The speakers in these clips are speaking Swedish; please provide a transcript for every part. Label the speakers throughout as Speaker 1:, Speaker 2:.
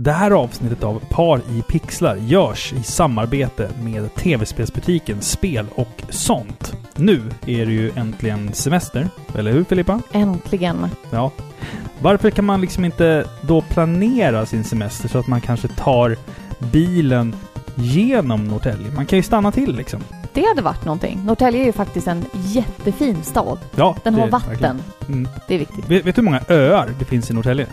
Speaker 1: Det här avsnittet av Par i pixlar görs i samarbete med tv-spelsbutiken Spel och sånt. Nu är det ju äntligen semester, eller hur Filippa?
Speaker 2: Äntligen.
Speaker 1: Ja. Varför kan man liksom inte då planera sin semester så att man kanske tar bilen genom Norrtälje? Man kan ju stanna till liksom.
Speaker 2: Det hade varit någonting. Norrtälje är ju faktiskt en jättefin stad.
Speaker 1: Ja,
Speaker 2: Den
Speaker 1: det
Speaker 2: har
Speaker 1: är
Speaker 2: vatten.
Speaker 1: verkligen- Mm.
Speaker 2: Det är viktigt.
Speaker 1: Vet, vet du hur många öar det finns i Norrtälje?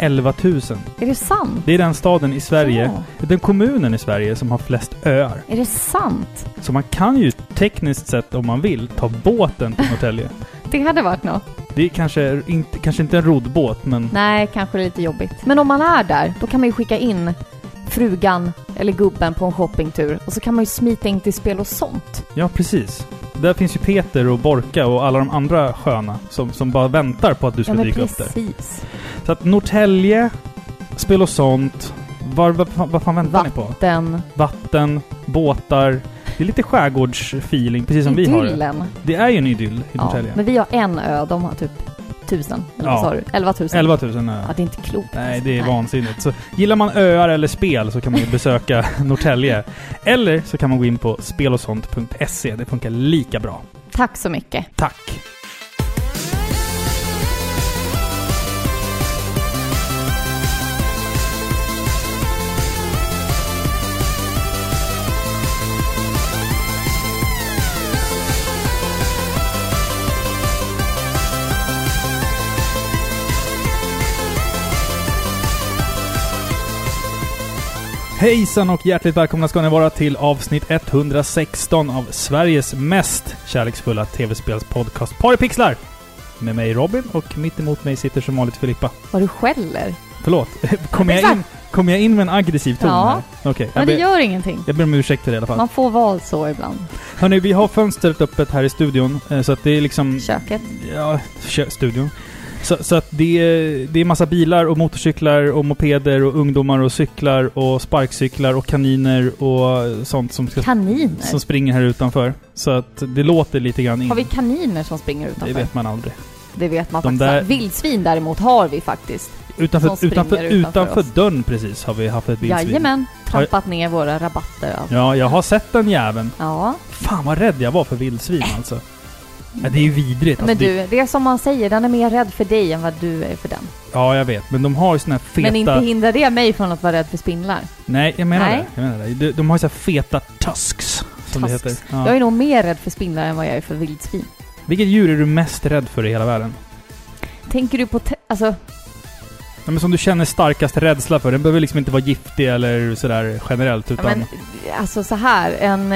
Speaker 1: 11 000.
Speaker 2: Är det sant?
Speaker 1: Det är den staden i Sverige,
Speaker 2: Ja.
Speaker 1: den kommunen i Sverige som har flest öar.
Speaker 2: Är det sant?
Speaker 1: Så man kan ju tekniskt sett, om man vill, ta båten till Norrtälje.
Speaker 2: Det hade varit något.
Speaker 1: Det är kanske inte, kanske inte en roddbåt, men
Speaker 2: Nej, kanske lite jobbigt. Men om man är där, då kan man ju skicka in frugan eller gubben på en shoppingtur och så kan man ju smita in till spel och sånt.
Speaker 1: ja, precis. Där finns ju Peter och Borka och alla de andra sköna som, som bara väntar på att du ska
Speaker 2: Ja, men
Speaker 1: dyka upp där.
Speaker 2: precis.
Speaker 1: Så att Norrtälje, spel och sånt. Var, vad fan- vad fan väntar ni på?
Speaker 2: Den
Speaker 1: Vatten, båtar. Det är lite skärgårdsfeeling, precis som vi har det.
Speaker 2: idyllen.
Speaker 1: Det är ju en idyll i
Speaker 2: Ja,
Speaker 1: Norrtälje.
Speaker 2: men vi har en ö, de har typ tusen. Eller vad
Speaker 1: Ja.
Speaker 2: sa du? Elva tusen.
Speaker 1: 11 000 öar.
Speaker 2: Ja, det är inte klokt.
Speaker 1: Nej,
Speaker 2: alltså.
Speaker 1: det är vansinnigt. Så gillar man öar eller spel så kan man ju besöka Norrtälje. Eller så kan man gå in på spelochsont.se. Det funkar lika bra.
Speaker 2: Tack så mycket.
Speaker 1: Tack! Hejsan och hjärtligt välkomna ska ni vara till avsnitt 116 av Sveriges mest kärleksfulla tv-spelspodcast Par i pixlar! Med mig Robin och mitt emot mig sitter som vanligt Filippa.
Speaker 2: Vad du skäller.
Speaker 1: Förlåt, kom jag in, kom jag in med en aggressiv ton
Speaker 2: Ja.
Speaker 1: här? Okej,
Speaker 2: Men
Speaker 1: jag,
Speaker 2: det
Speaker 1: ber-
Speaker 2: gör ingenting.
Speaker 1: jag ber om ursäkt för det i alla fall.
Speaker 2: Man får vara så ibland.
Speaker 1: Hörni, vi har fönstret öppet här i studion, eh, så att det är liksom...
Speaker 2: Köket.
Speaker 1: Ja, kö- studion. Så, så att det är, det är massa bilar och motorcyklar och mopeder och ungdomar och cyklar och sparkcyklar och kaniner och sånt som, ska,
Speaker 2: Kaniner.
Speaker 1: som springer här utanför. Så att det låter lite grann in.
Speaker 2: Har vi kaniner som springer utanför?
Speaker 1: Det vet man aldrig.
Speaker 2: Det vet man
Speaker 1: De
Speaker 2: faktiskt.
Speaker 1: där-
Speaker 2: Vildsvin däremot har vi faktiskt.
Speaker 1: Utanför,
Speaker 2: Som springer
Speaker 1: utanför,
Speaker 2: utanför
Speaker 1: utanför
Speaker 2: oss.
Speaker 1: dörren precis har vi haft ett vildsvin.
Speaker 2: Jajamän. Trampat ner våra rabatter. Ja.
Speaker 1: Ja, jag har sett den jäveln.
Speaker 2: ja.
Speaker 1: Fan vad rädd jag var för vildsvin alltså. Ja, det är ju vidrigt. Alltså,
Speaker 2: Men
Speaker 1: det,
Speaker 2: du, det är som man säger, den är mer rädd för dig än vad du är för den.
Speaker 1: ja, jag vet. Men de har ju såna här feta...
Speaker 2: Men inte hindrar det mig från att vara rädd för spindlar.
Speaker 1: Nej, jag menar
Speaker 2: Nej.
Speaker 1: det. Jag menar det. De, de har ju så här feta tusks, som
Speaker 2: Tusks.
Speaker 1: det heter. Ja.
Speaker 2: Jag är nog mer rädd för spindlar än vad jag är för vildsvin.
Speaker 1: Vilket djur är du mest rädd för i hela världen?
Speaker 2: Tänker du på... Te- alltså,
Speaker 1: Ja, men som du känner starkast rädsla för. Den behöver liksom inte vara giftig eller sådär generellt,
Speaker 2: ja,
Speaker 1: utan...
Speaker 2: men, alltså så här, en,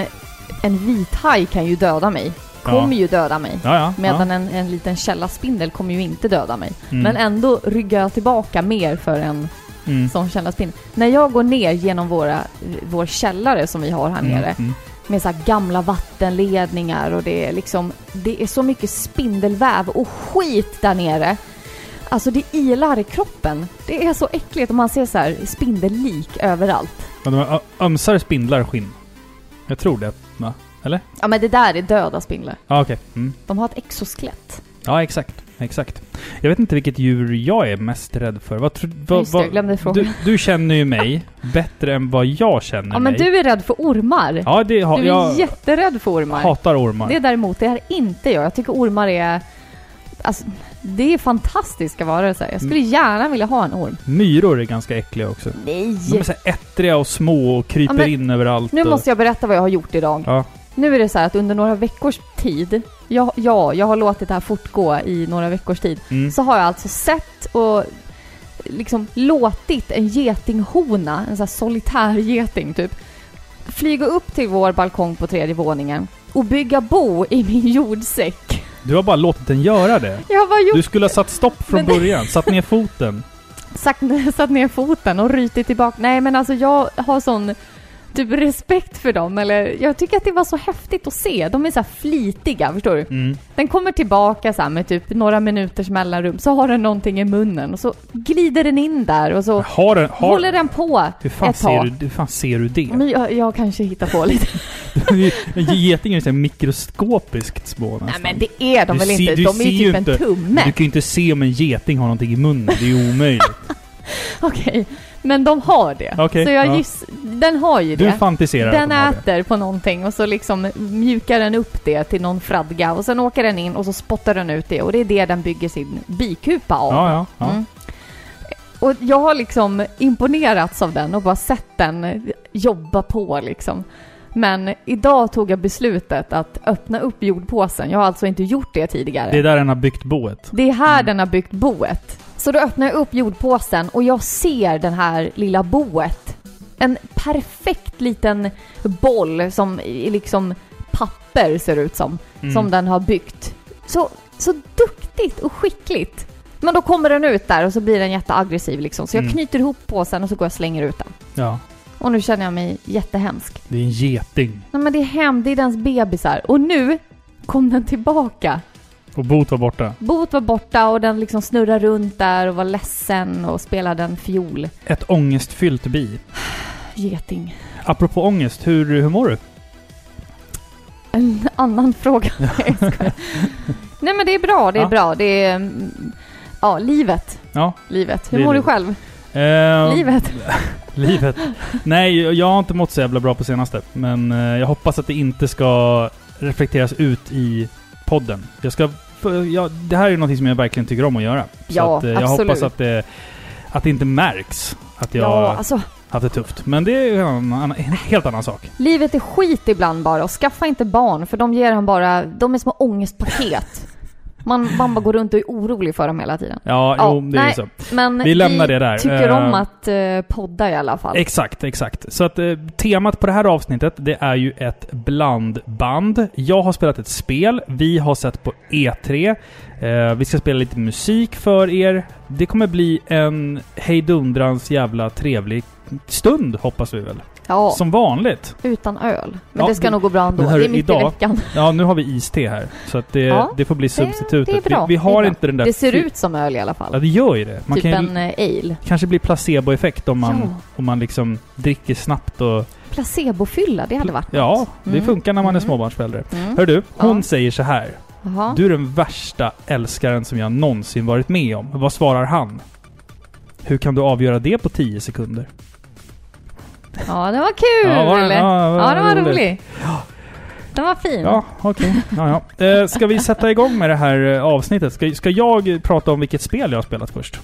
Speaker 2: en vit haj kan ju döda mig. Kommer ju döda mig.
Speaker 1: ja, ja,
Speaker 2: Medan en, en liten källarspindel kommer ju inte döda mig.
Speaker 1: ja. Mm.
Speaker 2: Men ändå ryggar jag tillbaka mer för en
Speaker 1: mm.
Speaker 2: sån källarspindel. När jag går ner genom våra, vår källare som vi har här
Speaker 1: Mm,
Speaker 2: nere
Speaker 1: mm.
Speaker 2: med så här gamla vattenledningar och det är liksom, det är så mycket spindelväv och skit där nere. Alltså det ilar i kroppen. Det är så äckligt och man ser så här spindellik överallt.
Speaker 1: Men de ö- ömsar spindlar skinn? Jag tror det. Va?
Speaker 2: Ja men det där är döda spindlar.
Speaker 1: Ja, okej. Mm.
Speaker 2: De har ett exoskelett.
Speaker 1: Ja, exakt. Exakt. Jag vet inte vilket djur jag är mest rädd för. Vad, tro- vad,
Speaker 2: Just det,
Speaker 1: vad,
Speaker 2: jag glömde fråga.
Speaker 1: Du, du känner ju mig bättre än vad jag känner
Speaker 2: ja men
Speaker 1: mig.
Speaker 2: du är rädd för ormar.
Speaker 1: Ja, det har
Speaker 2: du är
Speaker 1: jag.
Speaker 2: jätterädd för ormar.
Speaker 1: Hatar ormar.
Speaker 2: Det däremot, det är inte jag. Jag tycker ormar är... Alltså, det är fantastiska varelser. Jag
Speaker 1: Mm.
Speaker 2: skulle gärna vilja ha en orm.
Speaker 1: Myror är ganska äckliga också.
Speaker 2: Nej!
Speaker 1: Typ. De är så här ättriga och små och kryper
Speaker 2: Ja, men-
Speaker 1: in överallt.
Speaker 2: Nu
Speaker 1: och...
Speaker 2: måste jag berätta vad jag har gjort idag.
Speaker 1: Ja.
Speaker 2: Nu är det så här att under några veckors tid, ja, ja, jag har låtit det här fortgå i några veckors tid,
Speaker 1: Mm.
Speaker 2: så har jag alltså sett och liksom låtit en getinghona, en sån här solitär geting typ, flyga upp till vår balkong på tredje våningen och bygga bo i min jordsäck.
Speaker 1: Du har bara låtit den göra det.
Speaker 2: Jag har bara gjort
Speaker 1: Du skulle ha satt stopp från
Speaker 2: Men det-
Speaker 1: början, satt ner foten.
Speaker 2: sagt, satt ner foten och rytit tillbaka. Nej, men alltså jag har sån typ respekt för dem. Eller, jag tycker att det var så häftigt att se. De är så här flitiga, förstår du?
Speaker 1: Mm.
Speaker 2: Den kommer tillbaka så här med typ några minuters mellanrum, så har den någonting i munnen och så glider den in där och så
Speaker 1: Har den... Har...
Speaker 2: håller den på
Speaker 1: Hur fan,
Speaker 2: ett tag.
Speaker 1: ser du, hur fan ser du det?
Speaker 2: Men jag, jag kanske hittar på lite.
Speaker 1: Getingen är så här mikroskopiskt små
Speaker 2: Nej
Speaker 1: nästan.
Speaker 2: men det är de
Speaker 1: Du
Speaker 2: väl
Speaker 1: ser-
Speaker 2: inte?
Speaker 1: du
Speaker 2: De är
Speaker 1: ser
Speaker 2: ju
Speaker 1: ju
Speaker 2: typ en
Speaker 1: inte.
Speaker 2: tumme.
Speaker 1: Du kan ju inte se om en geting har någonting i munnen. Det är ju omöjligt.
Speaker 2: Okej, men de har det.
Speaker 1: Okej,
Speaker 2: så jag
Speaker 1: ja.
Speaker 2: giss, den har ju
Speaker 1: Du
Speaker 2: det.
Speaker 1: fantiserar att
Speaker 2: Den
Speaker 1: de har det.
Speaker 2: äter på någonting och så liksom mjukar den upp det till någon fradga och sen åker den in och så spottar den ut det och det är det den bygger sin bikupa av.
Speaker 1: Ja, ja. ja.
Speaker 2: Mm. Och jag har liksom imponerats av den och bara sett den jobba på liksom. Men idag tog jag beslutet att öppna upp jordpåsen. Jag har alltså inte gjort det tidigare.
Speaker 1: Det är där den har byggt boet.
Speaker 2: Det är här
Speaker 1: Mm.
Speaker 2: den har byggt boet. Så då öppnar jag upp jordpåsen och jag ser den här lilla boet. En perfekt liten boll som i liksom papper ser ut som,
Speaker 1: Mm.
Speaker 2: som den har byggt. Så, så duktigt och skickligt. Men då kommer den ut där och så blir den jätteaggressiv liksom. Så jag
Speaker 1: Mm.
Speaker 2: knyter ihop påsen och så går jag och slänger ut den.
Speaker 1: Ja,
Speaker 2: Och nu känner jag mig jättehemsk.
Speaker 1: det är en geting.
Speaker 2: Nej men det är hem, det är dens bebisar. Och nu kom den tillbaka.
Speaker 1: Och boet var borta.
Speaker 2: Bot var borta och den liksom snurrade runt där och var ledsen och spelade en fiol.
Speaker 1: Ett ångestfyllt bi.
Speaker 2: Geting.
Speaker 1: Apropå ångest, hur, hur mår du?
Speaker 2: En annan fråga. Jag skojar. Nej men det är bra, det är
Speaker 1: Ja.
Speaker 2: bra. Det är... mm, Ja, livet.
Speaker 1: Ja.
Speaker 2: Livet. Hur
Speaker 1: Det är
Speaker 2: mår du
Speaker 1: livet.
Speaker 2: själv?
Speaker 1: Eh,
Speaker 2: Livet.
Speaker 1: Livet. Nej, jag har inte mått så jävla bra på senaste. Men eh, jag hoppas att det inte ska reflekteras ut i podden. Jag ska, för, jag, det här är något som jag verkligen tycker om att göra.
Speaker 2: Ja,
Speaker 1: att, eh, jag
Speaker 2: absolut.
Speaker 1: hoppas att det, att det inte märks att jag
Speaker 2: Ja, alltså.
Speaker 1: haft det tufft. Men det är en, annan- en helt annan sak.
Speaker 2: Livet är skit ibland bara och skaffa inte barn för de ger en bara... De är små ångestpaket. Man, man bara går runt och är orolig för dem hela tiden.
Speaker 1: Ja,
Speaker 2: Ja,
Speaker 1: jo, det är
Speaker 2: nej.
Speaker 1: ju så.
Speaker 2: Men
Speaker 1: Vi lämnar det där.
Speaker 2: tycker
Speaker 1: Eh,
Speaker 2: om att eh, podda i alla fall.
Speaker 1: Exakt, exakt. Så att eh, temat på det här avsnittet, det är ju ett blandband. Jag har spelat ett spel, vi har sett på E3. Eh, vi ska spela lite musik för er. Det kommer bli en hejdundrans jävla trevlig stund, hoppas vi väl.
Speaker 2: Ja,
Speaker 1: Som vanligt.
Speaker 2: utan öl. Men
Speaker 1: Ja,
Speaker 2: det ska
Speaker 1: det-
Speaker 2: nog gå bra ändå.
Speaker 1: men hörru,
Speaker 2: det är mitt i
Speaker 1: idag-
Speaker 2: veckan.
Speaker 1: Ja, nu har vi iste här. Så att det,
Speaker 2: Ja,
Speaker 1: det får bli substitutet.
Speaker 2: det är bra,
Speaker 1: Vi, vi
Speaker 2: det är
Speaker 1: har
Speaker 2: bra.
Speaker 1: inte den där...
Speaker 2: Det ser
Speaker 1: fy-
Speaker 2: ut som öl i alla
Speaker 1: Ja,
Speaker 2: fall.
Speaker 1: det gör ju det. Man
Speaker 2: typ
Speaker 1: kan ju
Speaker 2: en eh, ale.
Speaker 1: kanske bli placeboeffekt om man,
Speaker 2: Ja.
Speaker 1: om man liksom dricker snabbt och...
Speaker 2: Placebofylla, det hade varit
Speaker 1: Ja,
Speaker 2: något.
Speaker 1: det
Speaker 2: Mm.
Speaker 1: funkar när man är
Speaker 2: Mm.
Speaker 1: småbarnsförälder.
Speaker 2: Mm.
Speaker 1: Hör du, hon
Speaker 2: Ja.
Speaker 1: säger så här.
Speaker 2: Jaha.
Speaker 1: Du är den värsta älskaren som jag någonsin varit med om. Vad svarar han? Hur kan du avgöra det på 10 sekunder?
Speaker 2: Ja, den var kul! Ja,
Speaker 1: var den-
Speaker 2: ja den var
Speaker 1: roligt.
Speaker 2: rolig. Den var fin.
Speaker 1: Ja, okej. Ja, ja. Eh, ska vi sätta igång med det här eh, avsnittet? Ska, ska jag prata om vilket spel jag har spelat först?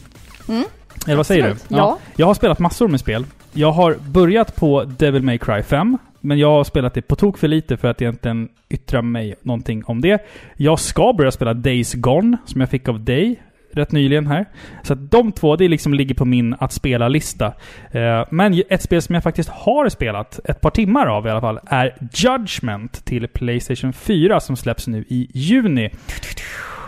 Speaker 2: Mm.
Speaker 1: Eller vad säger
Speaker 2: Absolut.
Speaker 1: du?
Speaker 2: Ja.
Speaker 1: Jag har spelat massor med spel. Jag har börjat på Devil May Cry 5, men jag har spelat det på tok för lite för att egentligen yttra mig någonting om det. Jag ska börja spela Days Gone, som jag fick av dig rätt nyligen här. Så att de två, det liksom ligger på min att spela-lista. Eh, Men ju- ett spel som jag faktiskt har spelat ett par timmar av i alla fall är Judgment till Playstation 4 som släpps nu i juni.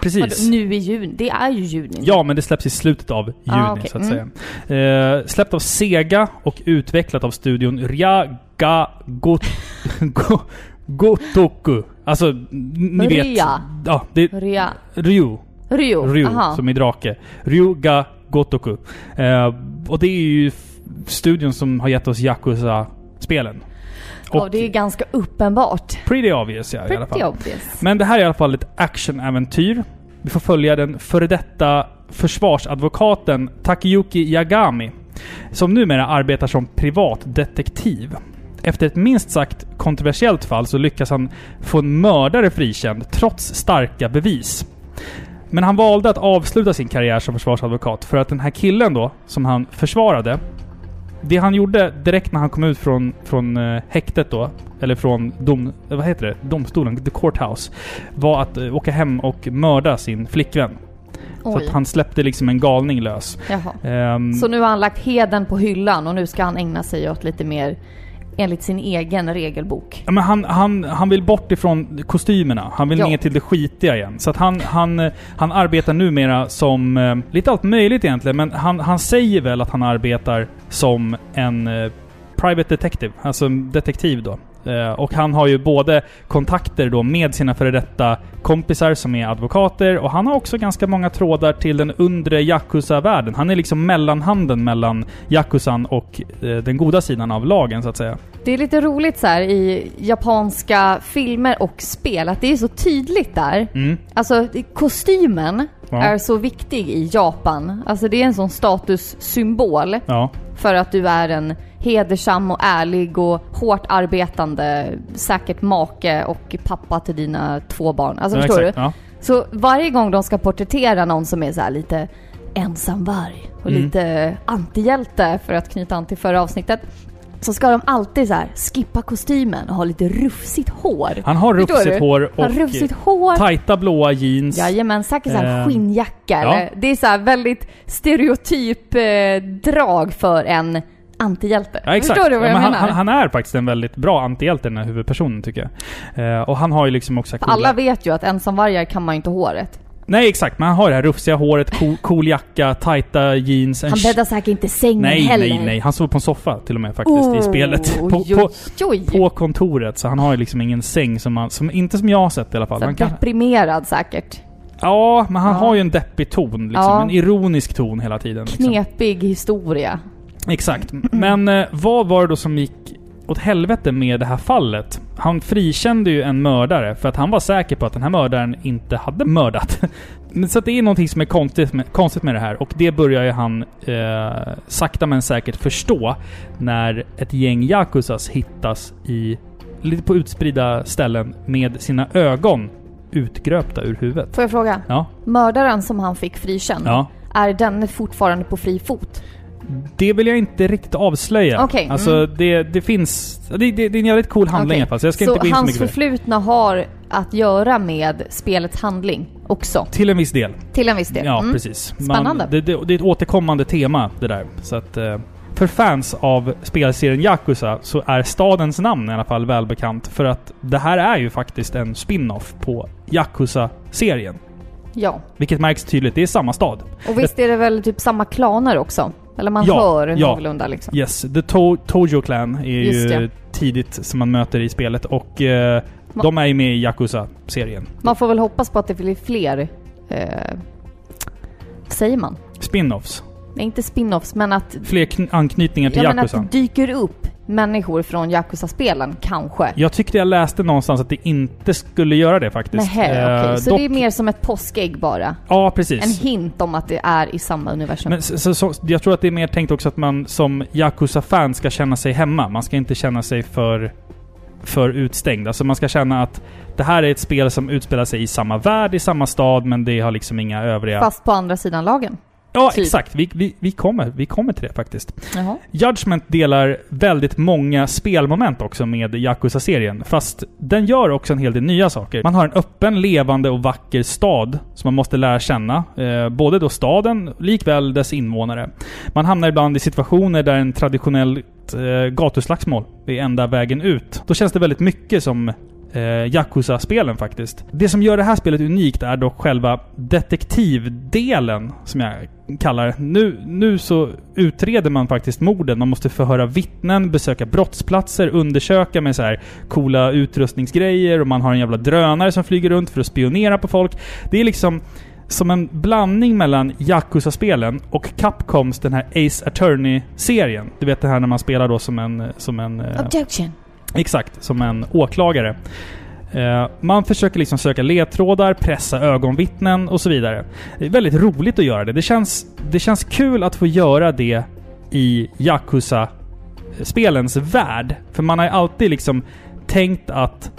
Speaker 1: Precis.
Speaker 2: Vadå, Nu i juni. Det är ju juni.
Speaker 1: Ja, men det släpps i slutet av juni
Speaker 2: Ah, okej.
Speaker 1: så att säga. Eh, släppt av Sega och utvecklat av studion Ryaga Got- Go- Gotoku. Alltså, n- ni vet...
Speaker 2: Ria.
Speaker 1: Ja, det är
Speaker 2: Ria.
Speaker 1: Ryu.
Speaker 2: Rio.
Speaker 1: Ryu,
Speaker 2: Aha.
Speaker 1: som är drake. Ryuga Gotoku. Eh, och det är ju f- studion som har gett oss Yakuza-spelen.
Speaker 2: Ja, det är ganska uppenbart.
Speaker 1: pretty obvious ja, i alla fall.
Speaker 2: Pretty obvious.
Speaker 1: Men det här är i alla fall ett actionäventyr. Vi får följa den före detta försvarsadvokaten Takeyuki Yagami, som numera arbetar som privatdetektiv. Efter ett minst sagt kontroversiellt fall så lyckas han få en mördare frikänd trots starka bevis. Men han valde att avsluta sin karriär som försvarsadvokat för att den här killen då, som han försvarade, det han gjorde direkt när han kom ut från, från eh, häktet då, eller från dom, eh, vad heter det? domstolen, the courthouse, var att eh, åka hem och mörda sin flickvän. Så
Speaker 2: Oj.
Speaker 1: att han släppte liksom en galning lös.
Speaker 2: Jaha.
Speaker 1: Ehm,
Speaker 2: Så nu har han lagt heden på hyllan och nu ska han ägna sig åt lite mer enligt sin egen regelbok.
Speaker 1: Ja, men han, han, han vill bort ifrån kostymerna. Han vill
Speaker 2: Ja.
Speaker 1: ner till det skitiga igen. Så att han, han, eh, han arbetar numera som eh, lite allt möjligt egentligen, men han, han säger väl att han arbetar som en eh, private detective, alltså en detektiv då. Eh, och han har ju både kontakter då med sina före detta kompisar som är advokater och han har också ganska många trådar till den undre Yakuza-världen. Han är liksom mellanhanden mellan Yakuzan och eh, den goda sidan av lagen så att säga.
Speaker 2: Det är lite roligt så här i japanska filmer och spel att det är så tydligt där.
Speaker 1: Mm.
Speaker 2: Alltså i kostymen
Speaker 1: Ja.
Speaker 2: är så viktig i Japan. Alltså det är en sån statussymbol
Speaker 1: Ja.
Speaker 2: för att du är en hedersam och ärlig och hårt arbetande, säkert make och pappa till dina två barn. Alltså
Speaker 1: ja,
Speaker 2: förstår du?
Speaker 1: Ja.
Speaker 2: Så varje gång de ska porträttera någon som är så här lite ensamvarg och
Speaker 1: Mm.
Speaker 2: lite antihjälte för att knyta an till förra avsnittet. Så ska de alltid så här skippa kostymen och ha lite rufsigt hår.
Speaker 1: Han har
Speaker 2: Förstår
Speaker 1: rufsigt
Speaker 2: du?
Speaker 1: hår och
Speaker 2: Har rufsigt hår.
Speaker 1: tajta blåa jeans.
Speaker 2: Jajamän, säkert såhär
Speaker 1: Ehm,
Speaker 2: skinnjacka.
Speaker 1: ja.
Speaker 2: Eller, det är såhär väldigt stereotyp eh, drag för en antihjälte.
Speaker 1: Ja, exakt.
Speaker 2: Förstår du vad
Speaker 1: ja,
Speaker 2: jag
Speaker 1: men han,
Speaker 2: menar?
Speaker 1: Han, han är faktiskt en väldigt bra antihjälte, den här huvudpersonen tycker jag. Eh, och han har ju liksom också...
Speaker 2: För alla vet ju att ensamvargar kan man ju inte håret.
Speaker 1: Nej, exakt. Men han har det här rufsiga håret, cool, cool jacka, tajta jeans. En
Speaker 2: Han
Speaker 1: sh-
Speaker 2: bäddar säkert inte sängen
Speaker 1: Nej,
Speaker 2: heller.
Speaker 1: nej, nej. Han sov på en soffa till och med faktiskt i spelet.
Speaker 2: Oh,
Speaker 1: På,
Speaker 2: oj,
Speaker 1: på,
Speaker 2: oj.
Speaker 1: på kontoret, så han har ju liksom ingen säng som man... Som, inte som jag har sett i alla fall.
Speaker 2: Så
Speaker 1: Han kan,
Speaker 2: deprimerad säkert.
Speaker 1: ja, men han
Speaker 2: Ja.
Speaker 1: har ju en deppig ton. Liksom,
Speaker 2: Ja.
Speaker 1: En ironisk ton hela tiden. Liksom.
Speaker 2: Knepig historia.
Speaker 1: Exakt. Men eh, vad var det då som gick åt helvete med det här fallet? Han frikände ju en mördare för att han var säker på att den här mördaren inte hade mördat. Men Så att det är någonting som är konstigt med, konstigt med det här och det börjar ju han eh, sakta men säkert förstå när ett gäng Yakuzas hittas i lite på utspridda ställen med sina ögon utgröpta ur huvudet.
Speaker 2: Får jag fråga?
Speaker 1: Ja,
Speaker 2: Mördaren som han fick frikänd,
Speaker 1: ja.
Speaker 2: är denne fortfarande på fri fot?
Speaker 1: Det vill jag inte riktigt avslöja.
Speaker 2: Okej, mm.
Speaker 1: Alltså det, det finns... Det, det, det är en jävligt cool handling
Speaker 2: Okej.
Speaker 1: i alla fall, så jag ska
Speaker 2: så
Speaker 1: inte gå in så
Speaker 2: hans
Speaker 1: mycket på det.
Speaker 2: förflutna har att göra med spelets handling också?
Speaker 1: Till en viss del.
Speaker 2: Till en viss del?
Speaker 1: Ja,
Speaker 2: Mm.
Speaker 1: precis.
Speaker 2: Spännande.
Speaker 1: det, det, det är ett återkommande tema det där. Så att, eh, för fans av spelserien Yakuza så är stadens namn i alla fall välbekant. För att det här är ju faktiskt en spin-off på Yakuza-serien.
Speaker 2: Ja.
Speaker 1: Vilket märks tydligt, det är samma stad.
Speaker 2: Och visst är det väl typ samma klaner också? Eller man
Speaker 1: Ja,
Speaker 2: hör
Speaker 1: ja.
Speaker 2: någorlunda liksom?
Speaker 1: Yes, The to- Tojo Clan är
Speaker 2: Just
Speaker 1: ju
Speaker 2: det.
Speaker 1: tidigt som man möter i spelet och eh,
Speaker 2: Ma-
Speaker 1: de är ju med i Yakuza-serien.
Speaker 2: Man får väl hoppas på att det blir fler... Eh, vad säger man?
Speaker 1: Spin-offs.
Speaker 2: Nej, inte spin-offs, men att
Speaker 1: Fler kn- anknytningar till
Speaker 2: Ja, men att
Speaker 1: Yakuza.
Speaker 2: det dyker upp människor från Yakuza-spelen, kanske.
Speaker 1: Jag tyckte jag läste någonstans att det inte skulle göra det faktiskt.
Speaker 2: Nähä, okej.
Speaker 1: Eh,
Speaker 2: Så
Speaker 1: dock-
Speaker 2: det är mer som ett påskägg bara?
Speaker 1: Ja,
Speaker 2: En
Speaker 1: precis.
Speaker 2: hint om att det är i samma universum?
Speaker 1: Men så, så, så, jag tror att det är mer tänkt också att man som Yakuza-fan ska känna sig hemma. Man ska inte känna sig för, för utstängd. Alltså man ska känna att det här är ett spel som utspelar sig i samma värld, i samma stad, men det har liksom inga övriga...
Speaker 2: Fast på andra sidan lagen?
Speaker 1: ja,
Speaker 2: typ.
Speaker 1: exakt. Vi, vi, vi, kommer, vi kommer till det faktiskt.
Speaker 2: Jaha.
Speaker 1: Judgment delar väldigt många spelmoment också med Yakuza-serien. Fast den gör också en hel del nya saker. Man har en öppen, levande och vacker stad som man måste lära känna. Eh, både då staden, likväl dess invånare. Man hamnar ibland i situationer där en traditionellt eh, gatuslagsmål är enda vägen ut. Då känns det väldigt mycket som eh, Yakuza-spelen faktiskt. Det som gör det här spelet unikt är dock själva detektivdelen, som jag kallar nu, nu så utreder man faktiskt morden. Man måste förhöra vittnen, besöka brottsplatser, undersöka med så här coola utrustningsgrejer och man har en jävla drönare som flyger runt för att spionera på folk. Det är liksom som en blandning mellan Yakuza-spelen och Capcoms den här Ace Attorney-serien. Du vet det här när man spelar då som en... Som en eh,
Speaker 2: Objection.
Speaker 1: Exakt, som en åklagare. Eh, Man försöker liksom söka ledtrådar, pressa ögonvittnen och så vidare. Det är väldigt roligt att göra det. Det känns, det känns kul att få göra det i Yakuza-spelens värld. För man har ju alltid liksom tänkt att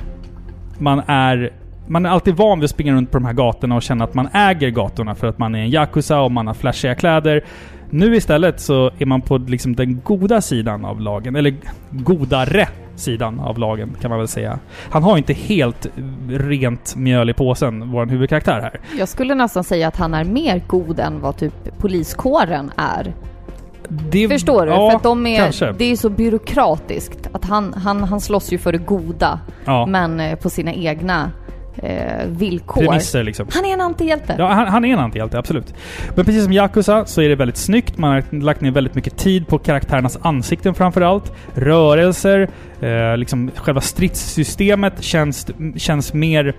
Speaker 1: man är... Man är alltid van vid att springa runt på de här gatorna och känna att man äger gatorna för att man är en Yakuza och man har flashiga kläder. Nu istället så är man på liksom den goda sidan av lagen. Eller godare sidan av lagen kan man väl säga. Han har ju inte helt rent mjöl i påsen, vår huvudkaraktär här.
Speaker 2: Jag skulle nästan säga att han är mer god än vad typ poliskåren är.
Speaker 1: Det-
Speaker 2: Förstår du?
Speaker 1: Ja,
Speaker 2: för att de
Speaker 1: kanske.
Speaker 2: är, det är så byråkratiskt. Att han, han, han slåss ju för det goda,
Speaker 1: ja,
Speaker 2: men eh, på sina egna eh, villkor.
Speaker 1: premisser liksom.
Speaker 2: Han är en antihjälte.
Speaker 1: Ja, han, han är en antihjälte, absolut. Men precis som Yakuza så är det väldigt snyggt. Man har lagt ner väldigt mycket tid på karaktärernas ansikten framförallt. Rörelser, eh, liksom själva stridssystemet känns, känns mer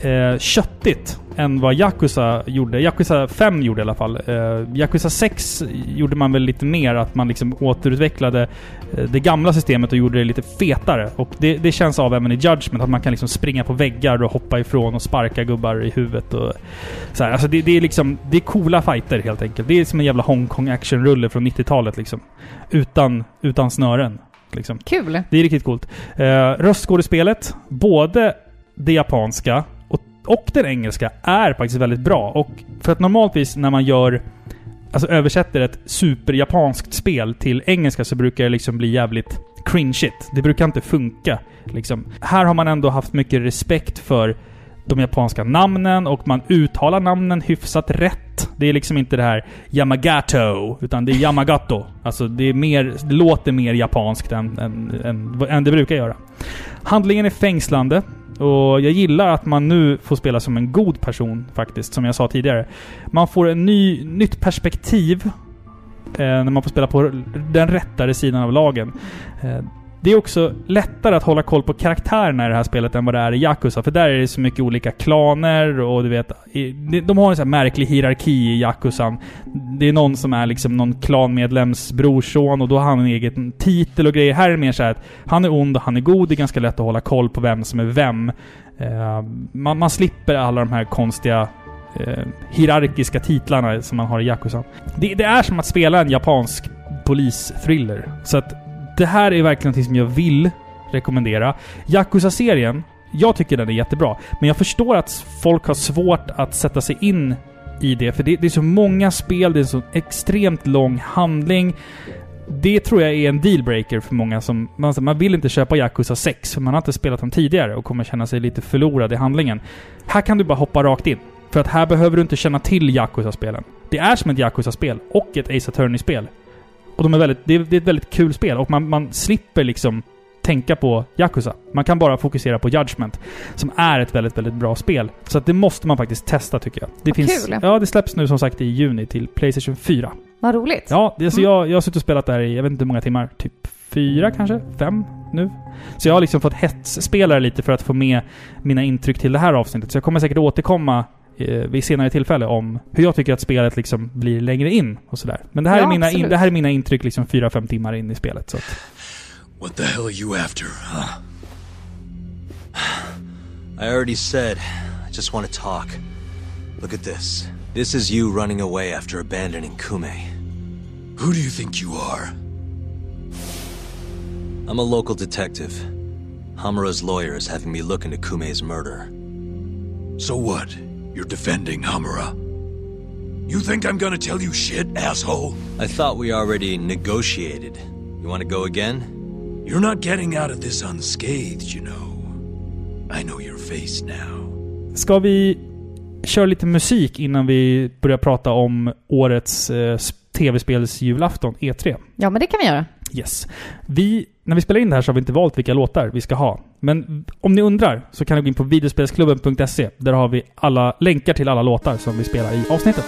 Speaker 1: eh, köttigt än vad Yakuza gjorde. Yakuza 5 gjorde i alla fall. Eh, Yakuza 6 gjorde man väl lite mer, att man liksom återutvecklade eh, det gamla systemet och gjorde det lite fetare. Och det, det känns av även i Judgment, att man kan liksom springa på väggar och hoppa ifrån och sparka gubbar i huvudet och så här. Alltså det, det är liksom, det är coola fighter helt enkelt. Det är som en jävla Hongkong actionrulle från 90-talet liksom. Utan, utan snören. Liksom.
Speaker 2: Kul!
Speaker 1: Det är riktigt coolt. Eh, röstskådespelet, både det japanska och, och den engelska, är faktiskt väldigt bra. Och för att normaltvis när man gör Alltså översätter ett superjapanskt spel till engelska så brukar det liksom bli jävligt cringeigt. Det brukar inte funka. Liksom. Här har man ändå haft mycket respekt för de japanska namnen och man uttalar namnen hyfsat rätt. Det är liksom inte det här Yamagato, utan det är Yamagato. Alltså det, är mer, det låter mer japanskt än, än, än, än det brukar göra. Handlingen är fängslande och jag gillar att man nu får spela som en god person faktiskt, som jag sa tidigare. Man får en ny, nytt perspektiv eh, när man får spela på den rättare sidan av lagen. Eh, det är också lättare att hålla koll på karaktärerna i det här spelet än vad det är i Yakuza. För där är det så mycket olika klaner och du vet... i- de- De har en sån här märklig hierarki i Yakuzan. Det är någon som är liksom någon klanmedlems brorson och då har han en egen titel och grejer. Här är det mer så här att han är ond och han är god. Det är ganska lätt att hålla koll på vem som är vem. Eh, man, man slipper alla de här konstiga eh, hierarkiska titlarna som man har i Yakuza. Det, det är som att spela en japansk polisthriller. Så att det här är verkligen någonting som jag vill rekommendera. Yakuza-serien, jag tycker den är jättebra. Men jag förstår att folk har svårt att sätta sig in i det. För det, det är så många spel, det är en så extremt lång handling. Det tror jag är en dealbreaker för många som... Man, man vill inte köpa Yakuza 6, för man har inte spelat dem tidigare och kommer känna sig lite förlorad i handlingen. Här kan du bara hoppa rakt in. För att här behöver du inte känna till Yakuza-spelen. Det är som ett Yakuza-spel och ett Ace Attorney-spel. Och de är väldigt, det, är, det är ett väldigt kul spel och man, man slipper liksom tänka på Yakuza. Man kan bara fokusera på Judgment, som är ett väldigt, väldigt bra spel. Så att det måste man faktiskt testa tycker jag. Det
Speaker 2: Vad kul.
Speaker 1: Ja, det släpps nu som sagt i juni till Playstation 4.
Speaker 2: Vad roligt!
Speaker 1: Ja, det, så
Speaker 2: Mm.
Speaker 1: jag, jag har suttit och spelat där i, jag vet inte hur många timmar, typ fyra kanske? Fem nu? Så jag har liksom fått hetsspela det lite för att få med mina intryck till det här avsnittet. Så jag kommer säkert återkomma eh, vid senare tillfälle om hur jag tycker att spelet liksom blir längre in och sådär. Men det här,
Speaker 2: Ja,
Speaker 1: är, mina in,
Speaker 2: absolut.
Speaker 1: det här är mina intryck liksom fyra, fem timmar in i spelet. Så att,
Speaker 3: What the hell are you after, huh? I already said, I just want to talk. Look at this. This is you running away after abandoning Kume. Who do you think you are? I'm a local detective. Hamura's lawyer is having me look into Kume's murder. So what? You're defending Hamura? You think I'm gonna tell you shit, asshole? I thought we already negotiated. You wanna go again? You're not getting out of this unscathed, you know. I know your face now.
Speaker 1: ska vi köra lite musik innan vi börjar prata om årets eh, s- tv-spelsjulafton, E E3?
Speaker 2: Ja, men det kan vi göra.
Speaker 1: Yes. Vi, när vi spelar in det här så har vi inte valt vilka låtar vi ska ha. Men om ni undrar så kan ni gå in på videospelsklubben.se. Där har vi alla länkar till alla låtar som vi spelar i avsnittet.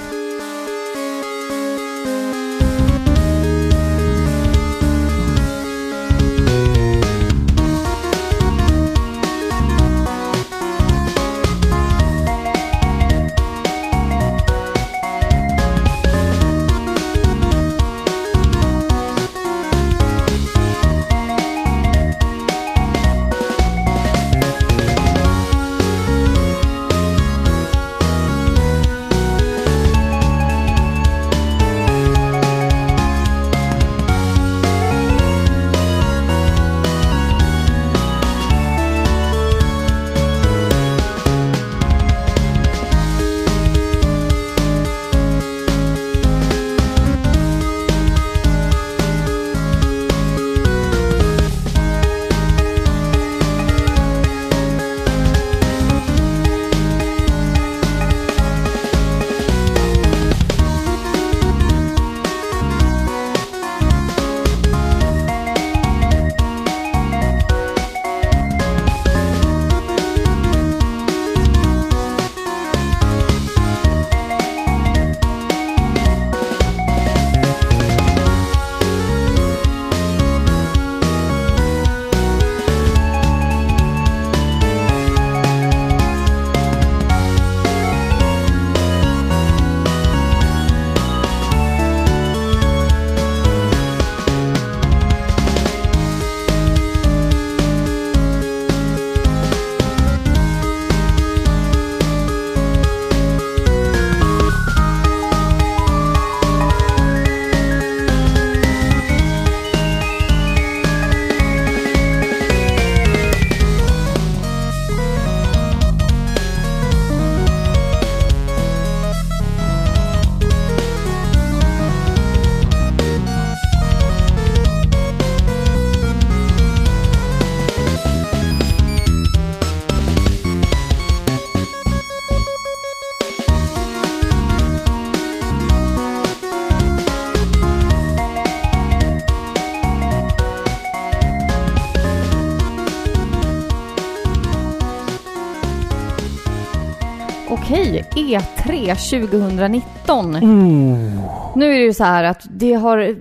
Speaker 2: Okej, E E3 2019.
Speaker 1: Oh.
Speaker 2: Nu är det ju så här att det har,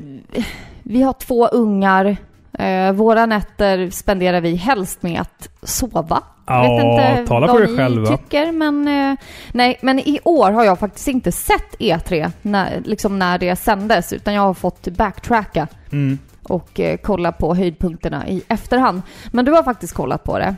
Speaker 2: vi har två ungar. Eh, våra nätter spenderar vi helst med att sova.
Speaker 1: Ja, tala
Speaker 2: vad
Speaker 1: för dig
Speaker 2: ni
Speaker 1: själv, va?
Speaker 2: tycker, men, eh, nej, men i år har jag faktiskt inte sett E3 när, liksom när det sändes, utan jag har fått backtracka
Speaker 1: Mm.
Speaker 2: och eh, kolla på höjdpunkterna i efterhand. Men du har faktiskt kollat på det.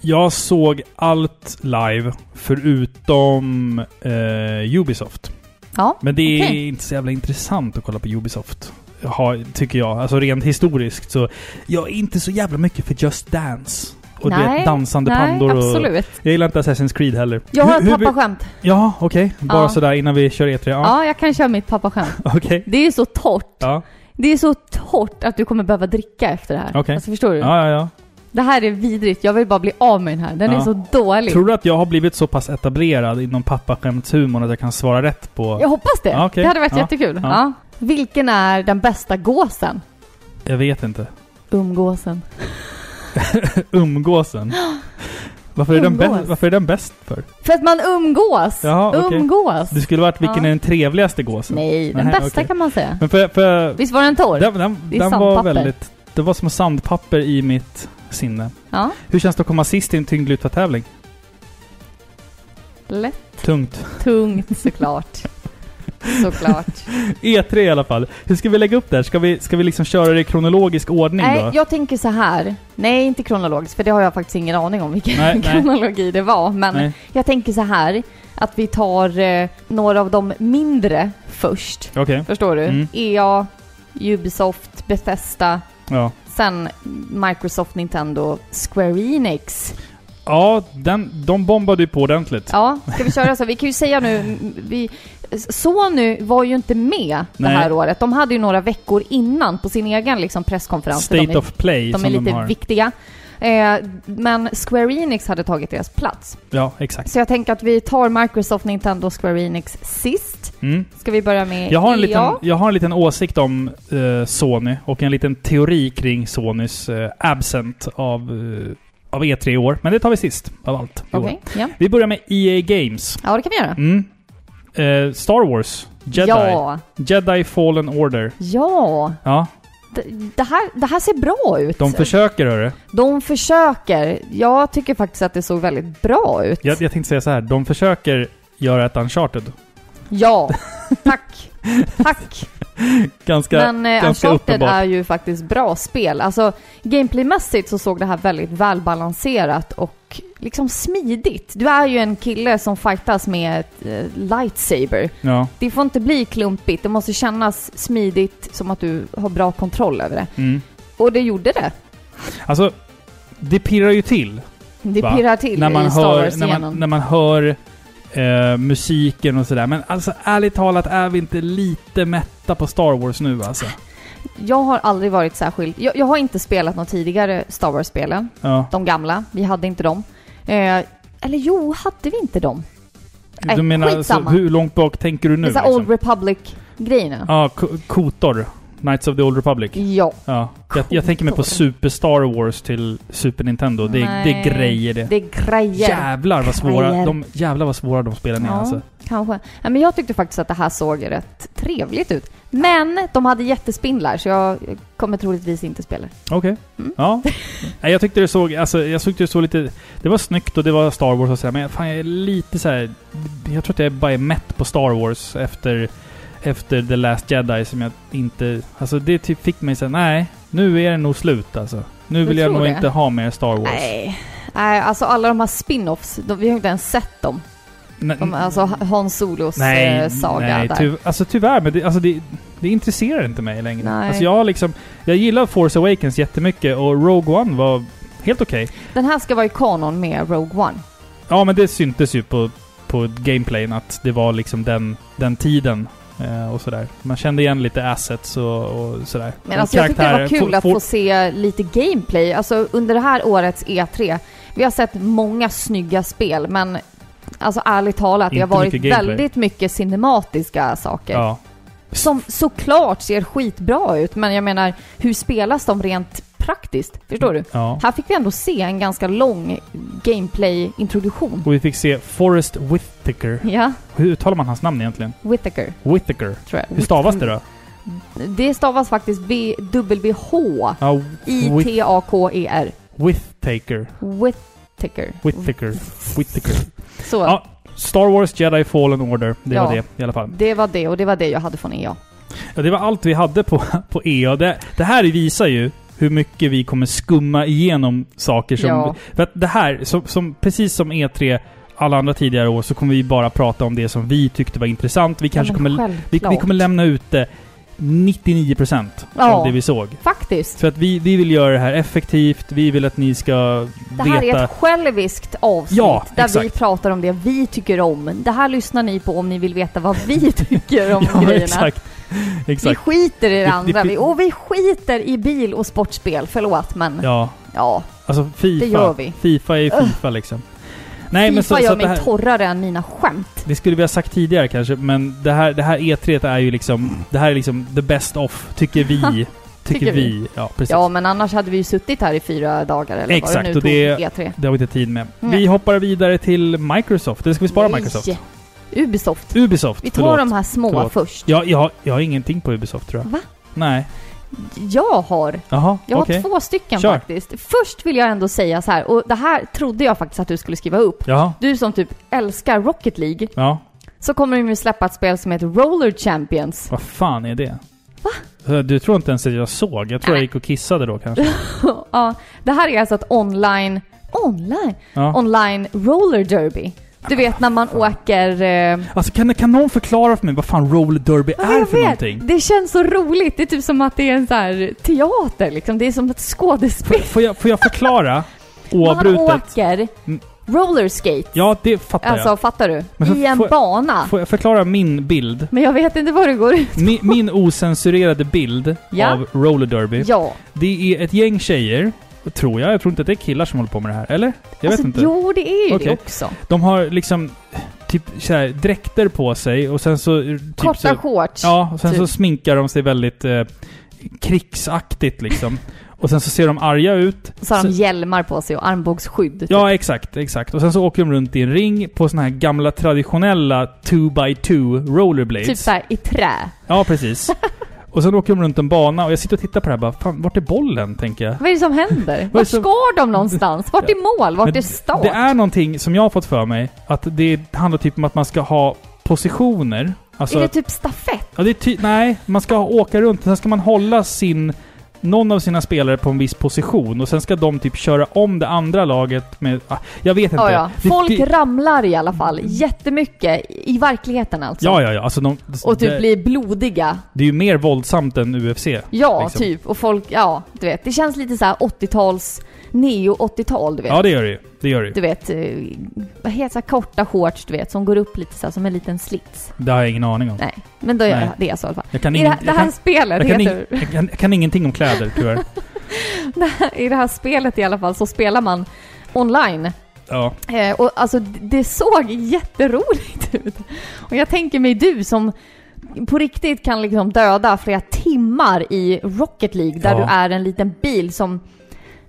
Speaker 1: Jag såg allt live förutom eh, Ubisoft.
Speaker 2: Ja,
Speaker 1: Men det är
Speaker 2: Okej.
Speaker 1: inte så jävla intressant att kolla på Ubisoft. Ha, tycker jag. Alltså rent historiskt så. Jag är inte så jävla mycket för Just Dance. Och du
Speaker 2: Nej,
Speaker 1: vet, dansande
Speaker 2: nej,
Speaker 1: pandor och...
Speaker 2: absolut.
Speaker 1: Jag gillar inte Assassin's Creed heller.
Speaker 2: Jag har
Speaker 1: Hur-
Speaker 2: ett
Speaker 1: hur-
Speaker 2: pappaskämt.
Speaker 1: Ja, okej. Bara
Speaker 2: Ja.
Speaker 1: sådär innan vi kör E3. Ja,
Speaker 2: Ja, jag kan köra mitt pappaskämt.
Speaker 1: okej.
Speaker 2: Det är så torrt.
Speaker 1: Ja.
Speaker 2: Det är så torrt att du kommer behöva dricka efter det här.
Speaker 1: Okej.
Speaker 2: Alltså förstår du?
Speaker 1: ja, ja, ja.
Speaker 2: Det här är vidrigt. Jag vill bara bli av med den här. Den
Speaker 1: Ja.
Speaker 2: är så dålig.
Speaker 1: Tror du att jag har blivit så pass etablerad inom pappaskämtshumorn att jag kan svara rätt på...
Speaker 2: Jag hoppas det.
Speaker 1: Ja, okej.
Speaker 2: Det hade varit
Speaker 1: Ja.
Speaker 2: jättekul.
Speaker 1: Ja.
Speaker 2: Ja. Vilken är den bästa gåsen?
Speaker 1: Jag vet inte.
Speaker 2: Umgåsen.
Speaker 1: Umgåsen. Varför är, den
Speaker 2: Umgås.
Speaker 1: bäst, varför är den bäst för?
Speaker 2: För att man umgås!
Speaker 1: Jaha, okej.
Speaker 2: Umgås!
Speaker 1: Det skulle varit vilken
Speaker 2: Ja.
Speaker 1: är den trevligaste gåsen?
Speaker 2: Nej, den
Speaker 1: Nej,
Speaker 2: bästa
Speaker 1: okej.
Speaker 2: kan man säga.
Speaker 1: Men för, för
Speaker 2: Visst var den torr?
Speaker 1: den, den,
Speaker 2: Det är
Speaker 1: den var
Speaker 2: sandpapper.
Speaker 1: väldigt... Det var som sandpapper i mitt sinne.
Speaker 2: Ja,
Speaker 1: Hur känns det att komma sist i en tyngdlyftartävling?
Speaker 2: lätt.
Speaker 1: Tungt.
Speaker 2: Tungt såklart. såklart.
Speaker 1: E3 E i alla fall. Hur ska vi lägga upp det här? Ska vi, ska vi liksom köra det i kronologisk ordning
Speaker 2: Nej,
Speaker 1: då?
Speaker 2: jag tänker så här. Nej, inte kronologiskt, för det har jag faktiskt ingen aning om vilken
Speaker 1: Nej, nej.
Speaker 2: kronologi det var. Men
Speaker 1: Nej.
Speaker 2: jag tänker så här, att vi tar eh, några av de mindre först.
Speaker 1: Okej.
Speaker 2: Förstår du?
Speaker 1: Mm.
Speaker 2: EA, Ubisoft, Bethesda,
Speaker 1: Ja.
Speaker 2: sen Microsoft, Nintendo, Square Enix.
Speaker 1: Ja, den, de bombade ju på ordentligt.
Speaker 2: Ja, ska vi köra så? Vi kan ju säga nu, m- vi, Sony var ju inte med
Speaker 1: Nej.
Speaker 2: det här året. De hade ju några veckor innan på sin egen liksom, presskonferens. för de
Speaker 1: State
Speaker 2: är
Speaker 1: of play
Speaker 2: De
Speaker 1: som
Speaker 2: är lite
Speaker 1: de har.
Speaker 2: viktiga. Eh, men Square Enix hade tagit deras plats.
Speaker 1: Ja, exakt.
Speaker 2: Så jag tänker att vi tar Microsoft, Nintendo och Square Enix sist.
Speaker 1: Mm.
Speaker 2: Ska vi börja med E
Speaker 1: Jag har, en
Speaker 2: EA?
Speaker 1: liten, jag har en liten åsikt om eh, Sony och en liten teori kring Sonys eh, absent av, eh, av E3 i år. Men det tar vi sist av allt. i år.
Speaker 2: Okej, ja.
Speaker 1: Vi börjar med EA Games.
Speaker 2: ja, det kan vi göra.
Speaker 1: Mm. Eh, Star Wars. Jedi.
Speaker 2: Ja,
Speaker 1: Jedi Fallen Order.
Speaker 2: ja.
Speaker 1: Ja,
Speaker 2: Det, det, här, det här ser bra ut.
Speaker 1: de försöker hörru.
Speaker 2: De försöker. Jag tycker faktiskt att det såg väldigt bra ut.
Speaker 1: Jag, jag tänkte säga så här. de försöker göra ett Uncharted.
Speaker 2: Ja, tack. Tack.
Speaker 1: Ganska...
Speaker 2: Men eh,
Speaker 1: ganska
Speaker 2: Uncharted
Speaker 1: uppenbart.
Speaker 2: är ju faktiskt bra spel. Alltså, gameplaymässigt så såg det här väldigt välbalanserat och liksom smidigt. Du är ju en kille som fightas med ett eh, lightsaber.
Speaker 1: Ja.
Speaker 2: Det får inte bli klumpigt, det måste kännas smidigt som att du har bra kontroll över det.
Speaker 1: Mm.
Speaker 2: Och det gjorde det.
Speaker 1: Alltså, det pirrar ju till.
Speaker 2: Det
Speaker 1: Va?
Speaker 2: pirrar till
Speaker 1: när man
Speaker 2: i Star
Speaker 1: hör,
Speaker 2: Wars
Speaker 1: när man,
Speaker 2: igen.
Speaker 1: när man hör eh, musiken och sådär. Men alltså ärligt talat, är vi inte lite mätta på Star Wars nu alltså?
Speaker 2: Jag har aldrig varit särskilt... Jag, jag har inte spelat något tidigare Star Wars-spelen.
Speaker 1: Ja.
Speaker 2: De gamla, vi hade inte dem. Eh, eller jo, hade vi inte dem? Nej,
Speaker 1: du menar, alltså,
Speaker 2: Eh, skitsamma.
Speaker 1: hur långt bak tänker du nu?
Speaker 2: det är så här Old
Speaker 1: Liksom?
Speaker 2: Republic-grejerna.
Speaker 1: Ja, K- Kotor. Knights of the Old Republic.
Speaker 2: Ja,
Speaker 1: Ja. Jag, jag tänker mig på
Speaker 2: Kotor.
Speaker 1: Super Star Wars till Super Nintendo. Det, är- det
Speaker 2: Nej.
Speaker 1: är grejer det.
Speaker 2: det är grejer.
Speaker 1: Jävlar vad svåra
Speaker 2: Grejer.
Speaker 1: de, jävlar vad svåra de spelen är
Speaker 2: Ja,
Speaker 1: alltså.
Speaker 2: kanske. Ja, men jag tyckte faktiskt att det här såg rätt trevligt ut. Men de hade jättespindlar så jag kommer troligtvis inte spela.
Speaker 1: Okej.
Speaker 2: Mm.
Speaker 1: Ja. Nej, jag tyckte det såg, alltså, jag tyckte det såg lite... Det var snyggt och det var Star Wars och sådär, men fan jag är lite så här. Jag tror att jag bara är mätt på Star Wars efter, efter The Last Jedi som jag inte... Alltså det typ fick mig såhär, nej, nu är det nog slut alltså. Nu
Speaker 2: Du
Speaker 1: vill jag
Speaker 2: tror
Speaker 1: nog
Speaker 2: det?
Speaker 1: inte ha mer Star Wars.
Speaker 2: Nej. Nej, alltså alla de här spin-offs, de, vi har inte ens sett dem.
Speaker 1: Nej,
Speaker 2: De, alltså Han Solos eh,
Speaker 1: Mm. nej,
Speaker 2: saga
Speaker 1: nej
Speaker 2: där.
Speaker 1: ty, alltså tyvärr, men det, alltså, det, det intresserar inte mig längre.
Speaker 2: Nej.
Speaker 1: Alltså jag har liksom... Jag gillar Force Awakens jättemycket och Rogue One var helt okej.
Speaker 2: Den här ska vara i kanon med Rogue One.
Speaker 1: Ja, men det syntes ju på, på gameplayen att det var liksom den, den tiden. Eh, och sådär. Man kände igen lite assets och, och sådär.
Speaker 2: Men
Speaker 1: och
Speaker 2: alltså jag tyckte det var
Speaker 1: karaktärer.
Speaker 2: kul
Speaker 1: Få-
Speaker 2: att
Speaker 1: få-
Speaker 2: få se lite gameplay. Alltså under det här årets E3, vi har sett många snygga spel men alltså ärligt talat, det
Speaker 1: Inte
Speaker 2: har varit
Speaker 1: mycket gameplay.
Speaker 2: väldigt mycket cinematiska saker.
Speaker 1: Ja.
Speaker 2: Som såklart ser skitbra ut men jag menar, hur spelas de rent praktiskt. Förstår du?
Speaker 1: Ja.
Speaker 2: Här fick vi ändå se en ganska lång gameplay-introduktion.
Speaker 1: Och vi fick se Forrest Whitaker.
Speaker 2: Ja,
Speaker 1: Hur uttalar man hans namn egentligen?
Speaker 2: Whittaker
Speaker 1: Whitaker.
Speaker 2: tror jag.
Speaker 1: Hur stavas det då?
Speaker 2: Det stavas faktiskt
Speaker 1: Ja,
Speaker 2: B-W-H-I-T-A-K-E-R.
Speaker 1: Whitaker.
Speaker 2: Whittaker.
Speaker 1: Whitaker. Whitaker.
Speaker 2: Så,
Speaker 1: Ja, Star Wars Jedi Fallen Order. Det var
Speaker 2: Ja.
Speaker 1: det i alla fall.
Speaker 2: det var det och det var det jag hade från E EA.
Speaker 1: Ja, det var allt vi hade på, på EA. Det, det här visar ju hur mycket vi kommer skumma igenom saker som...
Speaker 2: Ja.
Speaker 1: För att det här, som, som, precis som E3 alla andra tidigare år, så kommer vi bara prata om det som vi tyckte var intressant. Vi kanske
Speaker 2: Men
Speaker 1: kommer, vi, vi
Speaker 2: självklart.
Speaker 1: kommer lämna ut eh, 99%
Speaker 2: Ja.
Speaker 1: av det vi såg.
Speaker 2: Faktiskt.
Speaker 1: För att vi, vi vill göra det här effektivt, vi vill att ni ska
Speaker 2: Det här
Speaker 1: veta...
Speaker 2: är ett själviskt avsnitt
Speaker 1: Ja,
Speaker 2: där vi
Speaker 1: exakt.
Speaker 2: pratar om det vi tycker om. Det här lyssnar ni på om ni vill veta vad vi tycker om
Speaker 1: ja,
Speaker 2: grejerna.
Speaker 1: exakt.
Speaker 2: Vi
Speaker 1: Exakt.
Speaker 2: skiter i det
Speaker 1: det-
Speaker 2: andra
Speaker 1: det-
Speaker 2: vi- och vi skiter i bil och sportspel. Förlåt men ja,
Speaker 1: Ja. Alltså Fifa.
Speaker 2: Det gör vi.
Speaker 1: Fifa är Fifa liksom. Nej,
Speaker 2: FIFA
Speaker 1: men så, så
Speaker 2: gör
Speaker 1: att det
Speaker 2: mig
Speaker 1: här...
Speaker 2: torrare än mina skämt.
Speaker 1: Det skulle vi ha sagt tidigare kanske, men det här, det här E3 är ju liksom... Det här är liksom the best of, tycker vi. tycker,
Speaker 2: Tycker vi.
Speaker 1: vi. Ja, precis.
Speaker 2: Ja men annars hade vi ju suttit här i fyra dagar eller vad
Speaker 1: Exakt,
Speaker 2: det nu
Speaker 1: och det-
Speaker 2: tog E E3.
Speaker 1: Det har vi inte tid med.
Speaker 2: Nej.
Speaker 1: Vi hoppar vidare till Microsoft. Eller ska vi spara Microsoft?
Speaker 2: Nej. Ubisoft.
Speaker 1: Ubisoft,
Speaker 2: Vi tar de här små
Speaker 1: Förlåt.
Speaker 2: först.
Speaker 1: Ja, jag, har- jag har ingenting på Ubisoft tror jag.
Speaker 2: Va?
Speaker 1: Nej.
Speaker 2: Jag har
Speaker 1: Jaha,
Speaker 2: Jag har
Speaker 1: okej.
Speaker 2: två stycken
Speaker 1: Kör.
Speaker 2: faktiskt. Först vill jag ändå säga så här, och det här trodde jag faktiskt att du skulle skriva upp.
Speaker 1: Jaha.
Speaker 2: Du som typ älskar Rocket League,
Speaker 1: Ja.
Speaker 2: så kommer de ju släppa ett spel som heter Roller Champions.
Speaker 1: Vad fan är det? Va? Du tror inte ens att jag såg? Jag tror jag gick och kissade då kanske.
Speaker 2: ja, det här är alltså ett online... Online?
Speaker 1: Ja. Ah,
Speaker 2: Online roller derby. Du vet när man åker... Eh,
Speaker 1: Alltså kan, kan någon förklara för mig vad fan roller derby är
Speaker 2: jag
Speaker 1: för någonting?
Speaker 2: det känns så roligt. Det är typ som att det är en så här teater liksom. Det är som ett skådespel.
Speaker 1: Får jag, får jag förklara?
Speaker 2: Man
Speaker 1: Oavbrutet.
Speaker 2: åker
Speaker 1: Mm.
Speaker 2: rollerskate.
Speaker 1: Ja, det fattar jag.
Speaker 2: Alltså, fattar du?
Speaker 1: Men för-
Speaker 2: I en
Speaker 1: får jag-
Speaker 2: bana.
Speaker 1: Får jag förklara min bild?
Speaker 2: Men jag vet inte vad det går ut
Speaker 1: Min, min osensurerade bild
Speaker 2: Ja.
Speaker 1: av roller derby.
Speaker 2: Ja.
Speaker 1: Det är ett gäng tjejer, tror jag. Jag tror inte att det är killar som håller på med det här. Eller? Jag
Speaker 2: alltså,
Speaker 1: vet inte.
Speaker 2: Jo, det är ju det
Speaker 1: Okej.
Speaker 2: också.
Speaker 1: De har liksom typ så här, dräkter på sig och sen så... Typ
Speaker 2: Korta
Speaker 1: så,
Speaker 2: shorts.
Speaker 1: Ja, och sen
Speaker 2: typ.
Speaker 1: så sminkar de sig väldigt eh, krigsaktigt liksom. och sen så ser de arga ut.
Speaker 2: Så har de
Speaker 1: så-
Speaker 2: hjälmar på sig och armbågsskydd. typ.
Speaker 1: Ja, exakt, exakt. Och sen så åker de runt i en ring på såna här gamla traditionella 2x2 rollerblades.
Speaker 2: typ såhär i trä.
Speaker 1: Ja, precis. och sen åker de runt en bana och jag sitter och tittar på det här bara, fan, vart är bollen? Tänker jag.
Speaker 2: Vad är det som händer?
Speaker 1: Vad är
Speaker 2: Vart
Speaker 1: det som-
Speaker 2: ska de någonstans? Vart är mål? Vart
Speaker 1: Men
Speaker 2: är start?
Speaker 1: Det är någonting som jag har fått för mig, att det handlar typ om att man ska ha positioner. Alltså,
Speaker 2: Är det typ stafett?
Speaker 1: ja, det är ty- nej, man ska åka runt, sen ska man hålla sin, någon av sina spelare på en viss position och sen ska de typ köra om det andra laget med... ah, Jag vet inte.
Speaker 2: Ja, ja.
Speaker 1: Det-
Speaker 2: Folk
Speaker 1: det,
Speaker 2: ramlar i alla fall. Jättemycket. I i verkligheten alltså.
Speaker 1: Ja, ja, ja. Alltså de,
Speaker 2: Och typ
Speaker 1: det,
Speaker 2: blir blodiga.
Speaker 1: det är ju mer våldsamt än UFC.
Speaker 2: Ja,
Speaker 1: Liksom.
Speaker 2: typ. Och folk, ja, du vet. Det känns lite såhär 80-tals, neo-80-tal, du vet.
Speaker 1: Ja, det gör det ju. Det gör det ju.
Speaker 2: Du vet, eh, vad heter så här korta shorts, du vet, som går upp lite så här, som en liten slits.
Speaker 1: Det har jag ingen aning om.
Speaker 2: Nej, men då gör
Speaker 1: Nej.
Speaker 2: jag det alltså i alla fall.
Speaker 1: Jag kan,
Speaker 2: I
Speaker 1: ingen,
Speaker 2: det här, det
Speaker 1: jag,
Speaker 2: här
Speaker 1: kan,
Speaker 2: spelet
Speaker 1: jag, kan,
Speaker 2: heter...
Speaker 1: ing- jag, kan, jag kan ingenting om kläder, tyvärr.
Speaker 2: I det här spelet i alla fall så spelar man online.
Speaker 1: Ja.
Speaker 2: Eh, och alltså d- det såg jätteroligt ut. Och jag tänker mig du som på riktigt kan liksom döda flera timmar i Rocket League där
Speaker 1: Ja.
Speaker 2: du är en liten bil som...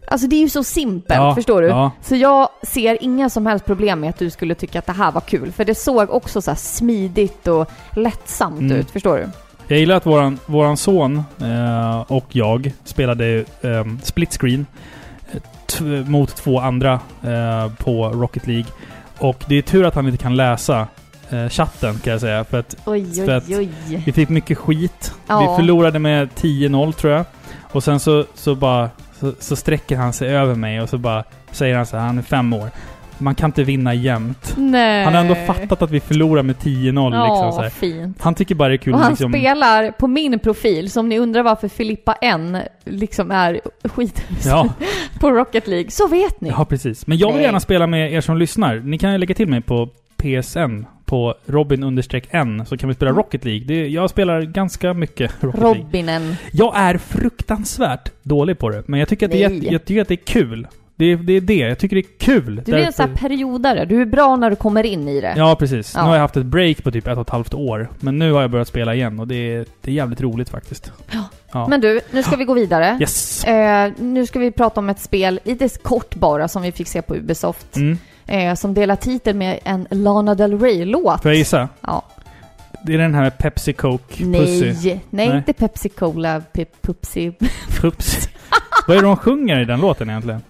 Speaker 2: Alltså det är ju så simpelt,
Speaker 1: Ja,
Speaker 2: förstår du?
Speaker 1: ja.
Speaker 2: Så jag ser inga som helst problem med att du skulle tycka att det här var kul. För det såg också så här smidigt och lättsamt
Speaker 1: Mm.
Speaker 2: ut, förstår du?
Speaker 1: Jag gillar att våran, våran son eh, och jag spelade eh, split screen eh, t- mot två andra eh, på Rocket League. Och det är tur att han inte kan läsa eh, chatten kan jag säga. För att
Speaker 2: Oj,
Speaker 1: För att-
Speaker 2: oj, oj.
Speaker 1: vi fick mycket skit.
Speaker 2: Ja.
Speaker 1: Vi förlorade med 10-0 tror jag. Och sen så, så bara så, så sträcker han sig över mig och så bara säger han så här, han är fem år. Man kan inte vinna jämt.
Speaker 2: Nej.
Speaker 1: Han har ändå fattat att vi förlorar med 10-0 liksom. Så
Speaker 2: Eh. Ja,
Speaker 1: här.
Speaker 2: fint.
Speaker 1: Han tycker bara det är kul
Speaker 2: Och
Speaker 1: att
Speaker 2: han
Speaker 1: liksom...
Speaker 2: spelar på min profil, så om ni undrar varför Filippa N liksom är skithus
Speaker 1: Ja.
Speaker 2: på Rocket League, så vet ni.
Speaker 1: Ja, precis. Men jag vill
Speaker 2: Nej.
Speaker 1: gärna spela med er som lyssnar. Ni kan ju lägga till mig på PSN, på Robin-N, så kan vi
Speaker 2: Mm.
Speaker 1: spela Rocket League. Det, jag spelar ganska mycket Rocket League.
Speaker 2: Robinen.
Speaker 1: Jag är fruktansvärt dålig på det, men jag tycker att, det är,
Speaker 2: Nej.
Speaker 1: jätte- jag tycker att det är kul. Det, är- det är det. Jag tycker det är kul.
Speaker 2: Du är en
Speaker 1: Därför-
Speaker 2: sån här periodare. Du är bra när du kommer in i det.
Speaker 1: Ja, precis.
Speaker 2: Ja.
Speaker 1: Nu har jag haft ett break på typ ett och ett halvt år. Men nu har jag börjat spela igen och det är, det är jävligt roligt faktiskt. Ja.
Speaker 2: Men du, nu ska vi gå vidare.
Speaker 1: Yes!
Speaker 2: Eh, nu ska vi prata om ett spel, lite kort bara, som vi fick se på Ubisoft.
Speaker 1: Mm.
Speaker 2: Eh, som delar titel med en Lana Del Rey-låt.
Speaker 1: Får jag gissa?
Speaker 2: Ja.
Speaker 1: Det är den här Pepsi Coke Pussy.
Speaker 2: Nej, nej,
Speaker 1: Nej.
Speaker 2: inte Pepsi Cola, Pe- Pupsi,
Speaker 1: Pups. Vad är det de sjunger i den låten egentligen?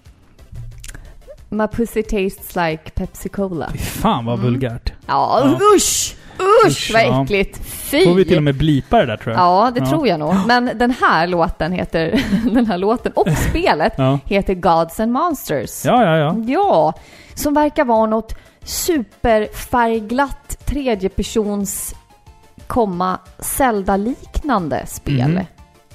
Speaker 2: My pussy tastes like Pepsi Cola.
Speaker 1: Fy fan vad
Speaker 2: Mm.
Speaker 1: vulgärt.
Speaker 2: Ja,
Speaker 1: Ja.
Speaker 2: usch! Usch,
Speaker 1: Usch,
Speaker 2: vad
Speaker 1: ja.
Speaker 2: äckligt! Fy!
Speaker 1: Får vi till och med blipa det där tror jag.
Speaker 2: Ja, det
Speaker 1: Ja.
Speaker 2: tror jag nog. Men den här låten heter, den här låten och spelet
Speaker 1: Ja.
Speaker 2: heter Gods and Monsters.
Speaker 1: Ja, ja, ja.
Speaker 2: Ja, som verkar vara något superfärgglatt tredjepersons komma Zelda-liknande spel.
Speaker 1: Mhm.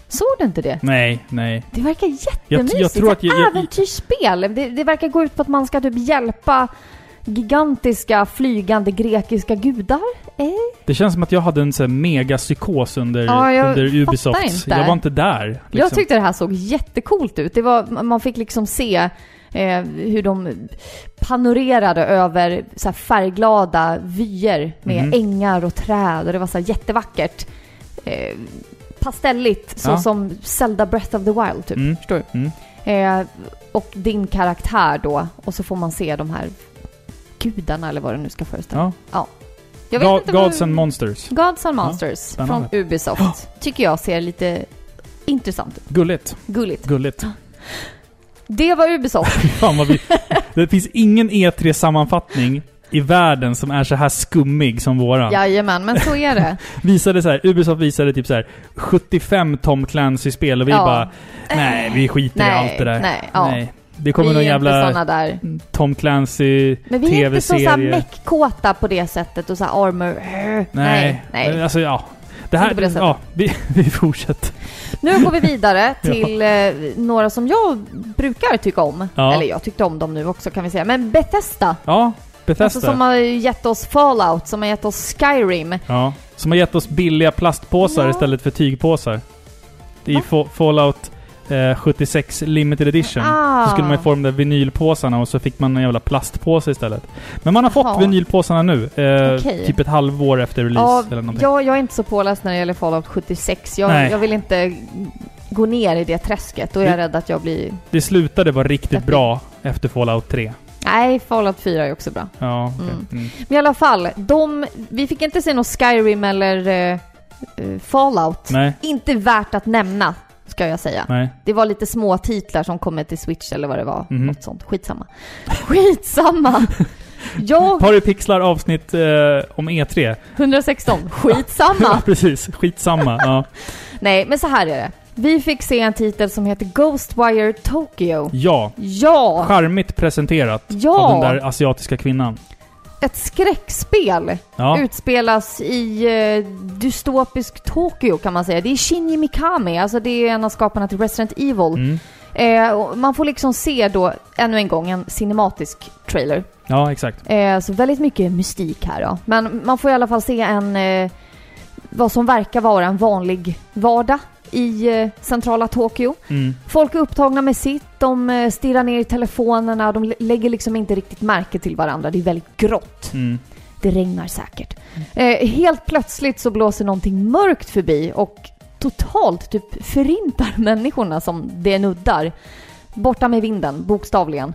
Speaker 2: Såg du inte det?
Speaker 1: Nej, nej.
Speaker 2: Det verkar
Speaker 1: Jag,
Speaker 2: jättemysigt.
Speaker 1: jag tror att... Jag, jag,
Speaker 2: Äventyrsspel. Det, det verkar gå ut på att man ska typ hjälpa gigantiska flygande grekiska gudar.
Speaker 1: det känns som att jag hade en sån här megapsykos under,
Speaker 2: Ja, jag
Speaker 1: under
Speaker 2: fattar
Speaker 1: Ubisoft.
Speaker 2: inte.
Speaker 1: Jag var inte där. Liksom.
Speaker 2: Jag tyckte det här såg jättecoolt ut. Det var, man fick liksom se eh, hur de panorerade över så här färgglada vyer med
Speaker 1: Mhm.
Speaker 2: ängar och träd och det var så här jättevackert. Eh, pastelligt, så
Speaker 1: Ja.
Speaker 2: som Zelda Breath of the Wild typ.
Speaker 1: Mm.
Speaker 2: Förstår
Speaker 1: Mm.
Speaker 2: du? Eh, och din karaktär då, och så får man se de här gudarna eller vad det nu ska föreställa.
Speaker 1: Ja.
Speaker 2: Jag vet
Speaker 1: Ga-
Speaker 2: inte vad-
Speaker 1: Gods and Monsters.
Speaker 2: Gods and Monsters från
Speaker 1: spännande.
Speaker 2: Ubisoft tycker jag ser lite intressant ut.
Speaker 1: Gulligt.
Speaker 2: Gulligt.
Speaker 1: Gulligt.
Speaker 2: Det var Ubisoft.
Speaker 1: Fan vad vi... Det finns ingen E3-sammanfattning i världen som är så här skummig som våran.
Speaker 2: Jajamän, men så är det.
Speaker 1: Visade så här, Ubisoft visade typ så här 75 Tom Clancy-spel och vi
Speaker 2: Ja. Eh,
Speaker 1: bara Nej, vi skiter i allt det där.
Speaker 2: nej, ja.
Speaker 1: Nej. Det kommer
Speaker 2: vi
Speaker 1: någon
Speaker 2: är inte
Speaker 1: jävla
Speaker 2: såna där.
Speaker 1: Tom Clancy...
Speaker 2: Men vi är inte så såhär
Speaker 1: TV-serie.
Speaker 2: meckkåta på det sättet och såhär armor. Nej,
Speaker 1: Nej.
Speaker 2: nej.
Speaker 1: Alltså ja. Det här...
Speaker 2: Inte på det sättet.
Speaker 1: ja, vi, vi fortsätter.
Speaker 2: Nu går vi vidare till eh, några som jag brukar tycka om.
Speaker 1: Ja.
Speaker 2: Eller jag tyckte om dem nu också kan vi säga. Men Bethesda.
Speaker 1: Ja, Bethesda.
Speaker 2: Alltså som har gett oss Fallout, som har gett oss Skyrim.
Speaker 1: Ja. Som har gett oss billiga plastpåsar
Speaker 2: Ja.
Speaker 1: istället för tygpåsar. I
Speaker 2: Va?
Speaker 1: Fa- Fallout eh, 76 Limited Edition.
Speaker 2: Ah.
Speaker 1: Så skulle man ju få de där vinylpåsarna och så fick man en jävla plastpåse istället. Men man har fått
Speaker 2: Jaha.
Speaker 1: vinylpåsarna nu. Eh,
Speaker 2: Okej.
Speaker 1: Typ ett halvår efter release
Speaker 2: Ja,
Speaker 1: eller någonting.
Speaker 2: jag, jag är inte så påläst när det gäller Fallout 76. Jag,
Speaker 1: Nej.
Speaker 2: jag vill inte gå ner i det träsket. Då är jag
Speaker 1: Vi-
Speaker 2: rädd att jag blir...
Speaker 1: Det slutade vara riktigt
Speaker 2: Därför-
Speaker 1: bra efter Fallout 3.
Speaker 2: Nej, Fallout 4 är också bra.
Speaker 1: Ja, okej.
Speaker 2: Mm.
Speaker 1: Mm.
Speaker 2: Men i alla fall, de, vi fick inte se någon Skyrim eller eh, eh, Fallout.
Speaker 1: Nej,
Speaker 2: Inte värt att nämna, ska jag säga.
Speaker 1: nej.
Speaker 2: Det var lite små titlar som kommer till Switch eller vad det var.
Speaker 1: Mhm.
Speaker 2: Något sånt. Skitsamma. Skitsamma! Jag,
Speaker 1: Par pixlar avsnitt eh, om E3.
Speaker 2: 116, skitsamma!
Speaker 1: Precis, skitsamma. ja.
Speaker 2: Nej, men så här är det. Vi fick se en titel som heter Ghostwire Tokyo.
Speaker 1: ja.
Speaker 2: Ja!
Speaker 1: Charmigt presenterat av den
Speaker 2: Ja!
Speaker 1: där asiatiska kvinnan.
Speaker 2: Ett skräckspel
Speaker 1: Ja.
Speaker 2: utspelas i eh, dystopisk Tokyo kan man säga. Det är Shinji Mikami, alltså det är en av skaparna till Resident Evil.
Speaker 1: Mm.
Speaker 2: Eh, och man får liksom se då, ännu en gång, en cinematisk trailer.
Speaker 1: Ja, exakt.
Speaker 2: Eh, så väldigt mycket mystik här då. Men man får i alla fall se en, eh, vad som verkar vara en vanlig vardag i eh, centrala Tokyo.
Speaker 1: Mm.
Speaker 2: Folk är upptagna med sitt, de eh, stirrar ner i telefonerna, de lä- lägger liksom inte riktigt märke till varandra. Det är väldigt grått.
Speaker 1: Mm.
Speaker 2: Det regnar säkert. Eh, helt plötsligt så blåser någonting mörkt förbi och totalt typ förintar människorna som det nuddar. Borta med vinden, bokstavligen.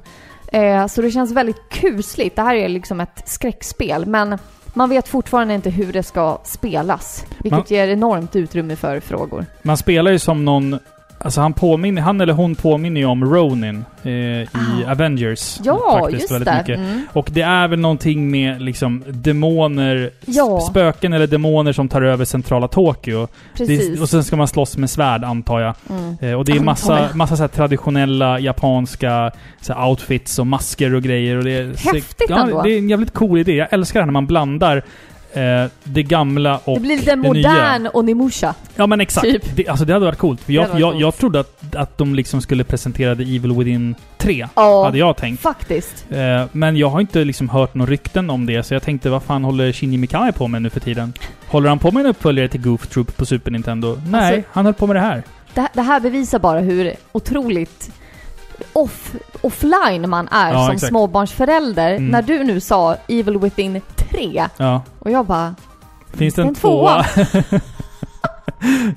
Speaker 2: Eh, så det känns väldigt kusligt. Det här är liksom ett skräckspel, men man vet fortfarande inte hur det ska spelas. Vilket
Speaker 1: Man-
Speaker 2: ger enormt utrymme för frågor.
Speaker 1: Man spelar ju som någon... Alltså han, påminner, han eller hon påminner ju om Ronin eh, i
Speaker 2: Ah.
Speaker 1: Avengers.
Speaker 2: Ja,
Speaker 1: faktiskt,
Speaker 2: just
Speaker 1: väldigt
Speaker 2: det.
Speaker 1: mycket.
Speaker 2: Mm.
Speaker 1: Och det är väl någonting med liksom demoner,
Speaker 2: Ja.
Speaker 1: sp- spöken eller demoner som tar över centrala Tokyo.
Speaker 2: Precis.
Speaker 1: Det, och sen ska man slåss med svärd antar jag.
Speaker 2: Mm.
Speaker 1: Eh, och det är
Speaker 2: Antar
Speaker 1: massa,
Speaker 2: jag.
Speaker 1: massa så här traditionella japanska så här outfits och masker och grejer. Och det är,
Speaker 2: Häftigt
Speaker 1: ja,
Speaker 2: ändå.
Speaker 1: Det är en jävligt cool idé. Jag älskar det när man blandar eh, det gamla och
Speaker 2: Det blir lite
Speaker 1: det
Speaker 2: modern
Speaker 1: nya.
Speaker 2: Onimusha.
Speaker 1: Ja men exakt.
Speaker 2: Typ.
Speaker 1: Det, alltså det hade varit coolt. För jag,
Speaker 2: hade varit
Speaker 1: jag,
Speaker 2: coolt.
Speaker 1: jag trodde att, att de liksom skulle presentera The Evil Within 3.
Speaker 2: Ja,
Speaker 1: Hade jag tänkt.
Speaker 2: faktiskt.
Speaker 1: Eh, men jag har inte liksom hört några rykten om det, så jag tänkte vad fan håller Shinji Mikami på med nu för tiden? Håller han på med en uppföljare till Goof Troop på
Speaker 2: Alltså-
Speaker 1: Super Nintendo? Nej, han höll på med det här.
Speaker 2: Det, det här bevisar bara hur otroligt off, offline man är
Speaker 1: Ja,
Speaker 2: som
Speaker 1: exakt.
Speaker 2: småbarnsförälder
Speaker 1: Mm.
Speaker 2: när du nu sa Evil Within 3
Speaker 1: Ja.
Speaker 2: och jag bara
Speaker 1: Finns det en,
Speaker 2: En
Speaker 1: tvåa?
Speaker 2: tvåa?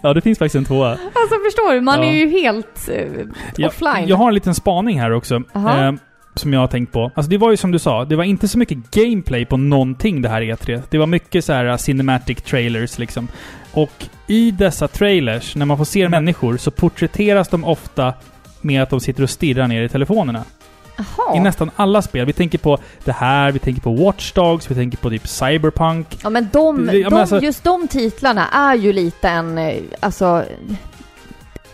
Speaker 1: ja, det finns faktiskt en tvåa.
Speaker 2: Alltså förstår du, man
Speaker 1: Ja.
Speaker 2: är ju helt eh, offline.
Speaker 1: Jag, jag har en liten spaning här också.
Speaker 2: Jaha.
Speaker 1: eh, som jag har tänkt på. Alltså det var ju som du sa, det var inte så mycket gameplay på någonting det här E3. Det var mycket så här eh, cinematic trailers liksom. Och i dessa trailers, när man får se
Speaker 2: Mm.
Speaker 1: människor, så porträtteras de ofta med att de sitter och stirrar ner i telefonerna. I
Speaker 2: Jaha.
Speaker 1: nästan alla spel. Vi tänker på det här, vi tänker på Watch Dogs, vi tänker på typ Cyberpunk.
Speaker 2: Ja men, de,
Speaker 1: Det- ja, men
Speaker 2: de,
Speaker 1: alltså-
Speaker 2: just de titlarna är ju lite en, eh, alltså,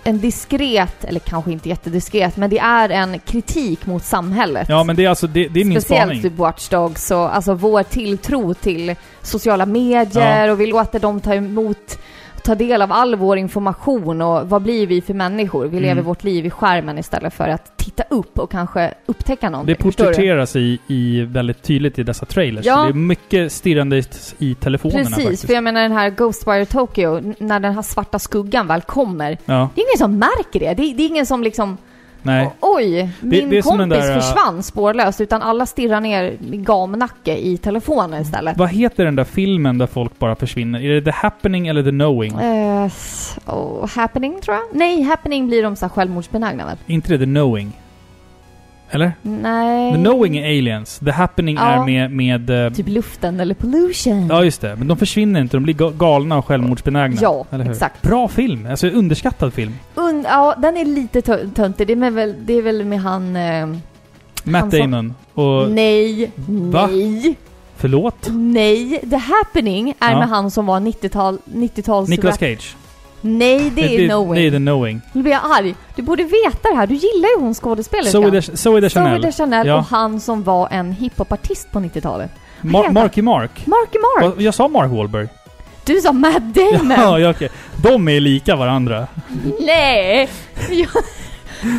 Speaker 2: en diskret, eller kanske inte jättediskret, men det är en kritik mot samhället.
Speaker 1: Ja, men det är alltså, det, det är min spaning.
Speaker 2: Speciellt typ Watch Dogs och alltså vår tilltro till sociala medier och vi låter dem ta emot, ta del av all vår information och vad blir vi för människor? Vi
Speaker 1: Mm.
Speaker 2: lever vårt liv i skärmen istället för att titta upp och kanske upptäcka
Speaker 1: Det
Speaker 2: någonting. förstår du?
Speaker 1: porträtteras i, i väldigt tydligt i dessa trailers.
Speaker 2: Ja.
Speaker 1: Det är mycket stirrande i- i telefonerna
Speaker 2: Precis,
Speaker 1: faktiskt.
Speaker 2: för jag menar den här Ghostwire Tokyo, n- när den här svarta skuggan väl kommer,
Speaker 1: Ja,
Speaker 2: det är ingen som märker det. Det är, det är ingen som liksom
Speaker 1: nej.
Speaker 2: Oj, min
Speaker 1: det är som den
Speaker 2: kompis
Speaker 1: där, äh,
Speaker 2: försvann spårlöst utan alla stirrar ner i gamnacke i telefonen istället.
Speaker 1: Vad heter den där filmen där folk bara försvinner? Är det The Happening eller The Knowing?
Speaker 2: Eh, s- oh, happening tror jag? Nej, happening blir de så här självmordsbenägna väl?
Speaker 1: Inte det The Knowing? Eller?
Speaker 2: Nej.
Speaker 1: The Knowing är aliens. The Happening
Speaker 2: Eh. Ja.
Speaker 1: är med... med eh,
Speaker 2: Typ luften eller pollution.
Speaker 1: Ja, just det. Men de försvinner inte. De blir ga- galna och självmordsbenägna.
Speaker 2: Ja,
Speaker 1: eller hur?
Speaker 2: exakt.
Speaker 1: Bra film. Alltså underskattad film.
Speaker 2: Und, ja, den är lite tö- töntig. Det är, väl, det är väl med han... Eh,
Speaker 1: Matt
Speaker 2: Han som-
Speaker 1: Damon. Och...
Speaker 2: nej,
Speaker 1: Va?
Speaker 2: nej,
Speaker 1: Förlåt?
Speaker 2: nej. The Happening är
Speaker 1: Ja.
Speaker 2: med han som var 90-tal... 90-tals...
Speaker 1: Nicolas Cage.
Speaker 2: Nej, det är
Speaker 1: det,
Speaker 2: Knowing.
Speaker 1: Det är The Knowing.
Speaker 2: Nu blir jag arg. Du borde veta det här. Du gillar ju hon skådespelerskan.
Speaker 1: Zoe de, Zoe de Chanel.
Speaker 2: Zoe de Chanel
Speaker 1: Ja.
Speaker 2: och han som var en hiphopartist på 90-talet.
Speaker 1: Mar- Marky Mark.
Speaker 2: Marky Mark!
Speaker 1: Jag sa Mark Wahlberg.
Speaker 2: Du sa Matt Damon!
Speaker 1: Ja, ja, okej. De är lika varandra.
Speaker 2: Nej! Jag...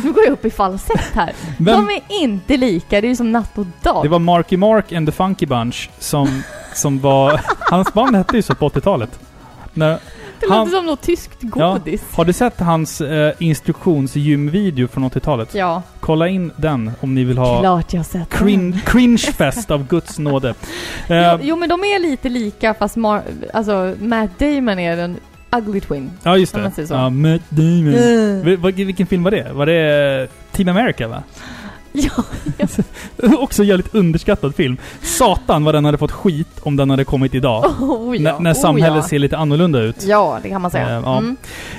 Speaker 2: Nu går jag upp i falsett här.
Speaker 1: Vem-
Speaker 2: De är inte lika, det är ju som natt och dag.
Speaker 1: Det var Marky Mark and the Funky Bunch som, som var... Hans band hette ju så på 80-talet. När,
Speaker 2: det låter
Speaker 1: han-
Speaker 2: som något tyskt godis.
Speaker 1: har du sett hans eh, instruktionsgymvideo från 80-talet?
Speaker 2: Ja,
Speaker 1: Kolla in den om ni vill ha
Speaker 2: klart jag har sett dem.
Speaker 1: crin- cringe-fest av guds nåde. Eh,
Speaker 2: Jo, jo men de är lite lika fast Mar... alltså, Matt Damon är den ugly twin.
Speaker 1: ja, just
Speaker 2: om man
Speaker 1: det.
Speaker 2: säger så.
Speaker 1: Ja, Matt Damon. Mm.
Speaker 2: Mm.
Speaker 1: Vi- vad- Vilken film var det? Var det eh, Team America, va?
Speaker 2: Ja,
Speaker 1: Också en jävligt underskattad film. Satan vad den hade fått skit om den hade kommit idag.
Speaker 2: oh, ja.
Speaker 1: När- när
Speaker 2: oh,
Speaker 1: samhället
Speaker 2: ja.
Speaker 1: ser lite annorlunda ut.
Speaker 2: Ja, det kan man säga.
Speaker 1: Eh, ja.
Speaker 2: Mm.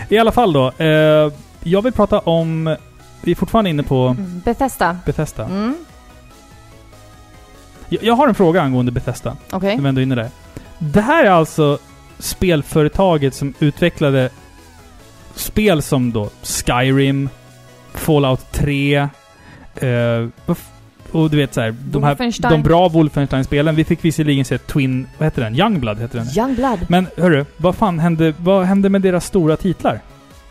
Speaker 1: I alla fall då. Eh, jag vill prata om... Vi är fortfarande inne på
Speaker 2: Mm. Bethesda.
Speaker 1: Bethesda.
Speaker 2: Mm.
Speaker 1: Jag, jag har en fråga angående Bethesda.
Speaker 2: Okej.
Speaker 1: När vi ändå är inne där. Det här är alltså spelföretaget som utvecklade spel som då Skyrim, Fallout 3, eh, vad f- och du vet såhär, de, här-
Speaker 2: Wolfenstein.
Speaker 1: de bra Wolfenstein-spelen. Vi fick visserligen se Twin... Vad heter den? Youngblood heter den.
Speaker 2: Youngblood.
Speaker 1: Men hörru, vad fan hände, vad hände med deras stora titlar?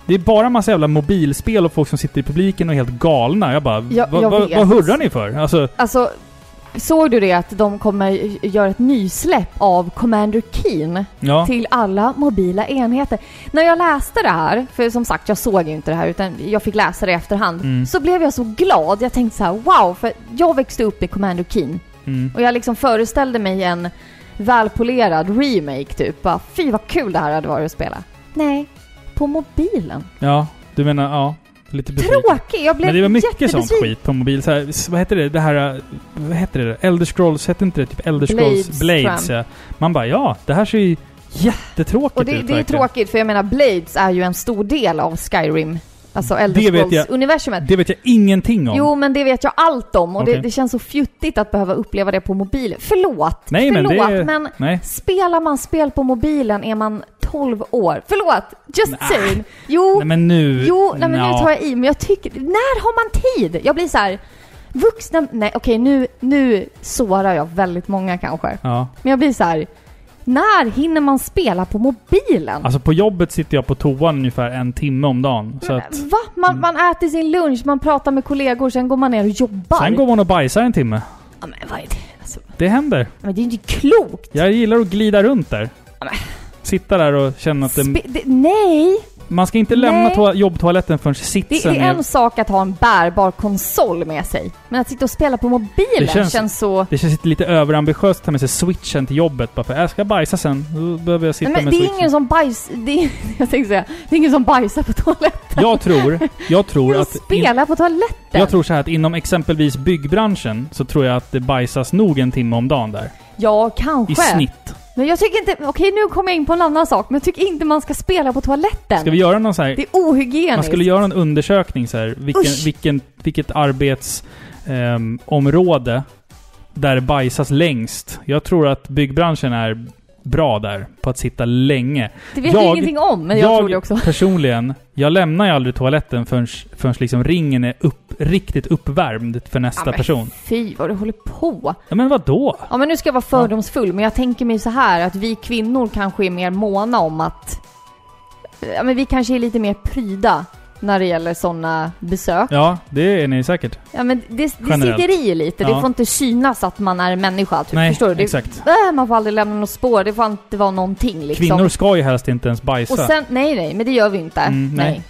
Speaker 1: Det är bara massa jävla mobilspel och folk som sitter i publiken och är helt galna. Jag bara,
Speaker 2: Ja,
Speaker 1: vad,
Speaker 2: jag
Speaker 1: vad,
Speaker 2: vet.
Speaker 1: vad hurrar ni för? Alltså,
Speaker 2: Alltså, såg du det att de kommer göra ett nysläpp av Commander Keen
Speaker 1: ja.
Speaker 2: till alla mobila enheter? När jag läste det här, för som sagt jag såg ju inte det här utan jag fick läsa det i efterhand,
Speaker 1: Mm.
Speaker 2: så blev jag så glad. Jag tänkte så här: wow, för jag växte upp i Commander Keen
Speaker 1: Mm.
Speaker 2: och jag liksom föreställde mig en välpolerad remake typ. Bara, Fy vad kul det här hade varit att spela. Nej, på mobilen.
Speaker 1: Ja, du menar, ja. Lite besviken.
Speaker 2: Tråkig, jag blev
Speaker 1: Men det var mycket sånt
Speaker 2: jättebesviken.
Speaker 1: skit på mobil. Så här, s- vad heter det? Det här... äh, Vad heter det? Elder Scrolls, hette inte det typ Elder Scrolls
Speaker 2: Blades,
Speaker 1: Blades?
Speaker 2: tror
Speaker 1: ja. Man bara, ja, det här ser ju jättetråkigt
Speaker 2: Och det,
Speaker 1: ut
Speaker 2: det
Speaker 1: typ
Speaker 2: är
Speaker 1: verkligen.
Speaker 2: tråkigt för jag menar Blades är ju en stor del av Skyrim. Alltså Elder
Speaker 1: Det vet jag.
Speaker 2: Scrolls-universumet.
Speaker 1: Det vet jag ingenting om.
Speaker 2: Jo, men det vet jag allt om och
Speaker 1: Okej.
Speaker 2: det, det känns så fjuttigt att behöva uppleva det på mobil. Förlåt!
Speaker 1: Nej, men det-
Speaker 2: förlåt, men
Speaker 1: Nej.
Speaker 2: spelar man spel på mobilen är man 12 år. Förlåt! Just saying! Jo,
Speaker 1: Nej men nu...
Speaker 2: jo nej, men nu
Speaker 1: Nja.
Speaker 2: tar jag i, men jag tycker... När har man tid? Jag blir så här... Vuxna... Nej, okej, nu, nu sårar jag väldigt många kanske.
Speaker 1: Ja.
Speaker 2: Men jag blir så här... När hinner man spela på mobilen?
Speaker 1: Alltså på jobbet sitter jag på toan ungefär en timme om dagen. Så att... Mm.
Speaker 2: Va? Man, man äter sin lunch, man pratar med kollegor, sen går man ner och jobbar.
Speaker 1: Sen går man och bajsar en timme.
Speaker 2: ja, men vad är det? Alltså,
Speaker 1: Det händer.
Speaker 2: men det är ju inte klokt!
Speaker 1: Jag gillar att glida runt där.
Speaker 2: Ja, men.
Speaker 1: Sitta där och känna att det...
Speaker 2: Spe- det, nej!
Speaker 1: Man ska inte
Speaker 2: Nej.
Speaker 1: lämna toa- jobbtoaletten förrän
Speaker 2: Det,
Speaker 1: sitsen
Speaker 2: det är en sak att ha en bärbar konsol med sig, men att sitta och spela på mobilen
Speaker 1: Det känns-
Speaker 2: känns... så...
Speaker 1: Det känns lite överambitiöst att ta med sig switchen till jobbet bara för jag ska bajsa sen. Då behöver jag sitta
Speaker 2: Nej, men
Speaker 1: med
Speaker 2: det är
Speaker 1: switchen.
Speaker 2: ingen som bajs... Det är, jag tänkte säga, det är ingen som bajsar på toaletten.
Speaker 1: Jag tror, jag tror
Speaker 2: Jag
Speaker 1: att...
Speaker 2: spelar på toaletten.
Speaker 1: jag tror så här att inom exempelvis byggbranschen så tror jag att det bajsas nog en timme om dagen där.
Speaker 2: Ja,
Speaker 1: I
Speaker 2: kanske.
Speaker 1: snitt.
Speaker 2: Men jag tycker inte... Okej, nu kommer jag in på en annan sak, men jag tycker inte man ska spela på toaletten.
Speaker 1: Ska vi göra någon så här...
Speaker 2: Det är ohygieniskt.
Speaker 1: Man skulle göra en undersökning så här, vilken,
Speaker 2: Usch.
Speaker 1: vilken, vilket arbetsområde där det bajsas längst. Jag tror att byggbranschen är bra där på att sitta länge.
Speaker 2: det vet
Speaker 1: jag-
Speaker 2: jag ingenting om, men jag, tror det också.
Speaker 1: personligen, jag lämnar ju aldrig toaletten förrän, förrän liksom ringen är upp, riktigt uppvärmd för nästa
Speaker 2: Ja, men
Speaker 1: person.
Speaker 2: Fy, vad du håller på.
Speaker 1: Ja men vadå?
Speaker 2: Ja, men nu ska jag vara fördomsfull, men jag tänker mig så här att vi kvinnor kanske är mer måna om att... Ja, men vi kanske är lite mer pryda när det gäller sådana besök. Ja. typ,
Speaker 1: Ja, det är ni säkert.
Speaker 2: men det, det
Speaker 1: Generellt.
Speaker 2: sitter i lite.
Speaker 1: Ja.
Speaker 2: Det får inte synas att man är en människa, typ.
Speaker 1: Nej,
Speaker 2: Förstår du? Det,
Speaker 1: exakt.
Speaker 2: Äh, man får aldrig lämna något spår. Det får inte vara någonting liksom.
Speaker 1: Kvinnor ska ju helst inte ens bajsa.
Speaker 2: Och sen, nej nej, men det gör vi inte.
Speaker 1: Mm, nej.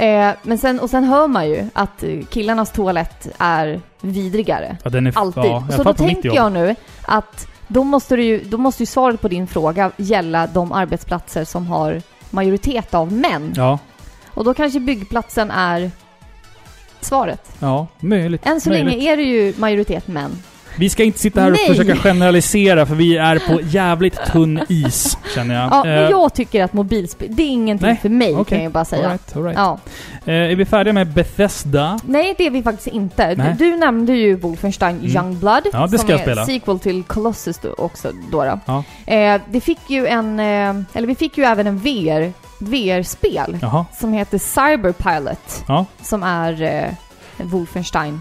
Speaker 2: nej. Eh, men sen, och sen hör man ju att eh, killarnas toalett är vidrigare.
Speaker 1: ja, den är,
Speaker 2: Alltid.
Speaker 1: Ja, i alla
Speaker 2: så då
Speaker 1: fall på mitt
Speaker 2: tänker
Speaker 1: jobb.
Speaker 2: jag nu att då måste, du ju, då måste ju svaret på din fråga gälla de arbetsplatser som har majoritet av män.
Speaker 1: Ja,
Speaker 2: Och då kanske byggplatsen är svaret.
Speaker 1: ja, möjligt.
Speaker 2: Än så
Speaker 1: möjligt.
Speaker 2: länge är det ju majoritet män.
Speaker 1: Vi ska inte sitta här och
Speaker 2: Nej.
Speaker 1: försöka generalisera för vi är på jävligt tunn is, känner jag.
Speaker 2: Ja, men
Speaker 1: Eh,
Speaker 2: jag tycker att mobilspel, det är ingenting
Speaker 1: nej,
Speaker 2: för mig
Speaker 1: okej.
Speaker 2: kan jag bara säga.
Speaker 1: all right, all right.
Speaker 2: Ja.
Speaker 1: Eh, är vi färdiga med Bethesda?
Speaker 2: Nej, det är vi faktiskt inte.
Speaker 1: Nej. Mm.
Speaker 2: Du, du nämnde ju Wolfenstein Youngblood.
Speaker 1: Ja, det ska
Speaker 2: som
Speaker 1: jag
Speaker 2: är
Speaker 1: spela.
Speaker 2: sequel till Colossus då, också då. då.
Speaker 1: Ja.
Speaker 2: Eh, det fick ju en, eh, eller vi fick ju även en VR, VR-spel
Speaker 1: Jaha.
Speaker 2: som heter Cyberpilot
Speaker 1: Ja.
Speaker 2: som är eh, Wolfenstein.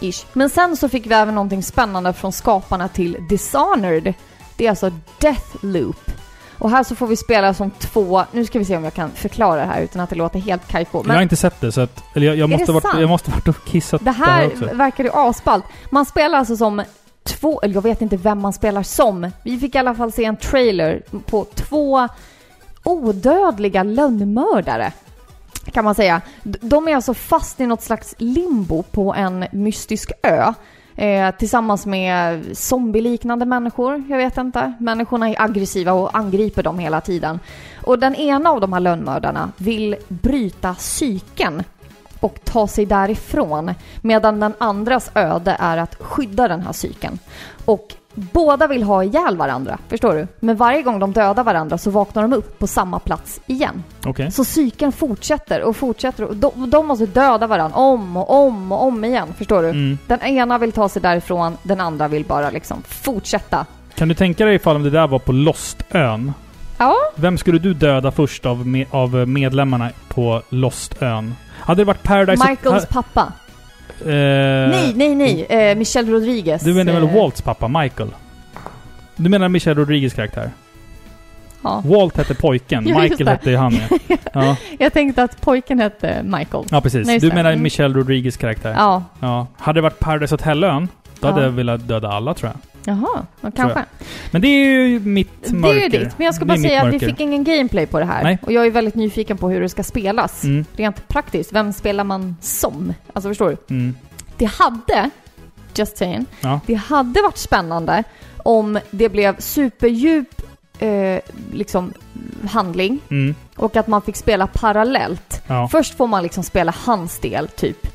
Speaker 2: Ish. Men sen så fick vi även någonting spännande från skaparna till Dishonored. Det är alltså Deathloop. Och här så får vi spela som två, nu ska vi se om jag kan förklara det här utan att det låter helt kajko.
Speaker 1: jag har inte sett det så att... Eller jag, jag, måste,
Speaker 2: det
Speaker 1: varit,
Speaker 2: sant?
Speaker 1: jag måste varit och kissat
Speaker 2: Det här
Speaker 1: också.
Speaker 2: verkar ju asballt. Man spelar alltså som två, eller jag vet inte vem man spelar som. Vi fick i alla fall se en trailer på två odödliga lönnmördare. Kan man säga. D- De är alltså fast i något slags limbo på en mystisk ö. Eh, tillsammans med zombieliknande människor, jag vet inte. Människorna är aggressiva och angriper dem hela tiden. Och den ena av de här lönnmördarna vill bryta psyken och ta sig därifrån. Medan den andras öde är att skydda den här psyken. Och båda vill ha ihjäl varandra, förstår du? Men varje gång de dödar varandra så vaknar de upp på samma plats igen.
Speaker 1: Okej.
Speaker 2: Så psyken fortsätter och fortsätter och de, de måste döda varandra om och om och om igen, förstår du?
Speaker 1: Mm.
Speaker 2: Den ena vill ta sig därifrån, den andra vill bara liksom fortsätta.
Speaker 1: Kan du tänka dig ifall om det där var på Lostön?
Speaker 2: Ja.
Speaker 1: Vem skulle du döda först av, me, av medlemmarna på Lostön? Hade det varit Paradise...
Speaker 2: Michaels pappa.
Speaker 1: eh, mm.
Speaker 2: nej, nej, nej. Eh, Michelle Rodriguez.
Speaker 1: Du menar väl
Speaker 2: eh,
Speaker 1: Walts pappa, Michael? Du menar Michelle Rodriguez karaktär?
Speaker 2: Ja.
Speaker 1: Walt hette pojken,
Speaker 2: Ja, just
Speaker 1: Michael
Speaker 2: det.
Speaker 1: hette ju han ja. ja.
Speaker 2: Jag tänkte att pojken hette Michael.
Speaker 1: ja, precis.
Speaker 2: Nej, just
Speaker 1: du
Speaker 2: det.
Speaker 1: menar
Speaker 2: Mm.
Speaker 1: Michelle Rodriguez karaktär? Ja.
Speaker 2: Eh. Ja,
Speaker 1: Hade det varit Paradise Hotel-ön, då hade
Speaker 2: Ja.
Speaker 1: jag velat döda alla tror jag.
Speaker 2: Jaha, ja, kanske.
Speaker 1: Men det är ju mitt
Speaker 2: Det är
Speaker 1: mörker.
Speaker 2: ju ditt, men jag ska
Speaker 1: Det
Speaker 2: bara
Speaker 1: är mitt
Speaker 2: säga att vi
Speaker 1: mörker.
Speaker 2: fick ingen gameplay på det här.
Speaker 1: Nej.
Speaker 2: Och jag är väldigt nyfiken på hur det ska spelas.
Speaker 1: Mm,
Speaker 2: Rent praktiskt, vem spelar man som? Alltså förstår du?
Speaker 1: mm.
Speaker 2: Det hade, just saying,
Speaker 1: Ja.
Speaker 2: det hade varit spännande om det blev superdjup eh, liksom, handling
Speaker 1: Mm,
Speaker 2: och att man fick spela parallellt.
Speaker 1: ja.
Speaker 2: Först får man liksom spela hans del, typ.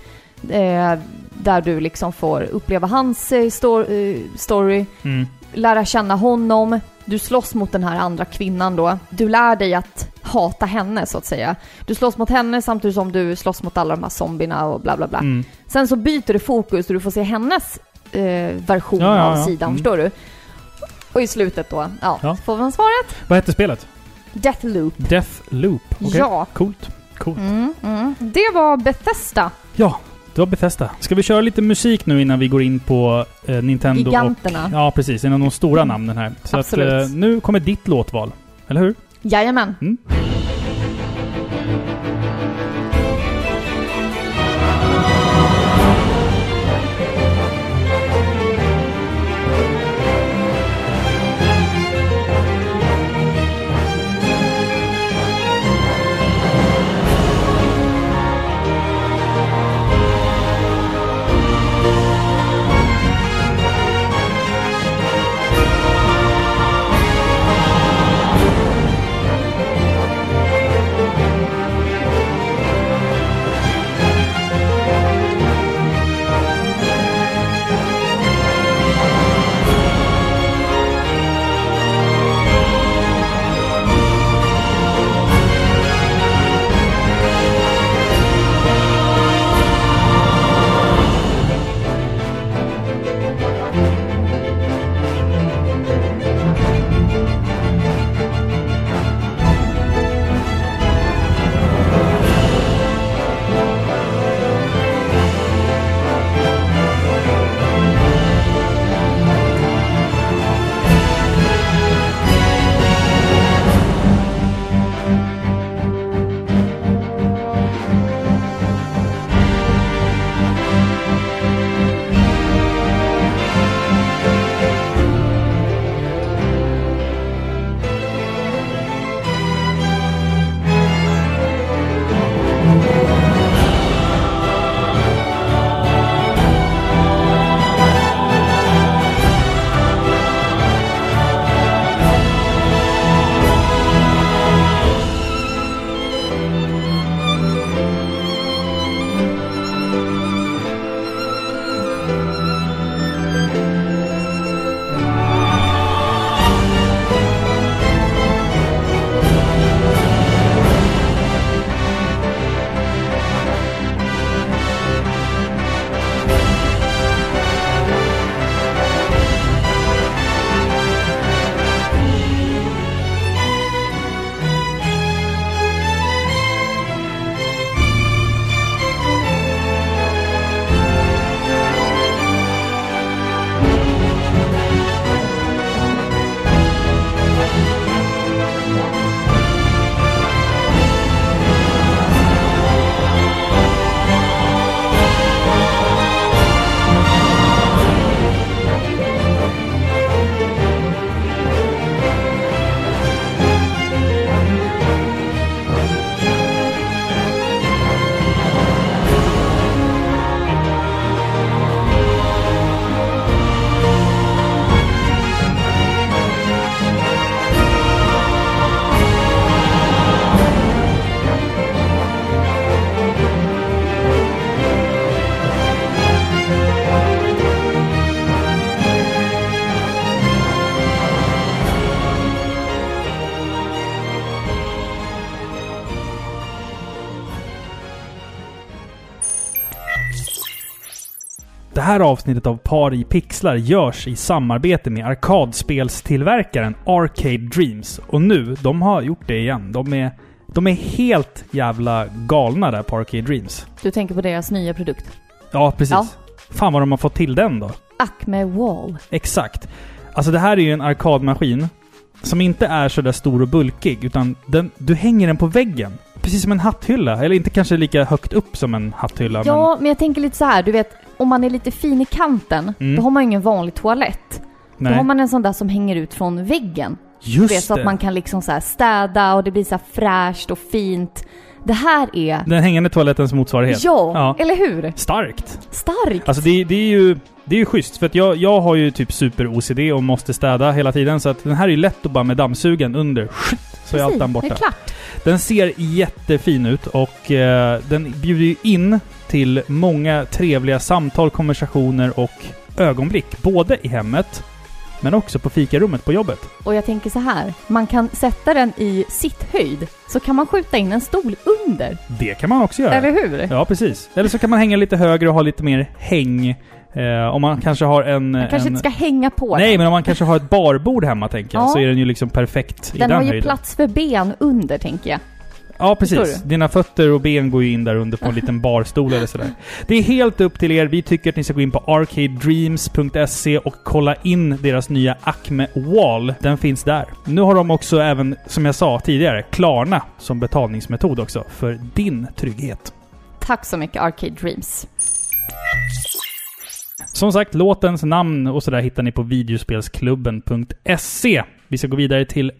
Speaker 2: Eh, där du liksom får uppleva hans eh, stor- eh, story
Speaker 1: Mm,
Speaker 2: lära känna honom, du slåss mot den här andra kvinnan då. Du lär dig att hata henne så att säga. Du slåss mot henne samtidigt som du slåss mot alla de här zombierna och bla bla bla.
Speaker 1: mm.
Speaker 2: Sen så byter du fokus och du får se hennes eh, version
Speaker 1: Ja, ja,
Speaker 2: av
Speaker 1: ja.
Speaker 2: sidan,
Speaker 1: Mm.
Speaker 2: förstår du? Och i slutet då, ja,
Speaker 1: Ja.
Speaker 2: får man svaret?
Speaker 1: Vad hette spelet?
Speaker 2: Deathloop.
Speaker 1: Death Loop? Okej.
Speaker 2: Ja.
Speaker 1: Coolt. Coolt.
Speaker 2: Mm, mm. Det var Bethesda,
Speaker 1: Ja, det var Bethesda. Ska vi köra lite musik nu innan vi går in på eh, Nintendo och...
Speaker 2: giganterna.
Speaker 1: Ja, precis. En av de stora namnen här. Så att,
Speaker 2: Mm. Absolut.
Speaker 1: eh, nu kommer ditt låtval. Eller hur?
Speaker 2: Jajamän.
Speaker 1: Mm. Det här avsnittet av Par i pixlar görs i samarbete med arkadspelstillverkaren Arcade Dreams. Och nu, de har gjort det igen. De är, de är helt jävla galna där på Arcade Dreams.
Speaker 2: Du tänker på deras nya produkt.
Speaker 1: Ja, precis.
Speaker 2: Ja.
Speaker 1: Fan vad de har fått till den då.
Speaker 2: Acme Wall.
Speaker 1: Exakt. Alltså det här är ju en arkadmaskin som inte är så där stor och bulkig, utan den, du hänger den på väggen. Precis som en hatthylla. Eller inte kanske lika högt upp som en hatthylla,
Speaker 2: Ja, men jag tänker lite så här, du vet, om man är lite fin i kanten,
Speaker 1: Mm.
Speaker 2: då har man ju ingen vanlig toalett.
Speaker 1: men...
Speaker 2: Då har
Speaker 1: Nej.
Speaker 2: man en sån där som hänger ut från väggen. Du
Speaker 1: Just
Speaker 2: vet, så
Speaker 1: det!
Speaker 2: att man kan liksom så här städa och det blir så här fräscht och fint. Det här är...
Speaker 1: Den hängande toalettens motsvarighet.
Speaker 2: Ja,
Speaker 1: Ja.
Speaker 2: eller hur?
Speaker 1: Starkt!
Speaker 2: Starkt!
Speaker 1: Alltså det, det är ju... Det är ju schysst, för att jag, jag har ju typ super-OCD och måste städa hela tiden, så att den här är ju lätt att bara med dammsugen under, så är
Speaker 2: Precis,
Speaker 1: allt damm
Speaker 2: Det
Speaker 1: borta.
Speaker 2: är klart.
Speaker 1: Den ser jättefin ut och eh, den bjuder ju in till många trevliga samtal, konversationer och ögonblick. Både i hemmet, men också på fikarummet på jobbet.
Speaker 2: Och jag tänker så här, man kan sätta den i sitt höjd så kan man skjuta in en stol under.
Speaker 1: Det kan man också göra.
Speaker 2: Eller hur?
Speaker 1: Ja, precis. Eller så kan man hänga lite högre och ha lite mer häng. Eh, om man kanske har en...
Speaker 2: Man
Speaker 1: en...
Speaker 2: kanske inte ska hänga på
Speaker 1: Nej,
Speaker 2: den.
Speaker 1: men om man kanske har ett barbord hemma, tänker jag,
Speaker 2: Ja.
Speaker 1: så är den ju liksom perfekt i den
Speaker 2: Den har ju
Speaker 1: höjden.
Speaker 2: plats för ben under, tänker jag.
Speaker 1: Ja, precis.
Speaker 2: Förstår
Speaker 1: Dina fötter och ben går ju in där under på en liten barstol eller sådär. Det är helt upp till er. Vi tycker att ni ska gå in på arcadedreams.se och kolla in deras nya Acme Wall. Den finns där. Nu har de också även, som jag sa tidigare, Klarna som betalningsmetod också för din trygghet.
Speaker 2: Tack så mycket, Arcade Dreams.
Speaker 1: Som sagt, låtens namn och sådär hittar ni på videospelsklubben.se. Vi ska gå vidare till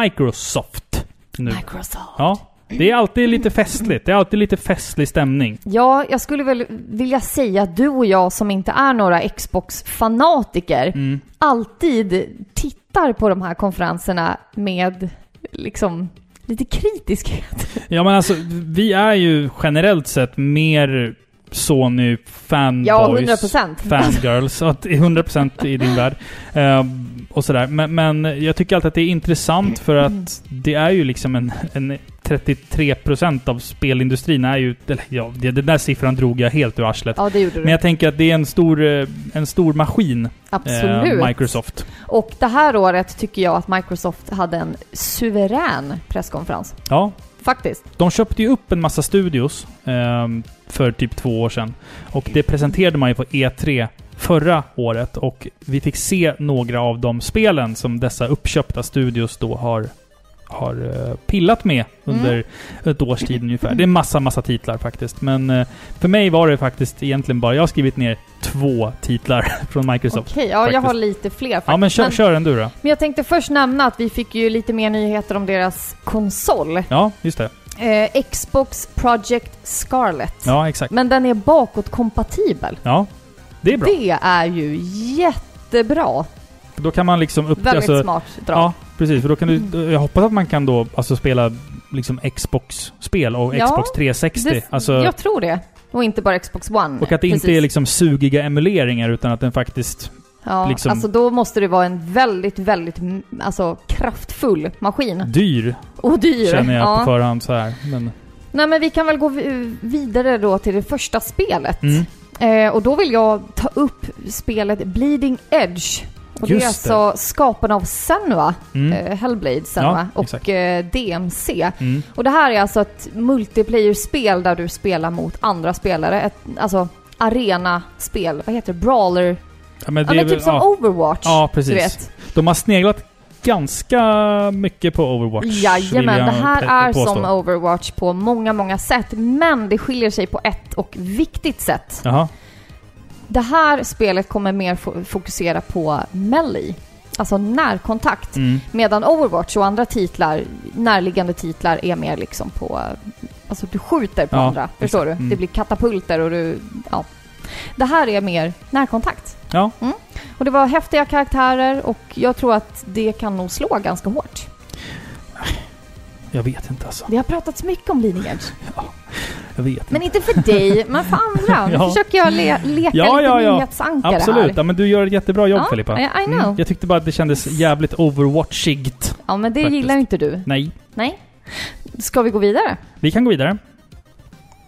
Speaker 1: Microsoft nu.
Speaker 2: Microsoft.
Speaker 1: Ja, det är alltid lite festligt. Det är alltid lite festlig stämning.
Speaker 2: Ja, jag skulle väl vilja säga att du och jag som inte är några Xbox-fanatiker
Speaker 1: Mm.
Speaker 2: alltid tittar på de här konferenserna med liksom lite kritiskhet.
Speaker 1: Ja men alltså, vi är ju generellt sett mer Sony fanboys.
Speaker 2: Ja, 100 procent.
Speaker 1: Fangirls. Så att det är 100% i din värld. Ehm, och sådär. Men, men jag tycker alltid att det är intressant för
Speaker 2: Mm.
Speaker 1: att det är ju liksom en, en 33% av spelindustrin är ju... Eller ja, det- den där siffran drog jag helt ur arslet.
Speaker 2: Ja, det gjorde du.
Speaker 1: Men jag tänker att det är en stor, eh, en stor maskin, eh,
Speaker 2: Absolut.
Speaker 1: Microsoft.
Speaker 2: Och det här året tycker jag att Microsoft hade en suverän presskonferens.
Speaker 1: Ja,
Speaker 2: Faktiskt.
Speaker 1: De köpte ju upp en massa studios ehm, för typ två år sedan. Och det presenterade man ju på E3 förra året. Och vi fick se några av de spelen som dessa uppköpta studios då har, har eh, pillat med under ett års tid ungefär. Det är massa, massa titlar faktiskt. Men eh, för mig var det faktiskt egentligen bara... Jag har skrivit ner två titlar från Microsoft.
Speaker 2: Okej, ja, jag
Speaker 1: faktiskt.
Speaker 2: har lite fler faktiskt.
Speaker 1: Ja men kör, kör den du då.
Speaker 2: men jag tänkte först nämna att vi fick ju lite mer nyheter om deras konsol.
Speaker 1: Ja, just det.
Speaker 2: Eh, Xbox Project Scarlett.
Speaker 1: Ja, exakt.
Speaker 2: Men den är bakåtkompatibel.
Speaker 1: Ja, det är bra.
Speaker 2: Det är ju jättebra.
Speaker 1: Då kan man liksom... Upp,
Speaker 2: Väldigt
Speaker 1: alltså,
Speaker 2: smart drag.
Speaker 1: Ja, precis. För då kan
Speaker 2: Mm.
Speaker 1: du, jag hoppas att man kan då alltså spela liksom Xbox-spel och
Speaker 2: Ja,
Speaker 1: Xbox 360.
Speaker 2: Det-
Speaker 1: alltså,
Speaker 2: Jag tror det. Och inte bara Xbox One.
Speaker 1: och att det
Speaker 2: Precis.
Speaker 1: inte är liksom sugiga emuleringar utan att den faktiskt...
Speaker 2: Ja,
Speaker 1: liksom-
Speaker 2: alltså då måste det vara en väldigt, väldigt mm, alltså, kraftfull maskin.
Speaker 1: Dyr,
Speaker 2: Och dyr.
Speaker 1: Mm. känner jag på
Speaker 2: ja.
Speaker 1: förhand så här. Men,
Speaker 2: Nej men vi kan väl gå vi- vidare då till det första spelet.
Speaker 1: mm.
Speaker 2: Eh, och då vill jag ta upp spelet Bleeding Edge. Och det
Speaker 1: Just
Speaker 2: är
Speaker 1: det.
Speaker 2: alltså skaparna av Senua,
Speaker 1: Mm.
Speaker 2: eh, Hellblade Senua
Speaker 1: Ja, exakt.
Speaker 2: och eh, DMC.
Speaker 1: Mm.
Speaker 2: Och det här är alltså ett multiplayer-spel där du spelar mot andra spelare. Ett, alltså arena-spel. Vad heter det? Brawler?
Speaker 1: Ja, men
Speaker 2: Ja
Speaker 1: det är
Speaker 2: men
Speaker 1: väl,
Speaker 2: typ som
Speaker 1: ja.
Speaker 2: Overwatch.
Speaker 1: ja,
Speaker 2: Du
Speaker 1: precis.
Speaker 2: vet.
Speaker 1: De har sneglat ganska mycket på Overwatch. vill
Speaker 2: Jajamän,
Speaker 1: jag
Speaker 2: det här
Speaker 1: pe-
Speaker 2: är
Speaker 1: påstå.
Speaker 2: som Overwatch på många, många sätt. Men det skiljer sig på ett och viktigt sätt.
Speaker 1: Jaha.
Speaker 2: Det här spelet kommer mer fo- fokusera på melee, alltså närkontakt.
Speaker 1: Mm.
Speaker 2: Medan Overwatch och andra titlar, närliggande titlar, är mer liksom på... Alltså du skjuter på
Speaker 1: Ja,
Speaker 2: andra, förstår du?
Speaker 1: Mm.
Speaker 2: Det blir katapulter och du... Ja. Det här är mer närkontakt.
Speaker 1: Ja.
Speaker 2: Och det var häftiga karaktärer och jag tror att det kan nog slå ganska hårt.
Speaker 1: Jag vet inte alltså.
Speaker 2: Det har pratats mycket om Bleeding Edge.
Speaker 1: Jag vet
Speaker 2: Men
Speaker 1: inte.
Speaker 2: inte för dig, men för andra. Nu
Speaker 1: Ja.
Speaker 2: försöker jag le- leka
Speaker 1: Ja,
Speaker 2: lite
Speaker 1: ja, ja.
Speaker 2: nyhetsankare
Speaker 1: Absolut.
Speaker 2: här.
Speaker 1: Ja, men du gör ett jättebra jobb
Speaker 2: Ja,
Speaker 1: Filippa. Mm.
Speaker 2: I- I know.
Speaker 1: Jag tyckte bara att det kändes jävligt Overwatchigt.
Speaker 2: Ja, men det
Speaker 1: Faktiskt.
Speaker 2: gillar ju inte du.
Speaker 1: Nej.
Speaker 2: Ska vi gå vidare?
Speaker 1: Vi kan gå vidare.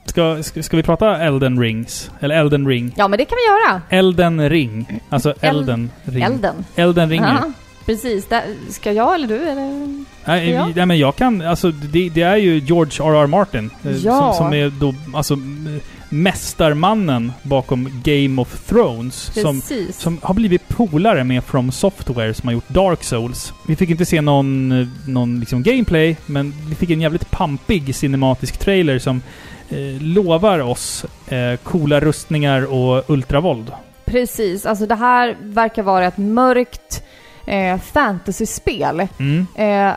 Speaker 1: Ska, ska, ska vi prata Elden Rings? Eller Elden Ring?
Speaker 2: Ja, men det kan vi göra.
Speaker 1: Elden Ring. Alltså
Speaker 2: El-
Speaker 1: Elden Ring.
Speaker 2: Elden.
Speaker 1: Elden Ring.
Speaker 2: Ja, precis. Där, ska jag eller du? Eller?
Speaker 1: Nej,
Speaker 2: Ja.
Speaker 1: vi- nej, men jag kan... Alltså, det, det är ju George R.R. Martin. eh,
Speaker 2: Ja.
Speaker 1: Som, som är då, alltså, m- mästarmannen bakom Game of Thrones. Som,
Speaker 2: Precis.
Speaker 1: som har blivit polare med From Software som har gjort Dark Souls. Vi fick inte se någon, eh, någon liksom gameplay, men vi fick en jävligt pampig cinematisk trailer som eh, lovar oss eh, coola rustningar och ultravåld.
Speaker 2: Precis. Alltså det här verkar vara ett mörkt eh, fantasyspel.
Speaker 1: Mm.
Speaker 2: Eh,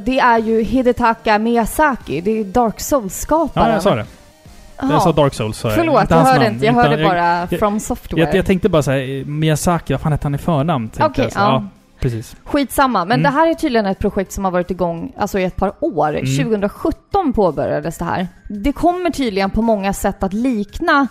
Speaker 2: det är ju Hidetaka Miyazaki, det är Dark Souls-skaparen.
Speaker 1: Ja, jag sa det.
Speaker 2: Ja.
Speaker 1: Jag sa Dark Souls, sa jag.
Speaker 2: Förlåt,
Speaker 1: Inte
Speaker 2: jag
Speaker 1: hans
Speaker 2: hörde
Speaker 1: namn,
Speaker 2: inte. Jag
Speaker 1: utan-
Speaker 2: hörde bara
Speaker 1: jag-
Speaker 2: From Software.
Speaker 1: Jag, jag tänkte bara såhär, Miyazaki, vad fan hette han i förnamn? tänkte
Speaker 2: Okej,
Speaker 1: jag så.
Speaker 2: ja.
Speaker 1: Precis.
Speaker 2: Skitsamma, men
Speaker 1: Mm.
Speaker 2: det här är tydligen ett projekt som har varit igång alltså, i ett par år. 2017 påbörjades det här. Det kommer tydligen på många sätt att likna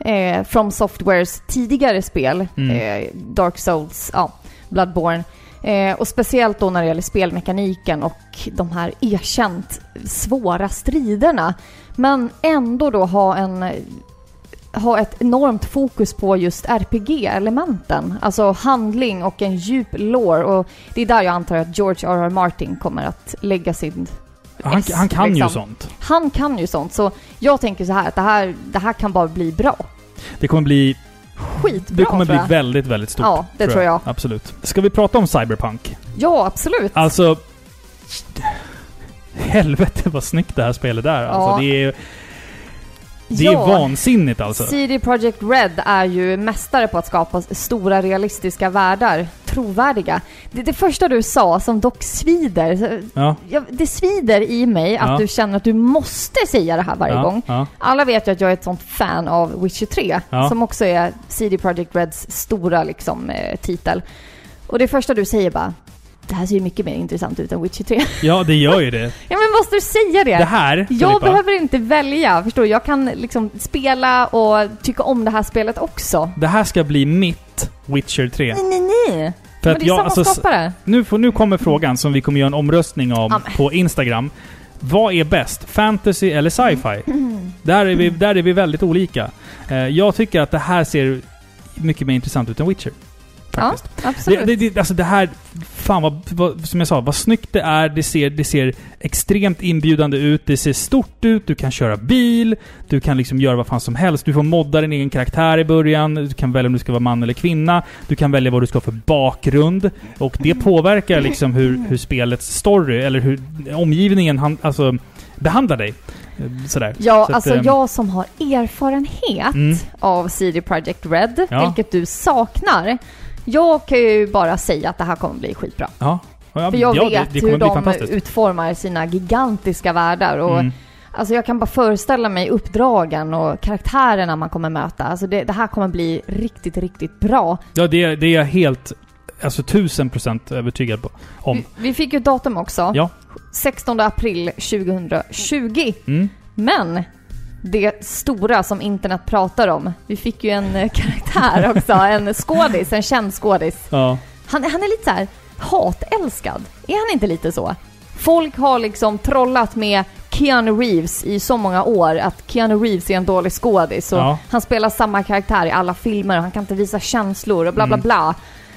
Speaker 2: eh, From Softwares tidigare spel,
Speaker 1: Mm.
Speaker 2: eh, Dark Souls, ja, Bloodborne. Eh, och speciellt då när det gäller spelmekaniken och de här erkänt svåra striderna. Men ändå då ha en ha ett enormt fokus på just RPG-elementen. Alltså handling och en djup lore. Och det är där jag antar att George R.R. Martin kommer att lägga sin...
Speaker 1: Han,
Speaker 2: S,
Speaker 1: han kan ju
Speaker 2: liksom.
Speaker 1: sånt.
Speaker 2: Han kan ju sånt, så jag tänker så här att det här, det här kan bara bli bra.
Speaker 1: Det kommer bli,
Speaker 2: Skitbra
Speaker 1: det kommer
Speaker 2: tror
Speaker 1: bli
Speaker 2: jag.
Speaker 1: väldigt, väldigt stort.
Speaker 2: Ja, det tror jag.
Speaker 1: Absolut. Ska vi prata om Cyberpunk?
Speaker 2: Ja, absolut.
Speaker 1: Alltså... Helvete vad snyggt det här spelet är.
Speaker 2: Ja.
Speaker 1: Alltså, det är, ju- det är
Speaker 2: ja.
Speaker 1: vansinnigt alltså.
Speaker 2: CD Projekt Red är ju mästare på att skapa stora realistiska världar. Trovärdiga. Det, det första du sa, som dock svider, så-
Speaker 1: Ja.
Speaker 2: jag, det svider i mig att
Speaker 1: Ja.
Speaker 2: du känner att du måste säga det här varje
Speaker 1: ja,
Speaker 2: gång.
Speaker 1: Ja.
Speaker 2: Alla vet ju att jag är ett sånt fan av Witcher 3,
Speaker 1: Ja.
Speaker 2: som också är CD Projekt Reds stora liksom, eh, titel. Och det första du säger bara, det här ser ju mycket mer intressant ut än Witcher 3.
Speaker 1: ja, det gör ju det.
Speaker 2: ja men måste du säga det?
Speaker 1: Det här,
Speaker 2: jag
Speaker 1: Filippa,
Speaker 2: behöver inte välja, förstår du? Jag kan liksom spela och tycka om det här spelet också.
Speaker 1: det här ska bli mitt Witcher 3.
Speaker 2: Nej, nej, nej!
Speaker 1: För
Speaker 2: men det är samma
Speaker 1: alltså, s-
Speaker 2: skapare.
Speaker 1: Nu, får, nu kommer frågan som vi kommer göra en omröstning om
Speaker 2: Ja, men-
Speaker 1: på Instagram. Vad är bäst? Fantasy eller sci-fi?
Speaker 2: Mm.
Speaker 1: Där, är vi, där är vi väldigt olika. Eh, jag tycker att det här ser mycket mer intressant ut än Witcher.
Speaker 2: Ja,
Speaker 1: Faktiskt.
Speaker 2: absolut.
Speaker 1: det, det, det, alltså det här... Fan vad, vad... Som jag sa, vad snyggt det är. Det ser, det ser extremt inbjudande ut. Det ser stort ut. Du kan köra bil. Du kan liksom göra vad fan som helst. Du får modda din egen karaktär i början. Du kan välja om du ska vara man eller kvinna. Du kan välja vad du ska ha för bakgrund. Och det påverkar liksom hur, hur spelets story, eller hur omgivningen han, alltså, behandlar dig. Eh, Sådär.
Speaker 2: Ja,
Speaker 1: Så att,
Speaker 2: alltså
Speaker 1: ehm,
Speaker 2: jag som har erfarenhet
Speaker 1: Mm.
Speaker 2: av CD Projekt Red,
Speaker 1: Ja.
Speaker 2: vilket du saknar. Jag kan ju bara säga att det här kommer bli skitbra.
Speaker 1: Ja. Ja,
Speaker 2: För jag
Speaker 1: ja,
Speaker 2: vet
Speaker 1: det, det kommer
Speaker 2: hur
Speaker 1: bli
Speaker 2: de
Speaker 1: fantastiskt.
Speaker 2: utformar sina gigantiska världar. Och
Speaker 1: Mm.
Speaker 2: alltså jag kan bara föreställa mig uppdragen och karaktärerna man kommer möta. Alltså det, det här kommer bli riktigt, riktigt bra.
Speaker 1: Ja, det, det är jag helt... Alltså tusen procent övertygad på, om.
Speaker 2: Vi, vi fick ju ett datum också.
Speaker 1: Ja.
Speaker 2: 16 april 2020.
Speaker 1: Mm.
Speaker 2: Men det stora som internet pratar om, vi fick ju en eh, karaktär också, en skådis, en känd skådis.
Speaker 1: Ja.
Speaker 2: Han, han är lite så här hatälskad, är han inte lite så? Folk har liksom trollat med Keanu Reeves i så många år att Keanu Reeves är en dålig skådis och
Speaker 1: Ja.
Speaker 2: han spelar samma karaktär i alla filmer och han kan inte visa känslor och bla
Speaker 1: Mm.
Speaker 2: bla bla.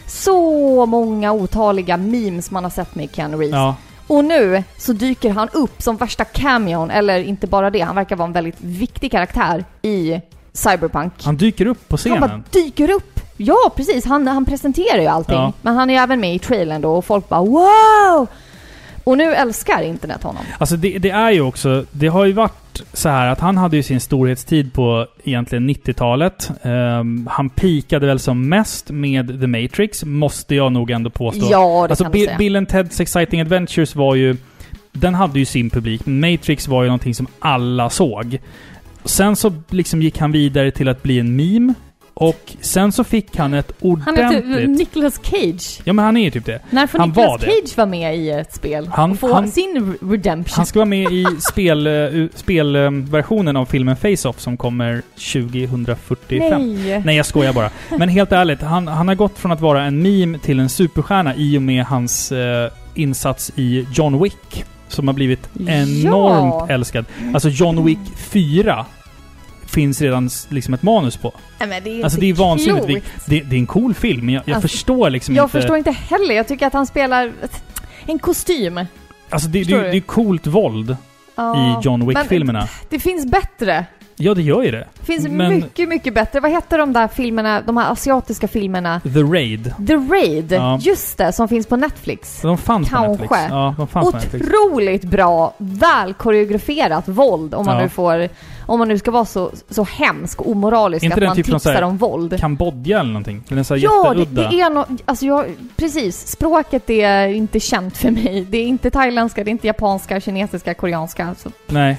Speaker 2: Så många otaliga memes man har sett med Keanu Reeves.
Speaker 1: ja.
Speaker 2: Och nu så dyker han upp som värsta cameon, eller inte bara det, han verkar vara en väldigt viktig karaktär i Cyberpunk.
Speaker 1: Han dyker upp på
Speaker 2: Han
Speaker 1: scenen.
Speaker 2: bara dyker upp! Ja, precis. Han, han presenterar ju allting.
Speaker 1: Ja.
Speaker 2: Men han är ju även med i trailern då och folk bara wow! Och nu älskar internet honom.
Speaker 1: Alltså det, det är ju också, det har ju varit så här att han hade ju sin storhetstid på egentligen 90-talet. Ehm, han pikade väl som mest med The Matrix, måste jag nog ändå påstå.
Speaker 2: Ja, det
Speaker 1: alltså
Speaker 2: kan man
Speaker 1: Bi-
Speaker 2: säga.
Speaker 1: Bill and Ted's Exciting Adventures var ju, den hade ju sin publik, men Matrix var ju någonting som alla såg. Sen så liksom gick han vidare till att bli en meme. Och sen så fick han ett
Speaker 2: Han
Speaker 1: ordentligt...
Speaker 2: är typ Nicolas Cage.
Speaker 1: Ja men han är ju typ det.
Speaker 2: När får
Speaker 1: Han
Speaker 2: Nicolas
Speaker 1: var det.
Speaker 2: Cage vara med i ett spel
Speaker 1: Han-
Speaker 2: och få
Speaker 1: han-
Speaker 2: sin redemption?
Speaker 1: Han ska vara med i spelversionen spel, eh, versionen av filmen Face-Off som kommer 2045.
Speaker 2: Nej!
Speaker 1: Nej, jag skojar bara. Men helt ärligt, han, han har gått från att vara en meme till en superstjärna i och med hans eh, insats i John Wick. Som har blivit enormt
Speaker 2: Ja.
Speaker 1: älskad. Alltså John Wick 4 finns redan s- liksom ett manus på.
Speaker 2: Nej, men det är ju
Speaker 1: Alltså
Speaker 2: inte
Speaker 1: det är vansinnigt.
Speaker 2: klokt.
Speaker 1: Vi- Det, det är en cool film, men jag, jag
Speaker 2: Alltså,
Speaker 1: förstår liksom
Speaker 2: Jag
Speaker 1: inte...
Speaker 2: förstår inte heller. Jag tycker att han spelar en kostym.
Speaker 1: alltså det, det,
Speaker 2: förstår
Speaker 1: det,
Speaker 2: du?
Speaker 1: det är coolt våld
Speaker 2: Ja.
Speaker 1: i John
Speaker 2: men-
Speaker 1: Wick-filmerna.
Speaker 2: Det finns bättre.
Speaker 1: Ja, det gör ju det.
Speaker 2: Det finns
Speaker 1: Men-
Speaker 2: mycket, mycket bättre. Vad heter de där filmerna, de här asiatiska filmerna?
Speaker 1: The Raid.
Speaker 2: The Raid,
Speaker 1: Ja.
Speaker 2: just det, som finns på Netflix.
Speaker 1: De fanns på
Speaker 2: Kanske.
Speaker 1: Netflix. Ja, de fanns på Netflix.
Speaker 2: Otroligt bra, väl koreograferat våld om man
Speaker 1: Ja.
Speaker 2: nu får, om man nu ska vara så, så hemsk och omoralisk
Speaker 1: Inte
Speaker 2: att
Speaker 1: den
Speaker 2: man
Speaker 1: typen av så
Speaker 2: tipsar
Speaker 1: här-
Speaker 2: om våld.
Speaker 1: Kambodja eller någonting. Den är så här
Speaker 2: Ja, det,
Speaker 1: jätteudda.
Speaker 2: det är något, alltså jag, precis, språket är inte känt för mig. Det är inte thailändska, det är inte japanska, kinesiska, koreanska. Så
Speaker 1: Nej.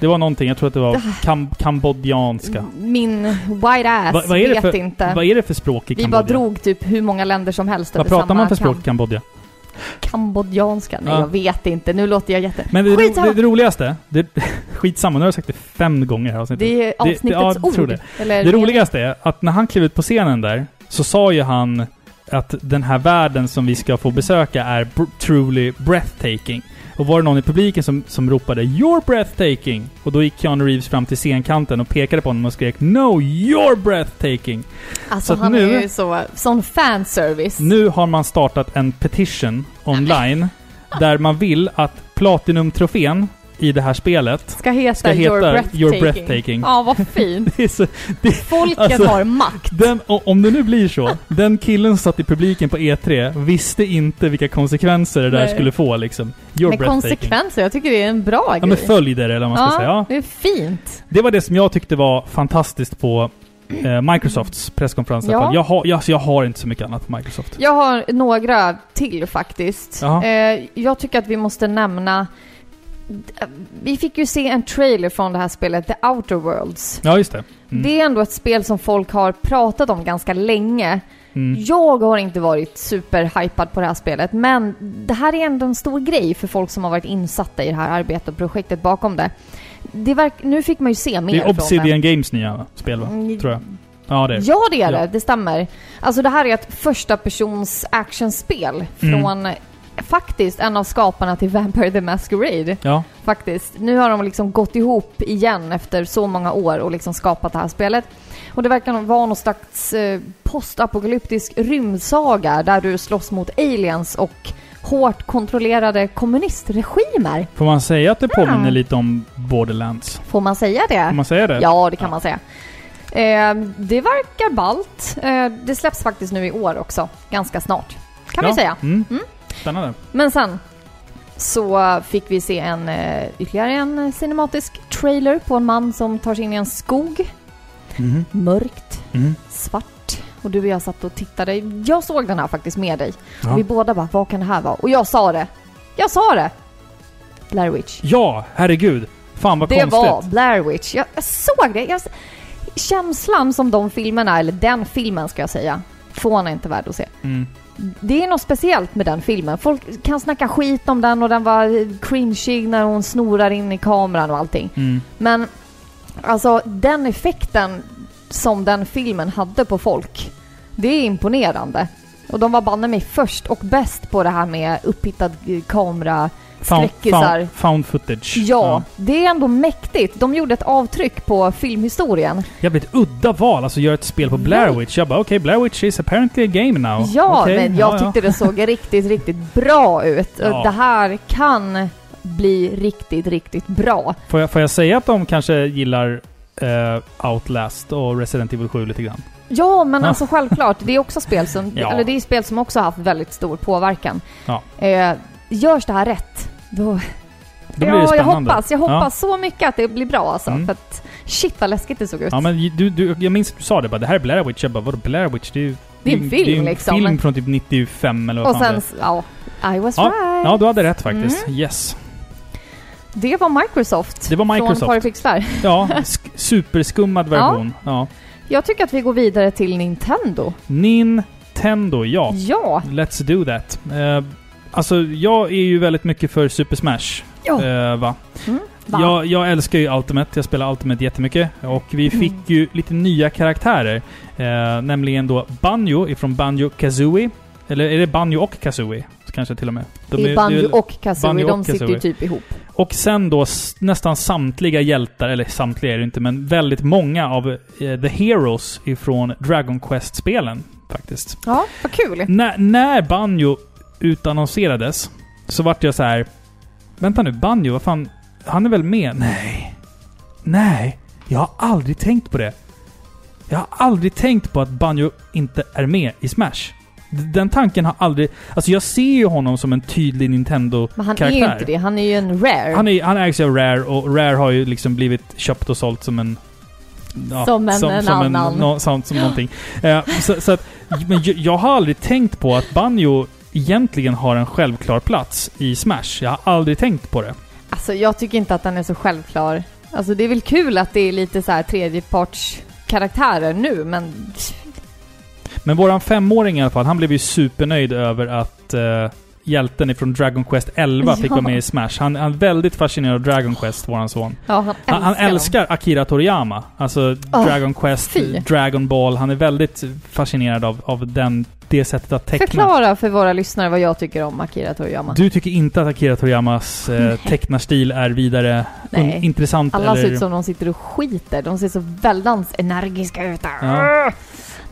Speaker 1: Det var någonting, jag tror att det var kam- kambodjanska.
Speaker 2: min white ass
Speaker 1: Vad- vad är det
Speaker 2: vet
Speaker 1: för-
Speaker 2: inte.
Speaker 1: Vad är det för språk i
Speaker 2: Vi
Speaker 1: Kambodja?
Speaker 2: bara drog typ hur många länder som helst
Speaker 1: Vad
Speaker 2: över
Speaker 1: pratar
Speaker 2: samma
Speaker 1: man för
Speaker 2: kam.
Speaker 1: språk i Kambodja?
Speaker 2: Kambodjanska? Nej,
Speaker 1: Ja.
Speaker 2: jag vet inte. Nu låter jag jätte...
Speaker 1: Men det, ro,
Speaker 2: Skitsamma.
Speaker 1: det, det roligaste, det, skitsamma, nu har jag sagt det fem gånger i det här avsnittet.
Speaker 2: Det är
Speaker 1: det-
Speaker 2: avsnittets
Speaker 1: ja, jag
Speaker 2: ord.
Speaker 1: tror det.
Speaker 2: Eller
Speaker 1: Det roligaste är att när han klev ut på scenen där så sa ju han att den här världen som vi ska få besöka är br- truly breathtaking. Och var det någon i publiken som, som ropade “You're breathtaking” och då gick Keanu Reeves fram till scenkanten och pekade på honom och skrek “No, you're breathtaking”.
Speaker 2: Alltså
Speaker 1: Så att
Speaker 2: han
Speaker 1: nu-
Speaker 2: är ju så... Sån fanservice.
Speaker 1: Nu har man startat en petition online där man vill att Platinum-trofén i det här spelet
Speaker 2: ska heta,
Speaker 1: ska heta
Speaker 2: You're breathtaking.
Speaker 1: You're breathtaking.
Speaker 2: Ja, vad fint.
Speaker 1: Det är så-
Speaker 2: Folket
Speaker 1: Alltså-
Speaker 2: har makt.
Speaker 1: Den, o- om det nu blir så, den killen som satt i publiken på E3 visste inte vilka konsekvenser det där
Speaker 2: Nej.
Speaker 1: skulle få liksom. You're
Speaker 2: Med
Speaker 1: breathtaking.
Speaker 2: konsekvenser. Jag tycker det är en bra
Speaker 1: Ja men
Speaker 2: grej.
Speaker 1: följder eller vad man ska
Speaker 2: Ja,
Speaker 1: säga. Ja.
Speaker 2: det är fint.
Speaker 1: Det var det som jag tyckte var fantastiskt på eh, Microsofts presskonferens i alla
Speaker 2: Ja.
Speaker 1: fall. Jag har, jag, alltså, jag har inte så mycket annat på Microsoft.
Speaker 2: Jag har några till faktiskt.
Speaker 1: Jaha.
Speaker 2: Eh, jag tycker att vi måste nämna... Vi fick ju se en trailer från det här spelet, The Outer Worlds.
Speaker 1: Ja, just det. Mm.
Speaker 2: Det är ändå ett spel som folk har pratat om ganska länge.
Speaker 1: Mm.
Speaker 2: Jag har inte varit superhypad på det här spelet, men det här är ändå en stor grej för folk som har varit insatta i det här arbetet och projektet bakom det. det verk- nu fick man ju se mer
Speaker 1: Det är
Speaker 2: från det.
Speaker 1: Obsidian Games nya spel va?
Speaker 2: Mm.
Speaker 1: Tror jag. Ja, det är det.
Speaker 2: Ja, det är
Speaker 1: Ja.
Speaker 2: det. Det stämmer. Alltså det här är ett första persons actionspel
Speaker 1: Mm.
Speaker 2: från eh, faktiskt en av skaparna till Vampire the Masquerade.
Speaker 1: Ja.
Speaker 2: Faktiskt. Nu har de liksom gått ihop igen efter så många år och liksom skapat det här spelet. Och det verkar vara någon slags eh, postapokalyptisk rymdsaga där du slåss mot aliens och hårt kontrollerade kommunistregimer.
Speaker 1: Får man säga att det påminner
Speaker 2: Ja.
Speaker 1: lite om Borderlands?
Speaker 2: Får man säga
Speaker 1: Får
Speaker 2: det?
Speaker 1: man säga det?
Speaker 2: Ja, det kan
Speaker 1: Ja.
Speaker 2: man säga. Eh, det verkar ballt. Eh, det släpps faktiskt nu i år också, ganska snart. Kan
Speaker 1: Ja.
Speaker 2: vi säga.
Speaker 1: Mm.
Speaker 2: Mm.
Speaker 1: Spännande.
Speaker 2: Men sen så fick vi se en, eh, ytterligare en cinematisk trailer på en man som tar sig in i en skog.
Speaker 1: Mhm.
Speaker 2: Mörkt,
Speaker 1: Mhm.
Speaker 2: svart. Och du och jag satt och tittade. Jag såg den här faktiskt med dig.
Speaker 1: Ja.
Speaker 2: Och vi båda bara, vad kan det här vara? Och jag sa det. Jag sa det! Blair Witch.
Speaker 1: Ja, herregud. Fan vad
Speaker 2: det
Speaker 1: konstigt.
Speaker 2: var Blair Witch. Jag, jag såg det. Jag, känslan som de filmerna, eller den filmen ska jag säga, får inte värd att se.
Speaker 1: Mm.
Speaker 2: Det är något speciellt med den filmen. Folk kan snacka skit om den och den var cringeig när hon snorar in i kameran och allting.
Speaker 1: Mm.
Speaker 2: Men alltså den effekten som den filmen hade på folk, det är imponerande. Och de var banne mig först och bäst på det här med upphittad eh, kamera.
Speaker 1: Found,
Speaker 2: Skräckisar.
Speaker 1: found, found footage.
Speaker 2: Ja, det är ändå mäktigt. De gjorde ett avtryck på filmhistorien.
Speaker 1: Jävligt udda val, alltså göra ett spel på Blair Witch. Jag bara okej, Blair Witch is apparently a game now.
Speaker 2: Mm. Ja,
Speaker 1: Okej,
Speaker 2: men jag
Speaker 1: ja,
Speaker 2: tyckte det såg riktigt, riktigt bra ut.
Speaker 1: Ja.
Speaker 2: Det här kan bli riktigt, riktigt bra.
Speaker 1: Ja. Får, jag, får jag säga att de kanske gillar eh, Outlast och Resident Evil 7 lite grann?
Speaker 2: Ja, men
Speaker 1: Ja.
Speaker 2: alltså självklart. Det är också spel som,
Speaker 1: Ja.
Speaker 2: eller det är spel som också har haft väldigt stor påverkan.
Speaker 1: Ja.
Speaker 2: Eh, görs det här rätt, då...
Speaker 1: Då blir det
Speaker 2: ja, jag
Speaker 1: spännande.
Speaker 2: hoppas. Jag
Speaker 1: Ja.
Speaker 2: hoppas så mycket att det blir bra alltså.
Speaker 1: Mm.
Speaker 2: För att, shit vad läskigt det såg ut.
Speaker 1: Ja, men ju- du, du, jag minns att du sa det bara, det här är Blair Witch. Jag bara, vadå Blair Witch? Det är ju...
Speaker 2: Det är en film,
Speaker 1: det är en
Speaker 2: liksom.
Speaker 1: film från typ 95 eller vad
Speaker 2: Och
Speaker 1: fan det
Speaker 2: sen,
Speaker 1: är.
Speaker 2: ja, I was
Speaker 1: Ja,
Speaker 2: right.
Speaker 1: Ja, du hade rätt faktiskt.
Speaker 2: Mm.
Speaker 1: Yes.
Speaker 2: Det var Microsoft.
Speaker 1: Det var Microsoft.
Speaker 2: Från Parapixlar.
Speaker 1: Ja, sk- superskummad version. Ja.
Speaker 2: Jag tycker att vi går vidare till Nintendo.
Speaker 1: Nintendo, ja.
Speaker 2: Ja.
Speaker 1: Let's do that. Eh, alltså, jag är ju väldigt mycket för Super Smash.
Speaker 2: Ja.
Speaker 1: eh, va?
Speaker 2: Mm. Va?
Speaker 1: Jag, jag älskar ju Ultimate, jag spelar Ultimate jättemycket. Och vi
Speaker 2: Mm.
Speaker 1: fick ju lite nya karaktärer. Eh, nämligen då Banjo ifrån Banjo Kazooie. Eller är det Banjo och Kazooie? Kanske till och med.
Speaker 2: det är
Speaker 1: det
Speaker 2: Banjo
Speaker 1: är-
Speaker 2: och Kazooie,
Speaker 1: Banjo
Speaker 2: de
Speaker 1: och
Speaker 2: sitter ju
Speaker 1: Kazooie.
Speaker 2: typ ihop.
Speaker 1: Och sen då s- nästan samtliga hjältar, eller samtliga är det inte, men väldigt många av eh, The Heroes ifrån Dragon Quest-spelen faktiskt.
Speaker 2: Ja, vad kul!
Speaker 1: När, när Banjo utannonserades så vart jag så här. Vänta nu, Banjo, vad fan? Han är väl med? Nej. Nej. Jag har aldrig tänkt på det. Jag har aldrig tänkt på att Banjo inte är med i Smash. D- Den tanken har aldrig... Alltså jag ser ju honom som en tydlig
Speaker 2: Men han är ju
Speaker 1: Nintendo-karaktär.
Speaker 2: inte det, han är ju en rare.
Speaker 1: Han, är, han ägs ju av Rare och Rare har ju liksom blivit köpt och sålt som en... ja,
Speaker 2: Som en- en annan.
Speaker 1: nå- som, som någonting. Eh, så, så att, men jag, jag har aldrig tänkt på att Banjo egentligen har en självklar plats i Smash. Jag har aldrig tänkt på det.
Speaker 2: Alltså jag tycker inte att den är så självklar. Alltså det är väl kul att det är lite så här tredjeparts karaktärer nu, men
Speaker 1: Men våran femåring i alla fall, han blev ju supernöjd över att eh, hjälten ifrån Dragon Quest 11 fick
Speaker 2: Ja.
Speaker 1: vara med i Smash. Han, han är väldigt fascinerad av Dragon Quest, våran son.
Speaker 2: ja, han älskar,
Speaker 1: Han, han
Speaker 2: dem.
Speaker 1: älskar Akira Toriyama. Alltså
Speaker 2: Åh,
Speaker 1: Dragon Quest,
Speaker 2: fy.
Speaker 1: Dragon Ball. Han är väldigt fascinerad av, av den, det sättet att teckna.
Speaker 2: Förklara för våra lyssnare vad jag tycker om Akira Toriyama.
Speaker 1: Du tycker inte att Akira Toriyamas eh, tecknarstil är vidare
Speaker 2: Nej.
Speaker 1: un- intressant?
Speaker 2: Alla
Speaker 1: eller,
Speaker 2: ser ut som de sitter och skiter. De ser så väldans energiska ut.
Speaker 1: Ja.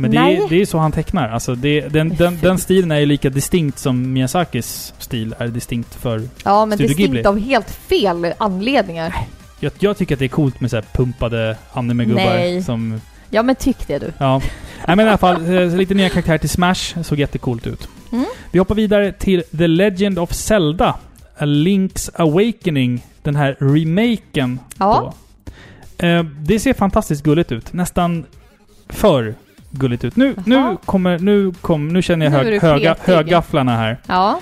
Speaker 1: Men det
Speaker 2: Nej.
Speaker 1: är, det är så han tecknar. Alltså det, den, den, den stilen är ju lika distinkt som Miyazakis stil är distinkt för...
Speaker 2: Ja, men
Speaker 1: Studio
Speaker 2: distinkt
Speaker 1: Ghibli.
Speaker 2: av helt fel anledningar.
Speaker 1: Jag, jag tycker att det är coolt med så här pumpade anime-gubbar
Speaker 2: Nej.
Speaker 1: som...
Speaker 2: Ja, men tyck det du.
Speaker 1: Ja. Nej men i alla fall, eh, lite nya karaktärer till Smash. Såg jättecoolt ut.
Speaker 2: Mm.
Speaker 1: Vi hoppar vidare till The Legend of Zelda. A Link's Awakening. Den här remaken
Speaker 2: Ja,
Speaker 1: då. Eh, det ser fantastiskt gulligt ut. Nästan för gulligt ut. Nu,
Speaker 2: Jaha.
Speaker 1: nu, kommer, nu, kom, nu känner jag
Speaker 2: Nu är
Speaker 1: hög,
Speaker 2: du
Speaker 1: höga,
Speaker 2: kreativ.
Speaker 1: högafflarna här.
Speaker 2: ja.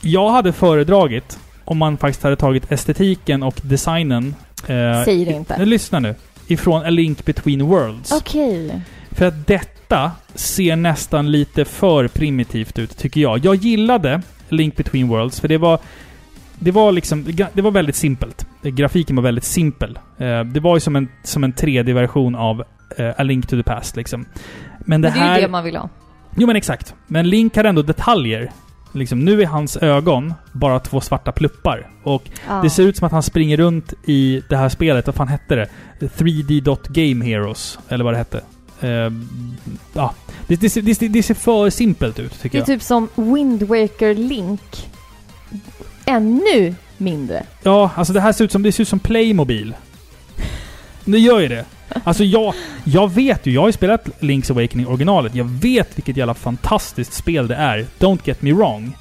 Speaker 1: Jag hade föredragit om man faktiskt hade tagit estetiken och designen... Eh,
Speaker 2: Säg det inte.
Speaker 1: nu, lyssna nu. Ifrån A Link Between Worlds.
Speaker 2: Okej.
Speaker 1: För att detta ser nästan lite för primitivt ut, tycker jag. Jag gillade Link Between Worlds, för det var... Det var liksom... Det var väldigt simpelt. Grafiken var väldigt simpel. Eh, Det var ju som en, som en 3D-version av eh, A Link to the Past, liksom. Men det,
Speaker 2: Men det är
Speaker 1: här...
Speaker 2: ju det man vill ha.
Speaker 1: Jo, men exakt. Men Link har ändå detaljer. Liksom, nu är hans ögon bara två svarta pluppar. Och
Speaker 2: Ja.
Speaker 1: det ser ut som att han springer runt i det här spelet, vad fan hette det? 3D Dot Game Heroes, eller vad det hette. Eh, ja. det, det, ser- det, ser- det ser för simpelt ut,
Speaker 2: Det
Speaker 1: tycker
Speaker 2: är
Speaker 1: jag.
Speaker 2: typ som Wind Waker Link. Ännu mindre.
Speaker 1: Ja, alltså det här ser ut som, det ser ut som Playmobil. Det gör ju det. Alltså jag, jag vet ju, jag har ju spelat Link's Awakening originalet. Jag vet vilket jävla fantastiskt spel det är. Don't get me wrong.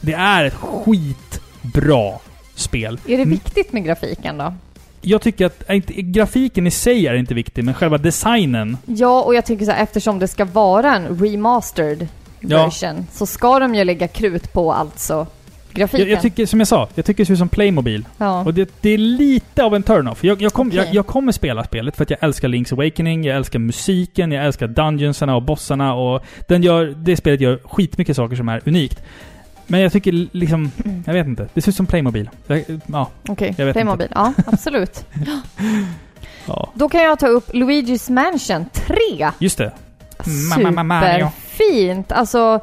Speaker 1: Det är ett skitbra spel.
Speaker 2: Är det
Speaker 1: Mm.
Speaker 2: viktigt med grafiken då?
Speaker 1: Jag tycker att, äh, inte, grafiken i sig är inte viktig, men själva designen
Speaker 2: Ja, och jag tycker så här, eftersom det ska vara en remastered
Speaker 1: Ja.
Speaker 2: version så ska de ju lägga krut på alltså grafiken.
Speaker 1: Jag, jag tycker, som jag sa, jag tycker det ser ut som Playmobil.
Speaker 2: ja.
Speaker 1: Och det, det är lite av en turn-off. Jag, jag, kom, jag,
Speaker 2: Okej.
Speaker 1: jag kommer spela spelet för att jag älskar Link's Awakening, jag älskar musiken, jag älskar dungeonsarna och bossarna och den gör, det spelet gör skitmycket saker som är unikt. Men jag tycker liksom,
Speaker 2: Mm.
Speaker 1: jag vet inte. Det ser ut som Playmobil. Jag, ja,
Speaker 2: Okej,
Speaker 1: jag vet
Speaker 2: Playmobil. Ja, absolut.
Speaker 1: ja.
Speaker 2: Då kan jag ta upp Luigi's Mansion 3.
Speaker 1: Just det. Ma- ma- ma- Mario.
Speaker 2: Superfint! Alltså,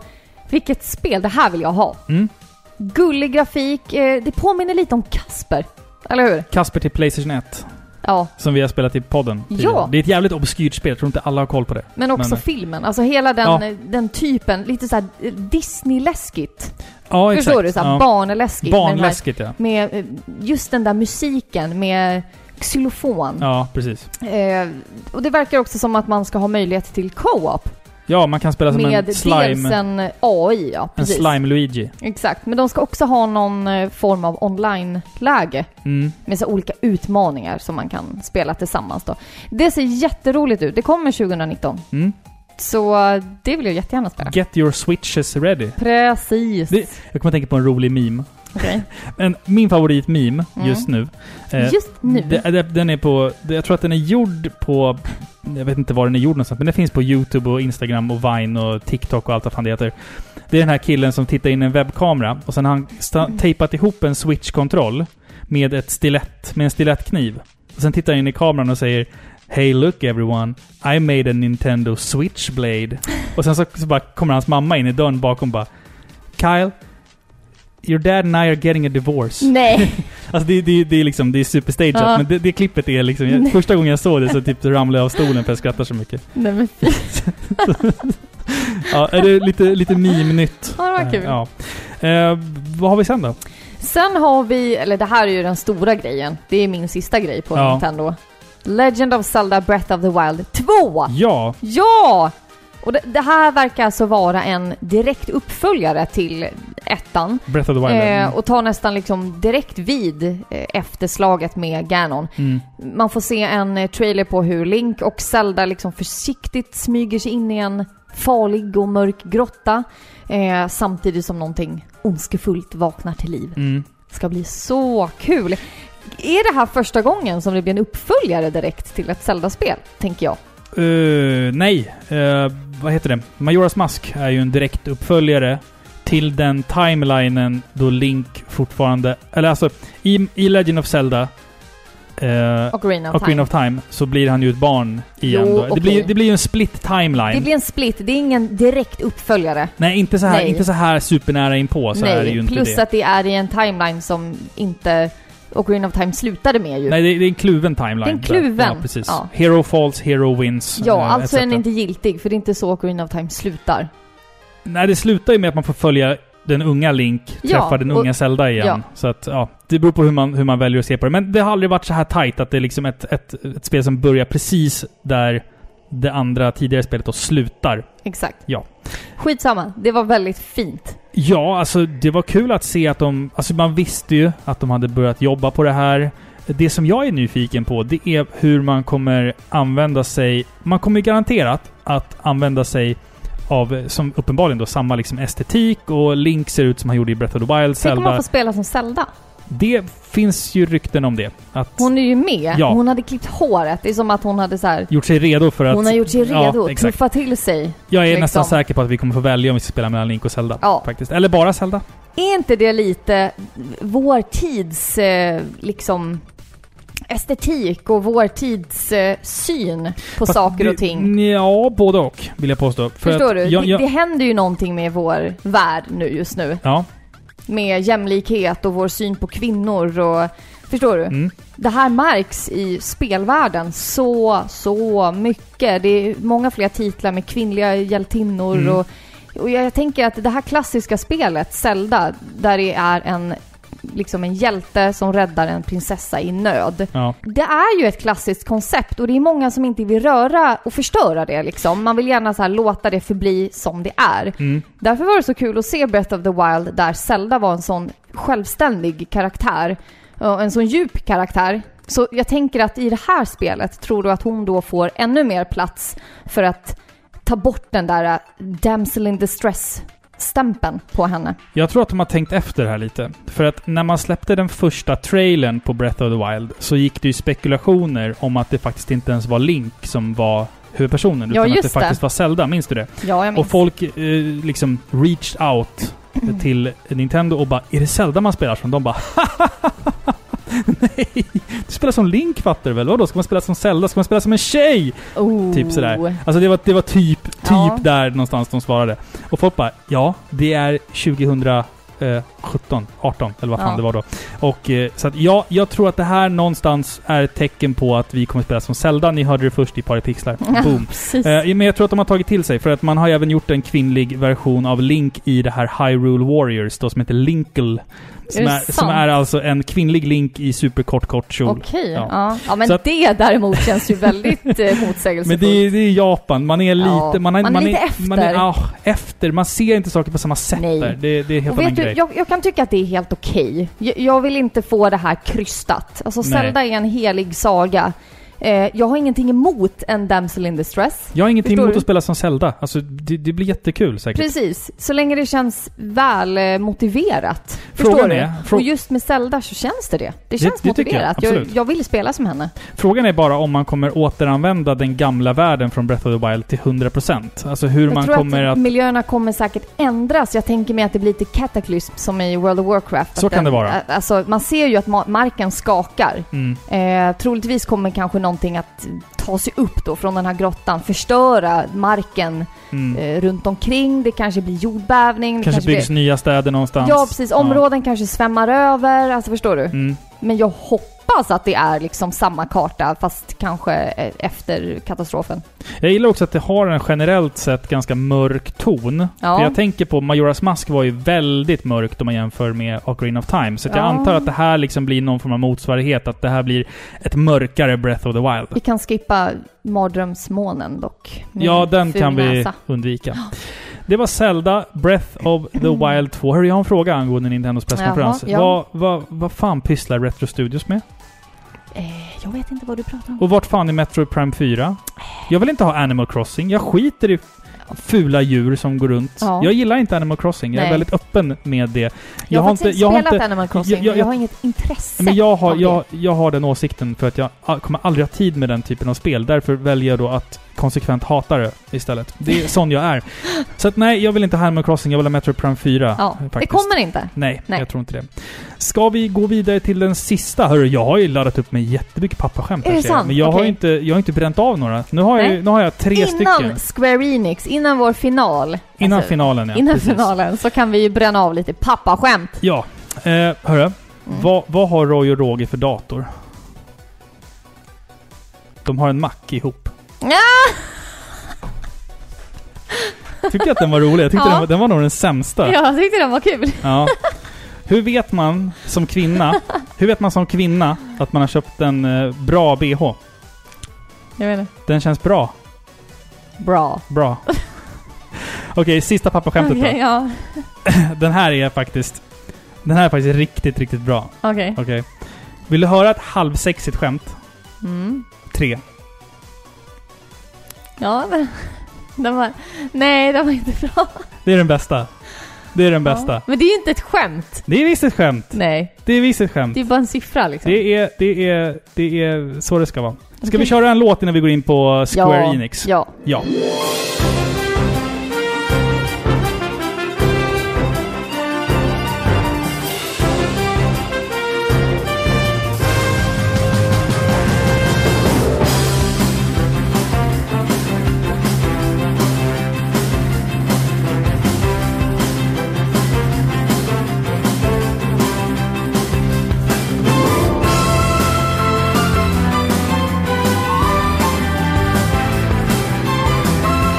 Speaker 2: vilket spel. Det här vill jag ha.
Speaker 1: Mm.
Speaker 2: Gullig grafik. Eh, det påminner lite om Kasper. Eller hur?
Speaker 1: Kasper till Playstation 1,
Speaker 2: Ja.
Speaker 1: som vi har spelat i podden tidigare.
Speaker 2: Ja.
Speaker 1: Det är ett jävligt obskyrt spel, jag tror inte alla har koll på det.
Speaker 2: Men också
Speaker 1: Men- eh,
Speaker 2: filmen. Alltså hela den,
Speaker 1: Ja.
Speaker 2: eh, den typen. Lite såhär eh, Disney-läskigt.
Speaker 1: Ja,
Speaker 2: Förstår du? Såhär
Speaker 1: Ja.
Speaker 2: barnläskigt. med den här-
Speaker 1: Barnläskigt ja.
Speaker 2: Med eh, just den där musiken med xylofon.
Speaker 1: Ja, precis.
Speaker 2: Eh, och det verkar också som att man ska ha möjlighet till co-op.
Speaker 1: Ja, man kan spela som
Speaker 2: med
Speaker 1: en slime...
Speaker 2: dels en AI, ja.
Speaker 1: En
Speaker 2: Precis.
Speaker 1: slime Luigi.
Speaker 2: Exakt. Men de ska också ha någon eh, form av online-läge
Speaker 1: Mm.
Speaker 2: med så olika utmaningar som man kan spela tillsammans då. Det ser jätteroligt ut. Det kommer 2019.
Speaker 1: Mm.
Speaker 2: Så eh, det vill jag jättegärna spela.
Speaker 1: Get your switches ready.
Speaker 2: Precis.
Speaker 1: Det- Jag kommer att tänka på en rolig meme.
Speaker 2: Okej.
Speaker 1: En, min favoritmeme
Speaker 2: Mm.
Speaker 1: just nu. eh,
Speaker 2: Just nu.
Speaker 1: det- det- den är på... det- Jag tror att den är gjord på... Jag vet inte var den är gjord någonstans, men den finns på YouTube och Instagram och Vine och TikTok och allt vad fan det heter. Det är den här killen som tittar in i en webbkamera och sen har han sta- tejpat ihop en switch-kontroll med ett stilett, med en stilettkniv. Och sen tittar han in i kameran och säger Hey look everyone, I made a Nintendo Switchblade. Och sen så, så bara kommer hans mamma in i dörren bakom och bara Kyle, Your dad and I are getting a divorce.
Speaker 2: Nej.
Speaker 1: Alltså det, det, det är liksom, det är superstageat,
Speaker 2: Ja.
Speaker 1: men det, det klippet är liksom... Jag,
Speaker 2: Nej.
Speaker 1: första gången jag såg det så typ ramlade jag av stolen för jag skrattar så mycket.
Speaker 2: Nej men fy.
Speaker 1: Ja, är det lite, lite meme-nytt?
Speaker 2: Ja, det var kul.
Speaker 1: Ja. Eh, vad har vi sen då?
Speaker 2: Sen har vi, eller det här är ju den stora grejen. Det är min sista grej på
Speaker 1: Ja.
Speaker 2: Nintendo. Legend of Zelda Breath of the Wild 2!
Speaker 1: Ja,
Speaker 2: Ja! Och det, det här verkar alltså vara en direkt uppföljare till ettan.
Speaker 1: Breath of the Wild.
Speaker 2: Eh, och tar nästan liksom direkt vid eh, efter slaget med Ganon.
Speaker 1: mm.
Speaker 2: Man får se en eh, trailer på hur Link och Zelda liksom försiktigt smyger sig in i en farlig och mörk grotta. Eh, samtidigt som någonting ondskefullt vaknar till liv.
Speaker 1: Mm.
Speaker 2: Ska bli så kul! Är det här första gången som det blir en uppföljare direkt till ett Zelda-spel? Tänker jag.
Speaker 1: Eh, nej, Eh, vad heter det? Majoras Mask är ju en direkt uppföljare till den timelinen då Link fortfarande... Eller alltså, i, i Legend of Zelda... eh,
Speaker 2: Ocarina of
Speaker 1: och Green
Speaker 2: Time.
Speaker 1: of Time så blir han ju ett barn igen
Speaker 2: Jo,
Speaker 1: då. Det
Speaker 2: okej.
Speaker 1: blir, det blir ju en split timeline.
Speaker 2: Det blir en split, det är ingen direkt uppföljare.
Speaker 1: Nej, inte så här,
Speaker 2: Nej.
Speaker 1: inte så här supernära inpå. Så är det ju inte
Speaker 2: plus
Speaker 1: det.
Speaker 2: att det är i en timeline som inte Ocarina of Time slutade med ju.
Speaker 1: Nej, det, det är en kluven timeline.
Speaker 2: Det är en kluven.
Speaker 1: Ja, precis.
Speaker 2: Ja.
Speaker 1: Hero falls, hero wins.
Speaker 2: ja,
Speaker 1: eh,
Speaker 2: alltså är den
Speaker 1: etc.
Speaker 2: inte giltig, för det är inte så Ocarina of Time slutar.
Speaker 1: Nej, det slutar ju med att man får följa den unga Link, träffa
Speaker 2: Ja,
Speaker 1: den
Speaker 2: och-
Speaker 1: unga Zelda igen.
Speaker 2: ja.
Speaker 1: Så att, ja, det beror på hur man, hur man väljer att se på det. Men det har aldrig varit så här tight att det är liksom ett, ett, ett spel som börjar precis där det andra tidigare spelet då slutar.
Speaker 2: Exakt.
Speaker 1: Ja.
Speaker 2: Skitsamma, det var väldigt fint.
Speaker 1: Ja, alltså det var kul att se att de... Alltså man visste ju att de hade börjat jobba på det här. Det som jag är nyfiken på, det är hur man kommer använda sig... Man kommer ju garanterat att använda sig av, som uppenbarligen då, samma liksom estetik och Link ser ut som han gjorde i Breath of the Wild,
Speaker 2: Tänk om man
Speaker 1: Zelda.
Speaker 2: får spela som Zelda.
Speaker 1: Det finns ju rykten om det. Att
Speaker 2: Hon är ju med.
Speaker 1: Ja.
Speaker 2: Hon hade klippt håret. Det är som att hon hade så här.
Speaker 1: gjort sig redo för att...
Speaker 2: Hon har gjort sig redo,
Speaker 1: Ja, exakt.
Speaker 2: tuffa till sig.
Speaker 1: Jag är
Speaker 2: liksom.
Speaker 1: nästan säker på att vi kommer få välja om vi ska spela mellan Link och Zelda.
Speaker 2: Ja.
Speaker 1: Faktiskt. Eller bara Zelda.
Speaker 2: Är inte det lite vår tids eh, liksom estetik och vår tids eh, syn på
Speaker 1: Fast
Speaker 2: saker och
Speaker 1: det-
Speaker 2: ting?
Speaker 1: Ja, både och vill jag påstå. För
Speaker 2: Förstår
Speaker 1: att
Speaker 2: du?
Speaker 1: Jag, jag,
Speaker 2: Det, det händer ju någonting med vår värld nu just nu.
Speaker 1: Ja.
Speaker 2: Med jämlikhet och vår syn på kvinnor och... Förstår du?
Speaker 1: Mm.
Speaker 2: Det här märks i spelvärlden så, så mycket. Det är många fler titlar med kvinnliga hjältinnor
Speaker 1: Mm.
Speaker 2: och... Och jag, jag tänker att det här klassiska spelet, Zelda, där det är en... Liksom en hjälte som räddar en prinsessa i nöd.
Speaker 1: ja.
Speaker 2: Det är ju ett klassiskt koncept och det är många som inte vill röra och förstöra det liksom. Man vill gärna så här låta det förbli som det är.
Speaker 1: Mm.
Speaker 2: Därför var det så kul att se Breath of the Wild där Zelda var en sån självständig karaktär. och En sån djup karaktär. Så jag tänker att i det här spelet tror du att hon då får ännu mer plats för att ta bort den där äh, damsel in distress-stämpeln på henne.
Speaker 1: Jag tror att de har tänkt efter här lite. För att när man släppte den första trailern på Breath of the Wild så gick det ju spekulationer om att det faktiskt inte ens var Link som var huvudpersonen.
Speaker 2: Ja,
Speaker 1: utan att
Speaker 2: just
Speaker 1: det faktiskt var Zelda, minns du det?
Speaker 2: Ja, jag minns. Mm.
Speaker 1: Och folk eh, liksom reached out till Nintendo och bara “Är det Zelda man spelar som?” De bara Nej! Du spelar som Link fattar du väl? Vadå, ska man spela som Zelda? Ska man spela som en tjej?
Speaker 2: Oh.
Speaker 1: Typ sådär. Alltså det var, det var typ, typ
Speaker 2: Ja.
Speaker 1: där någonstans de svarade. Och folk bara, ja, det är 2017, 18 eller vad fan
Speaker 2: Ja.
Speaker 1: det var då. Och eh, så att ja, jag tror att det här någonstans är ett tecken på att vi kommer spela som Zelda. Ni hörde det först i Paripixlar. Boom.
Speaker 2: Precis.
Speaker 1: Eh, men jag tror att de har tagit till sig, för att man har även gjort en kvinnlig version av Link i det här Hyrule Warriors då, som heter Linkle. Som
Speaker 2: det
Speaker 1: är, som
Speaker 2: sant?
Speaker 1: är alltså en kvinnlig Link i superkort kort kjol.
Speaker 2: Okej,
Speaker 1: Ja.
Speaker 2: ja. Ja. men
Speaker 1: Så att-
Speaker 2: det däremot känns ju väldigt eh, motsägelsefullt.
Speaker 1: Men det är, det är Japan. Man är lite...
Speaker 2: Ja,
Speaker 1: man, är,
Speaker 2: man är lite
Speaker 1: är,
Speaker 2: efter.
Speaker 1: Man är, ja, efter. Man ser inte saker på samma sätt
Speaker 2: Nej.
Speaker 1: där. Det, det är helt
Speaker 2: och
Speaker 1: annan
Speaker 2: vet du,
Speaker 1: grej.
Speaker 2: jag, jag kan tycka att det är helt okej. Jag, jag vill inte få det här krystat. Alltså
Speaker 1: Nej.
Speaker 2: Zelda är en helig saga. Eh, jag har ingenting emot en damsel in distress.
Speaker 1: Jag har ingenting
Speaker 2: Förstår
Speaker 1: emot
Speaker 2: du?
Speaker 1: att spela som Zelda. Alltså, det, det blir jättekul säkert.
Speaker 2: Precis, så länge det känns väl eh, motiverat. Förstår
Speaker 1: Frågan
Speaker 2: du?
Speaker 1: är- frå-
Speaker 2: och just med Zelda så känns det det. Det känns
Speaker 1: det tycker jag,
Speaker 2: motiverat. Jag, jag,
Speaker 1: absolut.
Speaker 2: vill spela som henne.
Speaker 1: Frågan är bara om man kommer återanvända den gamla världen från Breath of the Wild till 100%. Alltså hur
Speaker 2: Jag
Speaker 1: man
Speaker 2: tror
Speaker 1: kommer
Speaker 2: att,
Speaker 1: att...
Speaker 2: miljöerna kommer säkert ändras. Jag tänker mig att det blir lite kataklysm som i World of Warcraft.
Speaker 1: Så
Speaker 2: Att
Speaker 1: kan
Speaker 2: den-
Speaker 1: det vara.
Speaker 2: Alltså, man ser ju att ma- marken skakar.
Speaker 1: Mm.
Speaker 2: Eh, troligtvis kommer kanske någon någonting att ta sig upp då från den här grottan, förstöra marken
Speaker 1: Mm.
Speaker 2: eh, runt omkring. Det kanske blir jordbävning. det
Speaker 1: kanske, byggs
Speaker 2: blir...
Speaker 1: nya städer någonstans.
Speaker 2: Ja, precis. Områden kanske svämmar över. Alltså, förstår du?
Speaker 1: Mm.
Speaker 2: Men jag hoppas att det är liksom samma karta, fast kanske eh, efter katastrofen.
Speaker 1: Jag gillar också att det har en generellt sett ganska mörk ton.
Speaker 2: Ja.
Speaker 1: För jag tänker på Majoras mask var ju väldigt mörkt om man jämför med Ocarina of Time. Så att jag
Speaker 2: Ja.
Speaker 1: antar att det här liksom blir någon form av motsvarighet. Att det här blir ett mörkare Breath of the Wild.
Speaker 2: Vi kan skippa mardrömsmånen dock. med
Speaker 1: Ja, den
Speaker 2: ful
Speaker 1: kan vi
Speaker 2: näsa.
Speaker 1: undvika. Det var Zelda Breath of the Wild 2. Hörru, jag har en fråga angående Nintendos presskonferens.
Speaker 2: Mm. Jaha, ja.
Speaker 1: Vad, vad, vad fan pysslar Retro Studios med?
Speaker 2: Eh, jag vet inte vad du pratar om.
Speaker 1: Och vart fan är Metro Prime 4? Jag vill inte ha Animal Crossing. Jag skiter i fula djur som går runt.
Speaker 2: Ja.
Speaker 1: Jag gillar inte Animal Crossing. Jag är
Speaker 2: Nej.
Speaker 1: väldigt öppen med det. Jag,
Speaker 2: Jag, har faktiskt inte
Speaker 1: har
Speaker 2: spelat Animal
Speaker 1: jag-
Speaker 2: Crossing,
Speaker 1: jag-
Speaker 2: men jag har inget intresse.
Speaker 1: men jag har,
Speaker 2: om det.
Speaker 1: jag, jag har den åsikten för att jag a- kommer aldrig ha tid med den typen av spel. Därför väljer jag då att konsekvent hata det istället. Det är sån jag är. Så att nej, jag vill inte ha Animal Crossing. Jag vill ha Metro Prime 4.
Speaker 2: ja, det
Speaker 1: faktiskt.
Speaker 2: kommer inte.
Speaker 1: Nej,
Speaker 2: Nej.
Speaker 1: jag tror inte det. Ska vi gå vidare till den sista? Hörru, jag har ju laddat upp med jättemycket pappaskämt
Speaker 2: Är
Speaker 1: här,
Speaker 2: det
Speaker 1: ser jag.
Speaker 2: sant?
Speaker 1: Men jag, har
Speaker 2: Okej.
Speaker 1: ju inte, jag har inte bränt av några. Nu har, jag,
Speaker 2: Nej.
Speaker 1: ju- nu har jag tre stycken.
Speaker 2: Innan Square Enix, innan vår final.
Speaker 1: Innan
Speaker 2: alltså,
Speaker 1: finalen, ja.
Speaker 2: Innan
Speaker 1: Precis.
Speaker 2: finalen så kan vi ju bränna av lite pappaskämt.
Speaker 1: Ja. Eh, hörru,
Speaker 2: Mm.
Speaker 1: vad, vad har Roy och Roger för dator? De har en mack ihop. Tyckte jag att den var rolig? Jag tyckte
Speaker 2: Ja.
Speaker 1: den, var, den var nog den sämsta.
Speaker 2: Jag tyckte den var kul.
Speaker 1: Ja. Hur vet man som kvinna, hur vet man som kvinna att man har köpt en eh, bra bh?
Speaker 2: Jag menar.
Speaker 1: Den känns bra.
Speaker 2: Bra.
Speaker 1: Bra. Okej, sista pappaskämtet
Speaker 2: Okej, ja.
Speaker 1: då. Den här är faktiskt... Den här är faktiskt riktigt, riktigt bra.
Speaker 2: Okej.
Speaker 1: Okej. Vill du höra ett halvsexigt skämt?
Speaker 2: Mm.
Speaker 1: Tre.
Speaker 2: Ja, men... Den var... Nej, den var inte bra.
Speaker 1: Det är den bästa. Det är den bästa.
Speaker 2: Ja. Men det är ju inte ett skämt.
Speaker 1: Det är visst ett skämt.
Speaker 2: Nej,
Speaker 1: Det är visst ett skämt.
Speaker 2: det är bara en siffra liksom.
Speaker 1: Det är, det är, det är så det ska vara. Ska vi
Speaker 2: Okej.
Speaker 1: köra en låt innan vi går in på Square
Speaker 2: ja.
Speaker 1: Enix?
Speaker 2: Ja.
Speaker 1: Ja.
Speaker 4: Thank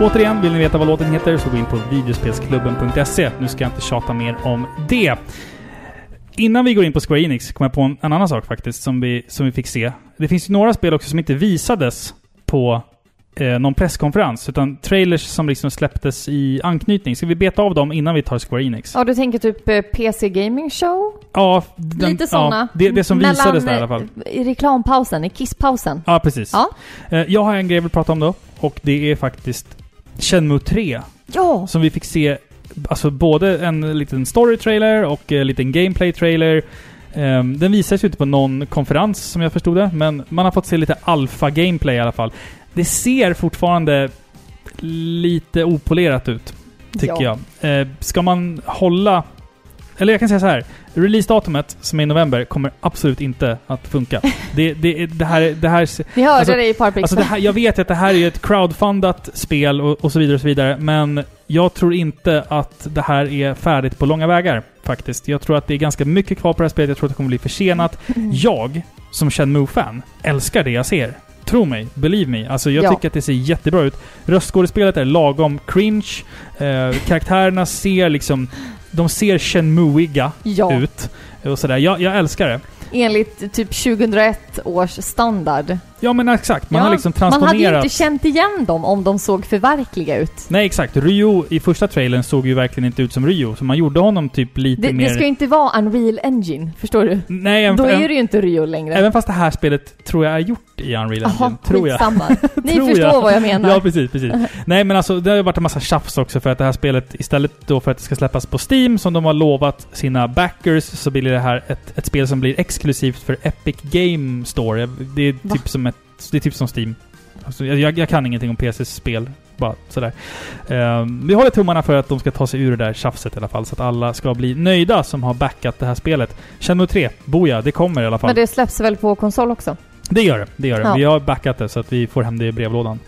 Speaker 1: Återigen, vill ni veta vad låten heter så gå in på videospelsklubben.se. Nu ska jag inte tjata mer om det. Innan vi går in på Square Enix kom jag på en, en annan sak faktiskt som vi, som vi fick se. Det finns ju några spel också som inte visades på eh, någon presskonferens, utan trailers som liksom släpptes i anknytning. Ska vi beta av dem innan vi tar Square Enix?
Speaker 2: Ja, du tänker typ eh, PC Gaming Show?
Speaker 1: Ja, den-
Speaker 2: Lite sådana.
Speaker 1: Ja, det, det som
Speaker 2: Mellan,
Speaker 1: visades där i alla fall.
Speaker 2: I reklampausen, i kisspausen.
Speaker 1: Ja, precis.
Speaker 2: Ja.
Speaker 1: Eh, Jag har en grej jag vill prata om då, och det är faktiskt Shenmue 3.
Speaker 2: Ja!
Speaker 1: Som vi fick se, alltså både en liten story-trailer och en liten gameplay-trailer. Ehm, Den visades ju inte på någon konferens som jag förstod det, men man har fått se lite alfa-gameplay i alla fall. Det ser fortfarande lite opolerat ut, tycker
Speaker 2: ja.
Speaker 1: jag. Eh, Ska man hålla... Eller jag kan säga så här. Releasedatumet, som är i november, kommer absolut inte att funka. Det, det, det här... Det här
Speaker 2: Vi hörde
Speaker 1: Alltså-
Speaker 2: det i Parpix.
Speaker 1: Alltså det här, jag vet att det här är ett crowdfundat spel och, och så vidare och så vidare, men jag tror inte att det här är färdigt på långa vägar faktiskt. Jag tror att det är ganska mycket kvar på det här spelet, jag tror att det kommer bli försenat.
Speaker 2: Mm.
Speaker 1: Jag, som shenmue fan älskar det jag ser. Tro mig, believe me. Alltså jag
Speaker 2: Ja.
Speaker 1: tycker att det ser jättebra ut. Röstskådespelet är lagom cringe, eh, karaktärerna ser liksom... De ser shenmuiga
Speaker 2: ja,
Speaker 1: ut. Och sådär. Jag, jag älskar det.
Speaker 2: enligt typ 2001 års standard.
Speaker 1: Ja men exakt, man
Speaker 2: ja,
Speaker 1: har liksom
Speaker 2: man
Speaker 1: transponerat...
Speaker 2: hade ju inte känt igen dem om de såg förverkliga ut.
Speaker 1: Nej, exakt. Ryo i första trailern såg ju verkligen inte ut som Ryo, så man gjorde honom typ lite
Speaker 2: Det,
Speaker 1: mer...
Speaker 2: det ska ju inte vara Unreal Engine, förstår du?
Speaker 1: Nej, en,
Speaker 2: Då
Speaker 1: en,
Speaker 2: är det ju inte Rio längre.
Speaker 1: även fast det här spelet tror jag är gjort i Unreal Engine.
Speaker 2: Jaha,
Speaker 1: tror jag.
Speaker 2: skitsamma. Ni
Speaker 1: Tror
Speaker 2: förstår
Speaker 1: jag.
Speaker 2: vad jag menar.
Speaker 1: Ja, precis, precis. Nej, men alltså det har ju varit en massa tjafs också för att det här spelet, istället då för att det ska släppas på Steam, som de har lovat sina backers, så blir det här ett, ett spel som blir exklusivt för Epic Game Store. Det är
Speaker 2: Va?
Speaker 1: typ som ett... Det är typ som Steam. Alltså, jag, jag- jag kan ingenting om PC-spel. Bara sådär. Ehm, vi håller tummarna för att de ska ta sig ur det där tjafset i alla fall, så att alla ska bli nöjda som har backat det här spelet. Shenmue 3, boja, det kommer i alla fall.
Speaker 2: Men det släpps väl på konsol också?
Speaker 1: Det gör det. det, gör det.
Speaker 2: Ja.
Speaker 1: Vi har backat det så att vi får hem det i brevlådan.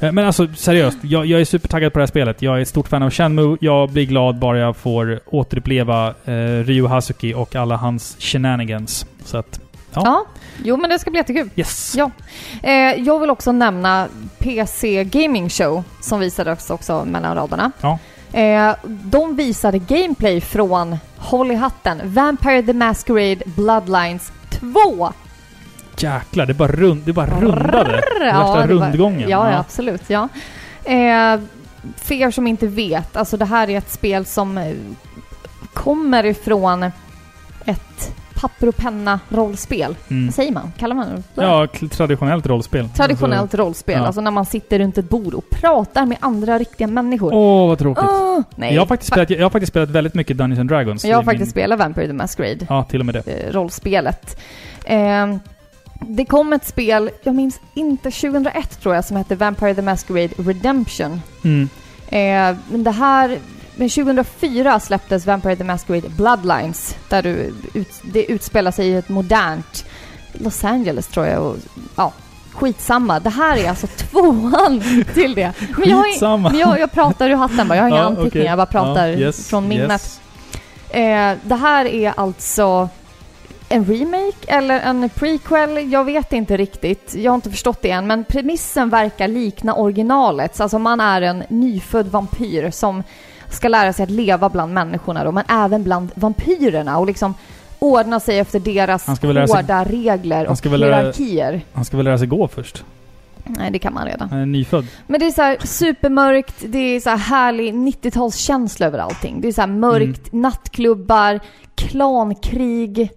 Speaker 1: Eh, Men alltså seriöst, jag, jag är supertaggad på det här spelet. Jag är ett stort fan av Shenmue. Jag blir glad bara jag får återuppleva eh, Ryu Hazuki och alla hans shenanigans. Så att, Ja.
Speaker 2: Ja. Jo, men det ska bli jättekul.
Speaker 1: yes!
Speaker 2: Ja. Eh, jag vill också nämna PC Gaming Show som visades också mellan raderna.
Speaker 1: Ja.
Speaker 2: Eh, de visade gameplay från, håll i hatten, Vampire the Masquerade Bloodlines 2.
Speaker 1: Jäklar, det bara, rund, det bara rundade. Det
Speaker 2: Ja,
Speaker 1: värsta
Speaker 2: det var-
Speaker 1: rundgången.
Speaker 2: Ja, ja, absolut. Ja. Eh, för er som inte vet, alltså det här är ett spel som eh, kommer ifrån ett papper och penna-rollspel.
Speaker 1: Mm.
Speaker 2: Vad säger man? Kallar man det?
Speaker 1: ja kl- traditionellt rollspel.
Speaker 2: Traditionellt
Speaker 1: Alltså,
Speaker 2: rollspel,
Speaker 1: ja.
Speaker 2: alltså när man sitter runt ett bord och pratar med andra riktiga människor.
Speaker 1: Åh, vad tråkigt.
Speaker 2: Åh, nej.
Speaker 1: jag, har faktiskt spelat, jag har faktiskt spelat väldigt mycket Dungeons and Dragons.
Speaker 2: jag har
Speaker 1: i
Speaker 2: faktiskt spelat Vampire the Masquerade
Speaker 1: Min, ja, till och med det.
Speaker 2: eh, rollspelet. Eh, det kom ett spel, jag minns inte, 2001 tror jag, som hette Vampire the Masquerade Redemption.
Speaker 1: Mm.
Speaker 2: Eh, men det här... Men 2004 släpptes Vampire the Masquerade Bloodlines, där du ut, det utspelar sig i ett modernt Los Angeles tror jag. Och, ja, skitsamma. Det här är alltså tvåan till det. Men jag, har in-
Speaker 1: Skitsamma.
Speaker 2: men jag, jag pratar ur hatten bara, jag har inga
Speaker 1: Ja,
Speaker 2: anteckningar,
Speaker 1: okej.
Speaker 2: jag bara pratar
Speaker 1: Ja, yes,
Speaker 2: från minnet.
Speaker 1: yes.
Speaker 2: Eh, det här är alltså en remake eller en prequel, jag vet inte riktigt. Jag har inte förstått det än, men premissen verkar likna originalet. Så Alltså man är en nyfödd vampyr som ska lära sig att leva bland människorna då, men även bland vampyrerna och liksom ordna sig efter deras
Speaker 1: Han ska väl lära sig-
Speaker 2: hårda regler
Speaker 1: Han
Speaker 2: och
Speaker 1: ska väl lära-
Speaker 2: hierarkier.
Speaker 1: Han ska väl lära sig gå först?
Speaker 2: Nej, det kan man redan.
Speaker 1: Han är nyfödd.
Speaker 2: Men det är så här supermörkt, det är så här härlig 90-talskänsla över allting. Det är så här mörkt,
Speaker 1: Mm.
Speaker 2: nattklubbar, klankrig.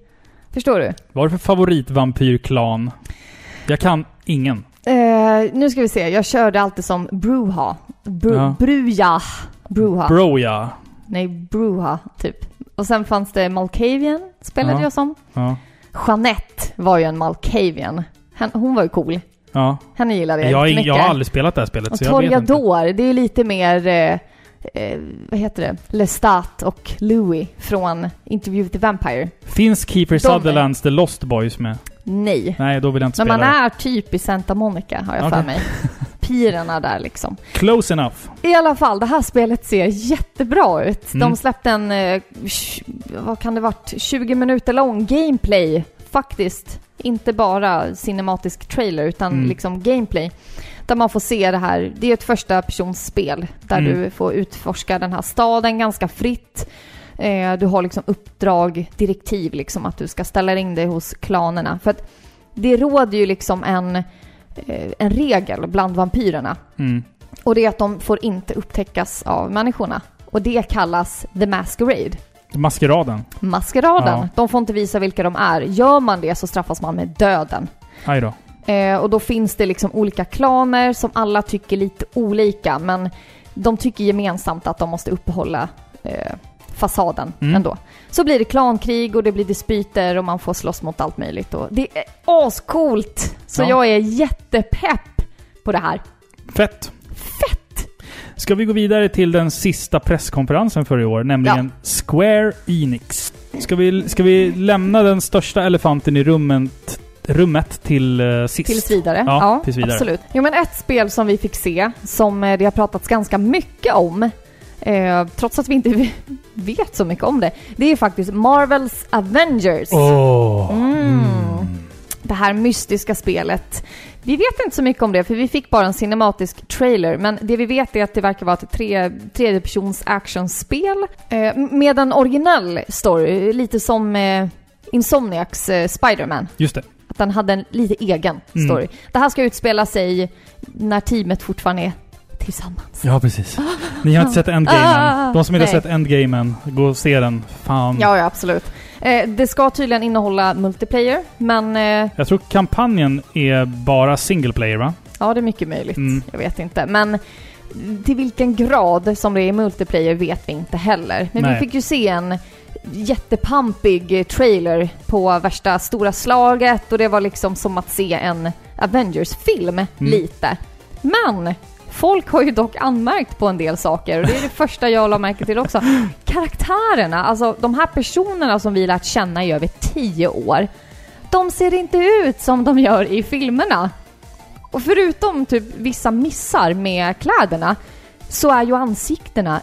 Speaker 2: Förstår du?
Speaker 1: Vad är det för favoritvampyrklan? Jag kan ingen.
Speaker 2: Eh, nu ska vi se, jag körde alltid som Bruha. Bru,
Speaker 1: Ja.
Speaker 2: Bruja. Bruha.
Speaker 1: Broja.
Speaker 2: Nej, Bruha, typ. Och sen fanns det Malkavian, spelade
Speaker 1: Ja.
Speaker 2: jag som.
Speaker 1: Ja.
Speaker 2: Jeanette var ju en Malkavian. Hen- Hon var ju cool.
Speaker 1: ja.
Speaker 2: Henne gillade jag
Speaker 1: Jag, har ing- jag
Speaker 2: jättemycket.
Speaker 1: har aldrig spelat det här spelet,
Speaker 2: Och
Speaker 1: så jag vet inte.
Speaker 2: Toriador, det är ju lite mer, eh, eh, vad heter det, Lestat och Louis från Interview with the Vampire.
Speaker 1: Finns Keeper
Speaker 2: De är-
Speaker 1: Sutherlands The Lost Boys med?
Speaker 2: Nej.
Speaker 1: Nej, då vill jag inte
Speaker 2: Men
Speaker 1: spela
Speaker 2: man
Speaker 1: det.
Speaker 2: är typ i Santa Monica, har jag
Speaker 1: Okej.
Speaker 2: för mig. Pirerna där liksom.
Speaker 1: Close enough.
Speaker 2: I alla fall, det här spelet ser jättebra ut.
Speaker 1: Mm.
Speaker 2: De släppte en, eh, tj- vad kan det varit, 20 minuter lång gameplay faktiskt. Inte bara cinematisk trailer utan
Speaker 1: Mm.
Speaker 2: liksom gameplay. Där man får se det här, det är ett första personspel där
Speaker 1: Mm.
Speaker 2: du får utforska den här staden ganska fritt. Eh, du har liksom uppdrag, direktiv liksom att du ska ställa in dig hos klanerna. För att det råder ju liksom en, eh, en regel bland vampyrerna.
Speaker 1: Mm.
Speaker 2: Och det är att de får inte upptäckas av människorna. Och det kallas The Masquerade.
Speaker 1: Maskeraden.
Speaker 2: Maskeraden.
Speaker 1: Ja.
Speaker 2: De får inte visa vilka de är. Gör man det så straffas man med döden.
Speaker 1: Aj då.
Speaker 2: Eh, och då finns det liksom olika klaner som alla tycker lite olika, men de tycker gemensamt att de måste uppehålla eh, fasaden
Speaker 1: Mm.
Speaker 2: ändå. Så blir det klankrig och det blir dispyter och man får slåss mot allt möjligt. Och det är ascoolt! Så
Speaker 1: Ja.
Speaker 2: jag är jättepepp på det här.
Speaker 1: Fett!
Speaker 2: Fett!
Speaker 1: Ska vi gå vidare till den sista presskonferensen för i år, nämligen Square Enix. Ska vi, ska vi lämna den största elefanten i rummet, rummet till eh, sist?
Speaker 2: Tills vidare.
Speaker 1: Ja, tills vidare.
Speaker 2: absolut. Jo, men ett spel som vi fick se, som eh, det har pratats ganska mycket om, eh, trots att vi inte vet så mycket om det, det är faktiskt Marvels Avengers.
Speaker 1: Åh!
Speaker 2: Mm. Det här mystiska spelet. Vi vet inte så mycket om det, för vi fick bara en cinematisk trailer. Men det vi vet är att det verkar vara ett tre, tredjepersons actionspel. Eh, med en originell story, lite som eh, Insomniacs eh, Spider-Man.
Speaker 1: Just det.
Speaker 2: Att den hade en lite egen
Speaker 1: Mm.
Speaker 2: story. Det här ska utspela sig när teamet fortfarande är tillsammans.
Speaker 1: Ja, precis. Ni har inte sett Endgamen.
Speaker 2: Ah,
Speaker 1: De som inte har
Speaker 2: nej.
Speaker 1: sett Endgamen, gå och se den. Fan.
Speaker 2: Ja, ja, absolut. Eh, det ska tydligen innehålla multiplayer, men eh,
Speaker 1: Jag tror kampanjen är bara single player, va?
Speaker 2: Ja, det är mycket möjligt.
Speaker 1: Mm.
Speaker 2: Jag vet inte. Men till vilken grad som det är multiplayer vet vi inte heller. Men
Speaker 1: Nej.
Speaker 2: vi fick ju se en jättepampig trailer på värsta stora slaget och det var liksom som att se en Avengers-film
Speaker 1: Mm.
Speaker 2: lite. Men folk har ju dock anmärkt på en del saker och det är det första jag la märke till också. Karaktärerna, alltså de här personerna som vi lärt känna i över tio år, de ser inte ut som de gör i filmerna. Och förutom typ vissa missar med kläderna så är ju ansiktena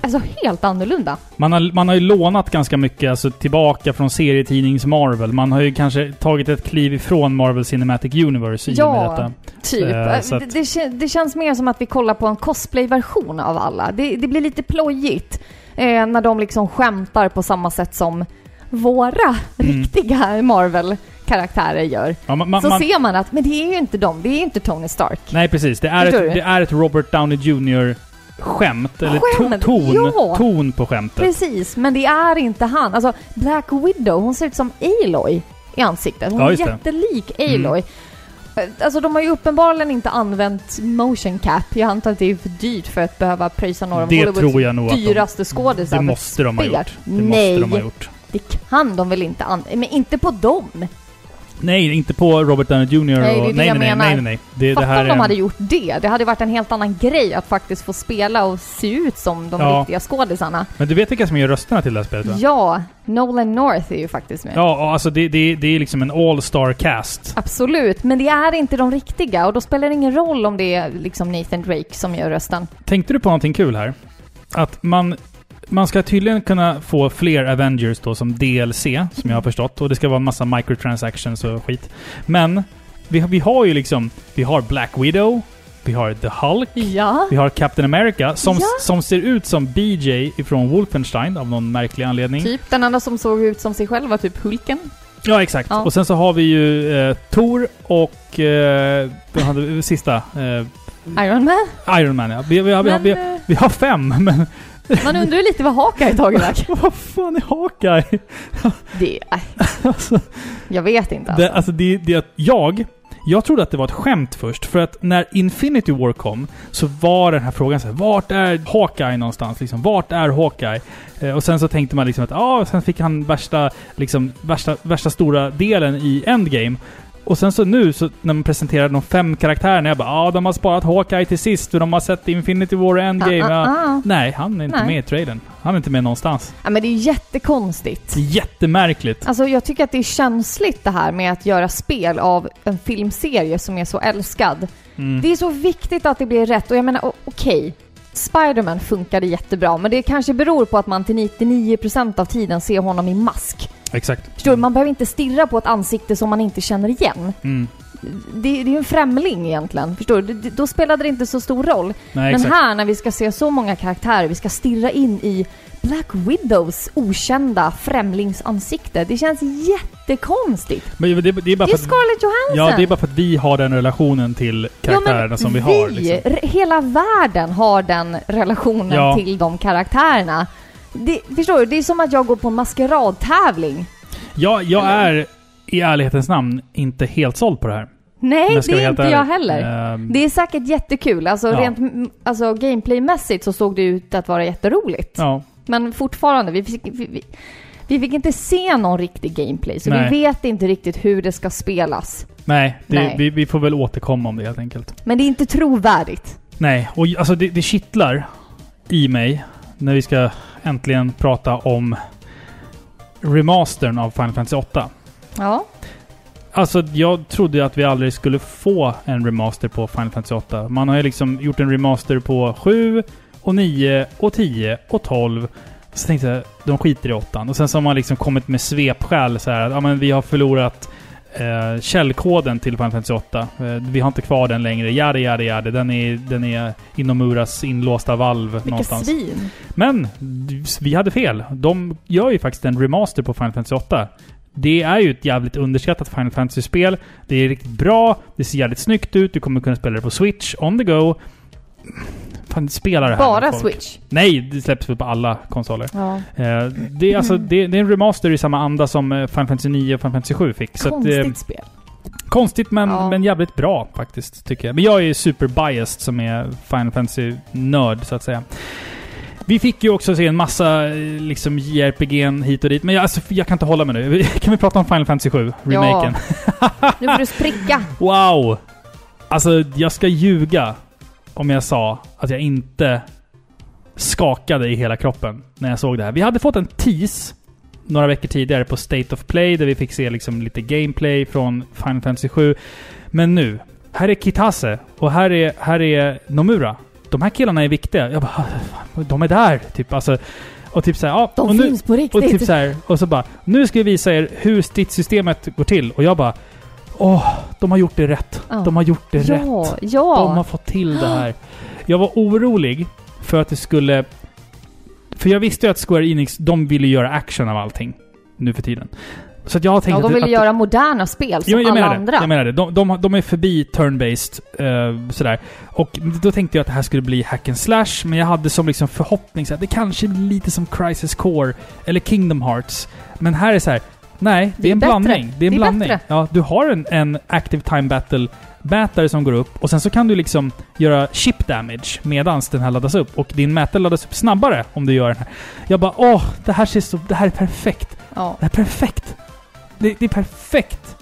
Speaker 2: alltså helt annorlunda.
Speaker 1: Man har, man har ju lånat ganska mycket alltså, tillbaka från serietidnings Marvel. Man har ju kanske tagit ett kliv ifrån Marvel Cinematic Universe i och med detta.
Speaker 2: typ.
Speaker 1: Eh, så
Speaker 2: det,
Speaker 1: att-
Speaker 2: det, kän- det känns mer som att vi kollar på en cosplay-version av alla. Det, det blir lite plojigt eh, när de liksom skämtar på samma sätt som våra riktiga Marvel-karaktärer gör.
Speaker 1: Ja, Mm. man, man,
Speaker 2: så
Speaker 1: man,
Speaker 2: ser man att, men det är ju inte de, det är ju inte Tony Stark.
Speaker 1: nej, precis. Det är,
Speaker 2: Förstår
Speaker 1: ett,
Speaker 2: du?
Speaker 1: det är ett Robert Downey Jr. skämt. Eller
Speaker 2: Skämt,
Speaker 1: to, ton,
Speaker 2: ja.
Speaker 1: ton på skämtet.
Speaker 2: Precis, men det är inte han. Alltså, Black Widow, hon ser ut som Aloy i ansiktet. Hon
Speaker 1: Ja,
Speaker 2: är
Speaker 1: just det. Mm.
Speaker 2: jättelik Aloy. Eh, Alltså de har ju uppenbarligen inte använt motion cap. Jag antar att det är för dyrt för att behöva pröjsa några av
Speaker 1: Det tror jag nog att de-
Speaker 2: dyraste skådisar
Speaker 1: Det
Speaker 2: för ett
Speaker 1: måste de ha
Speaker 2: spel.
Speaker 1: gjort. Det
Speaker 2: Nej,
Speaker 1: måste de ha gjort.
Speaker 2: det kan de väl inte använda? Men inte på dem!
Speaker 1: Nej, inte på Robert Downey Jr.
Speaker 2: det är
Speaker 1: och,
Speaker 2: det
Speaker 1: nej,
Speaker 2: jag
Speaker 1: nej, nej,
Speaker 2: menar.
Speaker 1: nej, nej. Det, det
Speaker 2: Fatta
Speaker 1: här
Speaker 2: om
Speaker 1: är
Speaker 2: de hade
Speaker 1: en,
Speaker 2: gjort det. Det hade varit en helt annan grej att faktiskt få spela och se ut som de
Speaker 1: Ja.
Speaker 2: riktiga skådisarna.
Speaker 1: men du vet vilka som gör rösterna till det här spelet va?
Speaker 2: Ja, Nolan North är ju faktiskt med.
Speaker 1: Ja, och alltså det, det, det är liksom en all-star cast.
Speaker 2: Absolut, men det är inte de riktiga och då spelar det ingen roll om det är liksom Nathan Drake som gör rösten.
Speaker 1: Tänkte du på någonting kul här? Att man, man ska tydligen kunna få fler Avengers då som DLC, som jag har förstått. Och det ska vara en massa microtransactions och skit. Men vi, vi har ju liksom, vi har Black Widow, vi har The Hulk,
Speaker 2: Ja.
Speaker 1: vi har Captain America som,
Speaker 2: Ja.
Speaker 1: som ser ut som BJ ifrån Wolfenstein av någon märklig anledning.
Speaker 2: Typ den andra som såg ut som sig själv var typ Hulken.
Speaker 1: Ja, exakt.
Speaker 2: Ja.
Speaker 1: Och sen så har vi ju eh, Thor och... Eh, vad hade vi- sista. Eh,
Speaker 2: Iron Man.
Speaker 1: Iron Man, ja. Vi, vi, har- vi, har-
Speaker 2: Men
Speaker 1: vi,
Speaker 2: eh,
Speaker 1: vi har fem, men...
Speaker 2: man undrar ju lite vad Haka i tagit väg.
Speaker 1: Vad fan är Hawkeye?
Speaker 2: Det, nej,
Speaker 1: Alltså,
Speaker 2: jag vet inte.
Speaker 1: det,
Speaker 2: Alltså.
Speaker 1: alltså det, det, att jag... Jag trodde att det var ett skämt först, för att när Infinity War kom så var den här frågan så här, vart är Hawkeye någonstans? Liksom, vart är Hawkeye? Eh, och sen så tänkte man liksom att, ja, ah, sen fick han värsta, liksom, värsta, värsta stora delen i Endgame. Och sen så nu, så när man presenterade de fem karaktärerna, jag bara, ja, ah, de har sparat Hawkeye till sist, för de har sett Infinity War och Endgame.
Speaker 2: Ah,
Speaker 1: Ja.
Speaker 2: ah, ah.
Speaker 1: Nej, han är inte
Speaker 2: Nej.
Speaker 1: med i trailern. Han är inte med någonstans.
Speaker 2: Ja, men det är ju jättekonstigt.
Speaker 1: Det är Jättemärkligt.
Speaker 2: Alltså jag tycker att det är känsligt det här med att göra spel av en filmserie som är så älskad.
Speaker 1: Mm.
Speaker 2: Det är så viktigt att det blir rätt och jag menar o- okej, Spiderman funkade jättebra men det kanske beror på att man till 99% av tiden ser honom i mask.
Speaker 1: Exakt.
Speaker 2: Förstår du? Man behöver inte stirra på ett ansikte som man inte känner igen.
Speaker 1: Mm.
Speaker 2: det, det är ju en främling egentligen, förstår du? Det, då spelade det inte så stor roll.
Speaker 1: Nej,
Speaker 2: Men
Speaker 1: exakt.
Speaker 2: här när vi ska se så många karaktärer, vi ska stirra in i Black Widows okända främlingsansikte. Det känns jättekonstigt.
Speaker 1: Men det, det är bara för
Speaker 2: Det är
Speaker 1: att,
Speaker 2: Scarlett Johansson!
Speaker 1: ja, det är bara för att vi har den relationen till karaktärerna som vi har. Liksom.
Speaker 2: re- Hela världen har den relationen
Speaker 1: Ja.
Speaker 2: till de karaktärerna. Det, förstår du? Det är som att jag går på en maskeradtävling.
Speaker 1: Ja, jag är i ärlighetens namn inte helt såld på det här.
Speaker 2: Nej,
Speaker 1: Men ska
Speaker 2: det
Speaker 1: vi
Speaker 2: är
Speaker 1: helt
Speaker 2: inte jag
Speaker 1: ärligt,
Speaker 2: heller.
Speaker 1: ehm,
Speaker 2: Det är säkert jättekul. Alltså,
Speaker 1: Ja.
Speaker 2: rent m- alltså gameplaymässigt så såg det ut att vara jätteroligt.
Speaker 1: ja.
Speaker 2: Men fortfarande, vi fick, vi, vi, vi fick inte se någon riktig gameplay. Så
Speaker 1: Nej.
Speaker 2: vi vet inte riktigt hur det ska spelas.
Speaker 1: Nej, det,
Speaker 2: Nej.
Speaker 1: Vi, vi får väl återkomma om det helt enkelt.
Speaker 2: Men det är inte trovärdigt.
Speaker 1: Nej, och j- alltså det, det kittlar i mig när vi ska äntligen prata om remastern av Final Fantasy 8.
Speaker 2: Ja.
Speaker 1: Alltså, jag trodde ju att vi aldrig skulle få en remaster på Final Fantasy 8. Man har ju liksom gjort en remaster på 7, och 9, och 10, och 12. Så tänkte jag, de skiter i 8. Och sen så har man liksom kommit med svepskäl så här att ja, men vi har förlorat eh, källkoden till Final Fantasy 8. Eh, vi har inte kvar den längre. Jada, jada, jada. Den är, den är inom Muras inlåsta valv
Speaker 2: Vilket
Speaker 1: någonstans.
Speaker 2: svin.
Speaker 1: Men vi hade fel. De gör ju faktiskt en remaster på Final Fantasy 8. Det är ju ett jävligt underskattat Final Fantasy-spel. Det är riktigt bra, det ser jävligt snyggt ut, du kommer kunna spela det på Switch, on the go. Fan, spela det här
Speaker 2: Bara
Speaker 1: med folk.
Speaker 2: Switch.
Speaker 1: Nej, det släpps väl på alla konsoler.
Speaker 2: Ja.
Speaker 1: Eh, det, är alltså, det, det är en remaster i samma anda som eh, Final Fantasy 9 och Final Fantasy 7 fick. Så att, eh,
Speaker 2: Konstigt spel.
Speaker 1: konstigt men,
Speaker 2: Ja.
Speaker 1: men jävligt bra faktiskt, tycker jag. Men jag är super-biased som är Final Fantasy-nörd, så att säga. Vi fick ju också se en massa eh, liksom, JRPG hit och dit, men jag, alltså, jag kan inte hålla mig nu. Kan vi prata om Final Fantasy 7, remaken?
Speaker 2: Nu får du spricka.
Speaker 1: Wow! Alltså, jag ska ljuga om jag sa att jag inte skakade i hela kroppen när jag såg det här. Vi hade fått en tease några veckor tidigare på State of Play där vi fick se liksom lite gameplay från Final Fantasy 7. Men nu, här är Kitase och här är, här är Nomura. De här killarna är viktiga. Jag bara, "Fan, de är där! Typ alltså. Och typ såhär, ja.
Speaker 2: De
Speaker 1: och nu,
Speaker 2: finns på
Speaker 1: och
Speaker 2: riktigt.
Speaker 1: typ så här, och så bara Nu ska vi visa er hur stridssystemet går till. Och jag bara Åh, de har gjort det rätt.
Speaker 2: Ja.
Speaker 1: De har gjort det
Speaker 2: ja,
Speaker 1: rätt.
Speaker 2: ja.
Speaker 1: De har fått till det här. Jag var orolig för att det skulle... För jag visste ju att Square Enix, de ville göra action av allting. Nu för tiden. Så att jag har tänkt
Speaker 2: ja, de
Speaker 1: att...
Speaker 2: vill
Speaker 1: att,
Speaker 2: göra moderna spel som
Speaker 1: Jo, jag
Speaker 2: alla
Speaker 1: menar
Speaker 2: andra.
Speaker 1: Det. Jag menar det. De, de, de är förbi turn-based, eh, sådär. Och då tänkte jag att det här skulle bli hack and slash, men jag hade som liksom förhoppning så att det kanske är lite som Crisis Core eller Kingdom Hearts. Men här är så här. nej, det, är
Speaker 2: Det är
Speaker 1: en
Speaker 2: bättre.
Speaker 1: blandning. Det är en
Speaker 2: Det är
Speaker 1: blandning.
Speaker 2: bättre.
Speaker 1: Ja, du har en, en active time battle mätare som går upp och sen så kan du liksom göra chip damage medans den här laddas upp. Och din mätare laddas upp snabbare om du gör den här. Jag bara åh, det här ser så... Det här är perfekt.
Speaker 2: ja.
Speaker 1: Det här är perfekt. Det, det är perfekt.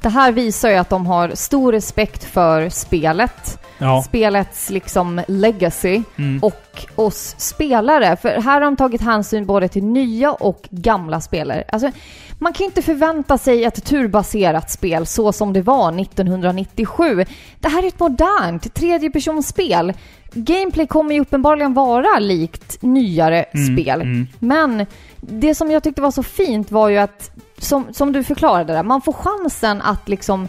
Speaker 2: Det här visar ju att de har stor respekt för spelet,
Speaker 1: Ja.
Speaker 2: spelets liksom legacy
Speaker 1: Mm.
Speaker 2: och oss spelare. För här har de tagit hänsyn både till nya och gamla spelare. Alltså, man kan ju inte förvänta sig ett turbaserat spel så som det var 1997. Det här är ett modernt tredjepersonsspel. Gameplay kommer ju uppenbarligen vara likt nyare
Speaker 1: Mm,
Speaker 2: spel.
Speaker 1: mm.
Speaker 2: Men det som jag tyckte var så fint var ju att, som, som du förklarade där, man får chansen att liksom...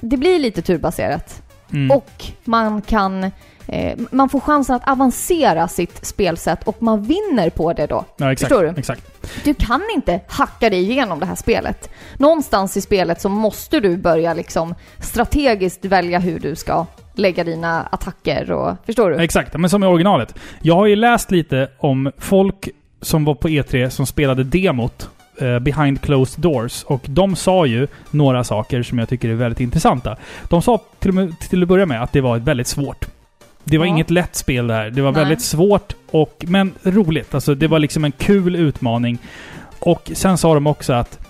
Speaker 2: Det blir lite turbaserat.
Speaker 1: Mm.
Speaker 2: Och man kan... Eh, man får chansen att avancera sitt spelsätt och man vinner på det då.
Speaker 1: ja, exakt,
Speaker 2: förstår du?
Speaker 1: Exakt.
Speaker 2: Du kan inte hacka dig igenom det här spelet. Någonstans i spelet så måste du börja liksom strategiskt välja hur du ska lägga dina attacker och... Förstår du?
Speaker 1: Exakt, men som i originalet. Jag har ju läst lite om folk som var på E3 som spelade demot eh, behind closed doors. Och de sa ju några saker som jag tycker är väldigt intressanta. De sa till, och med, till att börja med att det var ett väldigt svårt. Det var
Speaker 2: Ja.
Speaker 1: inget lätt spel det här. Det var
Speaker 2: Nej.
Speaker 1: väldigt svårt, och, men roligt. Alltså, det var liksom en kul utmaning. Och sen sa de också att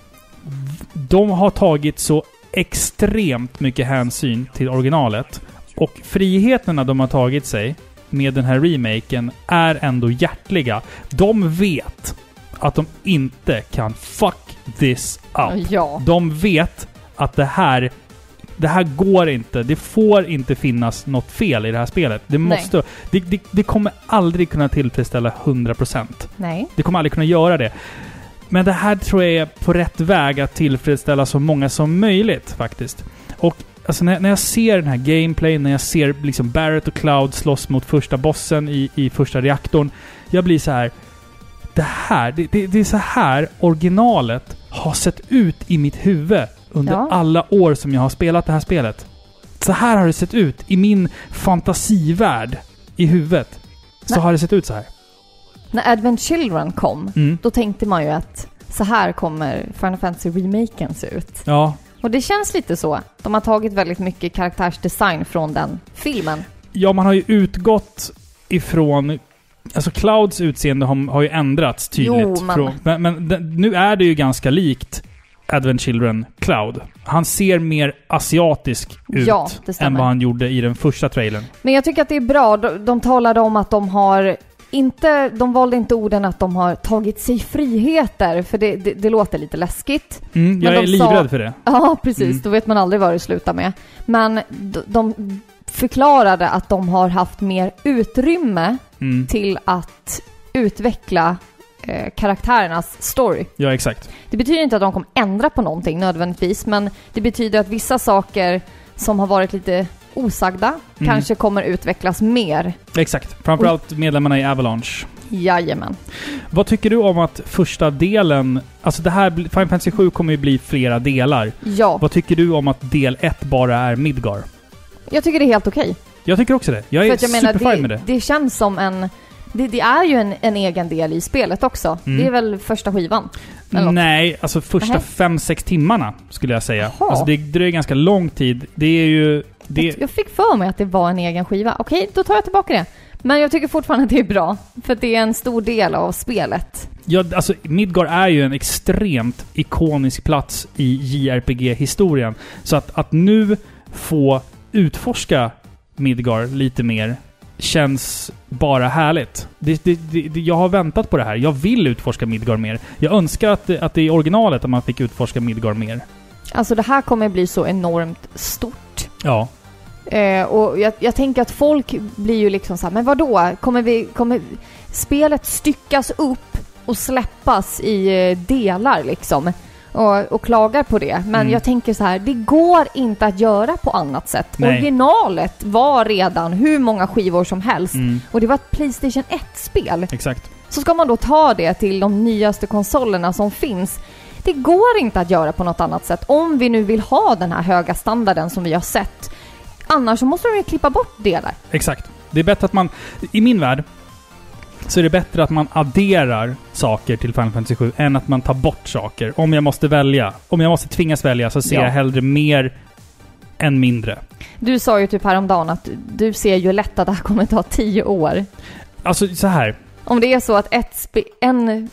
Speaker 1: de har tagit så extremt mycket hänsyn till originalet. Och friheterna de har tagit sig med den här remaken är ändå hjärtliga. De vet att de inte kan fuck this up.
Speaker 2: Ja.
Speaker 1: De vet att det här, det här går inte. Det får inte finnas något fel i det här spelet. Det,
Speaker 2: Nej.
Speaker 1: måste, det, det, det kommer aldrig kunna tillfredsställa 100%.
Speaker 2: Nej.
Speaker 1: Det kommer aldrig kunna göra det. Men det här tror jag är på rätt väg att tillfredsställa så många som möjligt faktiskt. Och Alltså när, när jag ser den här gameplayen, när jag ser liksom Barrett och Cloud slåss mot första bossen i, i första reaktorn. Jag blir så här. Det här, det, det, det är så här originalet har sett ut i mitt huvud under
Speaker 2: Ja.
Speaker 1: alla år som jag har spelat det här spelet. Så här har det sett ut i min fantasivärld i huvudet. Så
Speaker 2: Nej.
Speaker 1: har det sett ut så här.
Speaker 2: När Advent Children kom,
Speaker 1: Mm.
Speaker 2: då tänkte man ju att så här kommer Final Fantasy-remaken se ut.
Speaker 1: Ja.
Speaker 2: Och det känns lite så. De har tagit väldigt mycket karaktärsdesign från den filmen.
Speaker 1: Ja, man har ju utgått ifrån... Alltså Clouds utseende har, har ju ändrats tydligt.
Speaker 2: Jo, men-
Speaker 1: Från, men men den- nu är det ju ganska likt Advent Children Cloud. Han ser mer asiatisk ut
Speaker 2: Ja, det stämmer.
Speaker 1: än vad han gjorde i den första trailern.
Speaker 2: Men jag tycker att det är bra. De, de talade om att de har inte, de valde inte orden att de har tagit sig friheter, för det, det, det låter lite läskigt.
Speaker 1: Mm, jag
Speaker 2: de
Speaker 1: är livrädd
Speaker 2: sa-
Speaker 1: för det.
Speaker 2: Ja, precis.
Speaker 1: Mm.
Speaker 2: Då vet man aldrig vad det slutar med. Men de, de förklarade att de har haft mer utrymme
Speaker 1: Mm,
Speaker 2: till att utveckla eh, karaktärernas story.
Speaker 1: ja, exakt.
Speaker 2: Det betyder inte att de kommer ändra på någonting nödvändigtvis, men det betyder att vissa saker som har varit lite osagda kanske kommer utvecklas mer.
Speaker 1: Exakt. Framförallt medlemmarna i Avalanche.
Speaker 2: Jajamän.
Speaker 1: Vad tycker du om att första delen... Alltså det här... bli- Final Fantasy 7 kommer ju bli flera delar.
Speaker 2: Ja,
Speaker 1: Vad tycker du om att del 1 bara är Midgar?
Speaker 2: jag tycker det är helt okej.
Speaker 1: Jag tycker också det. Jag
Speaker 2: För
Speaker 1: är
Speaker 2: att jag
Speaker 1: superfine
Speaker 2: menar, det,
Speaker 1: med det.
Speaker 2: det känns som en... Det, det är ju en, en egen del i spelet också.
Speaker 1: Mm.
Speaker 2: Det är väl första skivan? Eller något.
Speaker 1: Nej, alltså första
Speaker 2: Nähä.
Speaker 1: fem, sex timmarna skulle jag säga.
Speaker 2: Jaha.
Speaker 1: Alltså det dröjer ganska lång tid. Det är ju... Det,
Speaker 2: Jag fick för mig att det var en egen skiva. Okej, då tar jag tillbaka det. Men jag tycker fortfarande att det är bra, för att det är en stor del av spelet.
Speaker 1: ja, alltså Midgar är ju en extremt ikonisk plats i JRPG-historien. Så att, att nu få utforska Midgar lite mer känns bara härligt. Det, det, det, det, jag har väntat på det här. Jag vill utforska Midgar mer. Jag önskar att, det- att det är i originalet att man fick utforska Midgar mer.
Speaker 2: Alltså det här kommer bli så enormt stort.
Speaker 1: Ja.
Speaker 2: Eh, och jag, jag tänker att folk blir ju liksom så här, men vadå? Kommer vi... Kommer spelet styckas upp och släppas i eh, delar liksom? Och, och klagar på det. Men
Speaker 1: Mm.
Speaker 2: jag tänker så här, det går inte att göra på annat sätt.
Speaker 1: Nej.
Speaker 2: Originalet var redan hur många skivor som helst.
Speaker 1: Mm,
Speaker 2: Och det var ett Playstation 1-spel.
Speaker 1: exakt.
Speaker 2: Så ska man då ta det till de nyaste konsolerna som finns. Det går inte att göra på något annat sätt om vi nu vill ha den här höga standarden som vi har sett. Annars så måste de ju klippa bort delar.
Speaker 1: Exakt. Det är bättre att man... I min värld så är det bättre att man adderar saker till Final Fantasy 7 än att man tar bort saker. Om jag måste välja. Om jag måste tvingas välja så ser
Speaker 2: Ja.
Speaker 1: jag hellre mer än mindre.
Speaker 2: Du sa ju typ häromdagen att du ser ju lätt att det här kommer ta tio år.
Speaker 1: Alltså så här.
Speaker 2: Om det är så att ett spe- en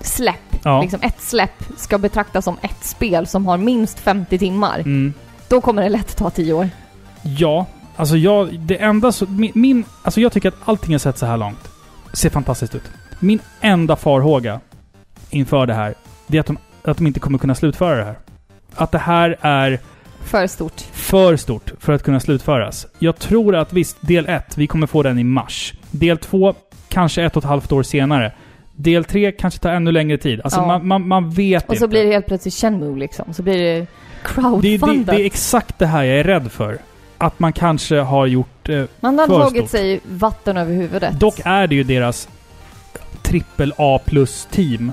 Speaker 2: släpp,
Speaker 1: Ja.
Speaker 2: liksom ett släpp ska betraktas som ett spel som har minst 50 timmar,
Speaker 1: Mm.
Speaker 2: då kommer det lätt ta tio år.
Speaker 1: Ja. Alltså jag... Det enda så... Min, min... Alltså jag tycker att allting jag sett så här långt ser fantastiskt ut. Min enda farhåga inför det här, det är att de, att de inte kommer kunna slutföra det här. Att det här är...
Speaker 2: För stort.
Speaker 1: för stort för att kunna slutföras. Jag tror att visst, del 1, vi kommer få den i mars. Del 2, kanske ett och ett halvt år senare. Del 3 kanske tar ännu längre tid. Alltså
Speaker 2: Ja.
Speaker 1: man, man, man vet
Speaker 2: Och
Speaker 1: inte.
Speaker 2: så blir det helt plötsligt Shenmue liksom. Så blir det
Speaker 1: det, det,
Speaker 2: crowdfundat.
Speaker 1: det är exakt det här jag är rädd för. Att man kanske har gjort... Eh,
Speaker 2: Man har
Speaker 1: För
Speaker 2: tagit
Speaker 1: stort.
Speaker 2: sig vatten över huvudet.
Speaker 1: dock är det ju deras trippel A plus team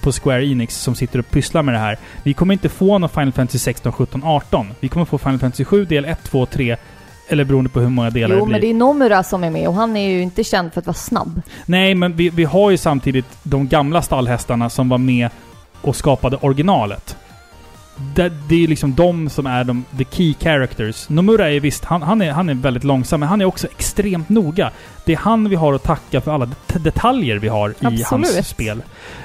Speaker 1: på Square Enix som sitter och pysslar med det här. Vi kommer inte få någon Final Fantasy 16, 17, 18. Vi kommer få Final Fantasy 7 del 1, 2, 3. Eller beroende på hur många delar det
Speaker 2: jo,
Speaker 1: blir.
Speaker 2: men det är Nomura som är med och han är ju inte känd för att vara snabb.
Speaker 1: Nej, men vi, vi har ju samtidigt de gamla stallhästarna som var med och skapade originalet. Det, det är ju liksom de som är de the key characters. Nomura är visst, han, han, är, han är väldigt långsam, men han är också extremt noga. Det är han vi har att tacka för alla det- detaljer vi har i
Speaker 2: Absolut.
Speaker 1: hans spel.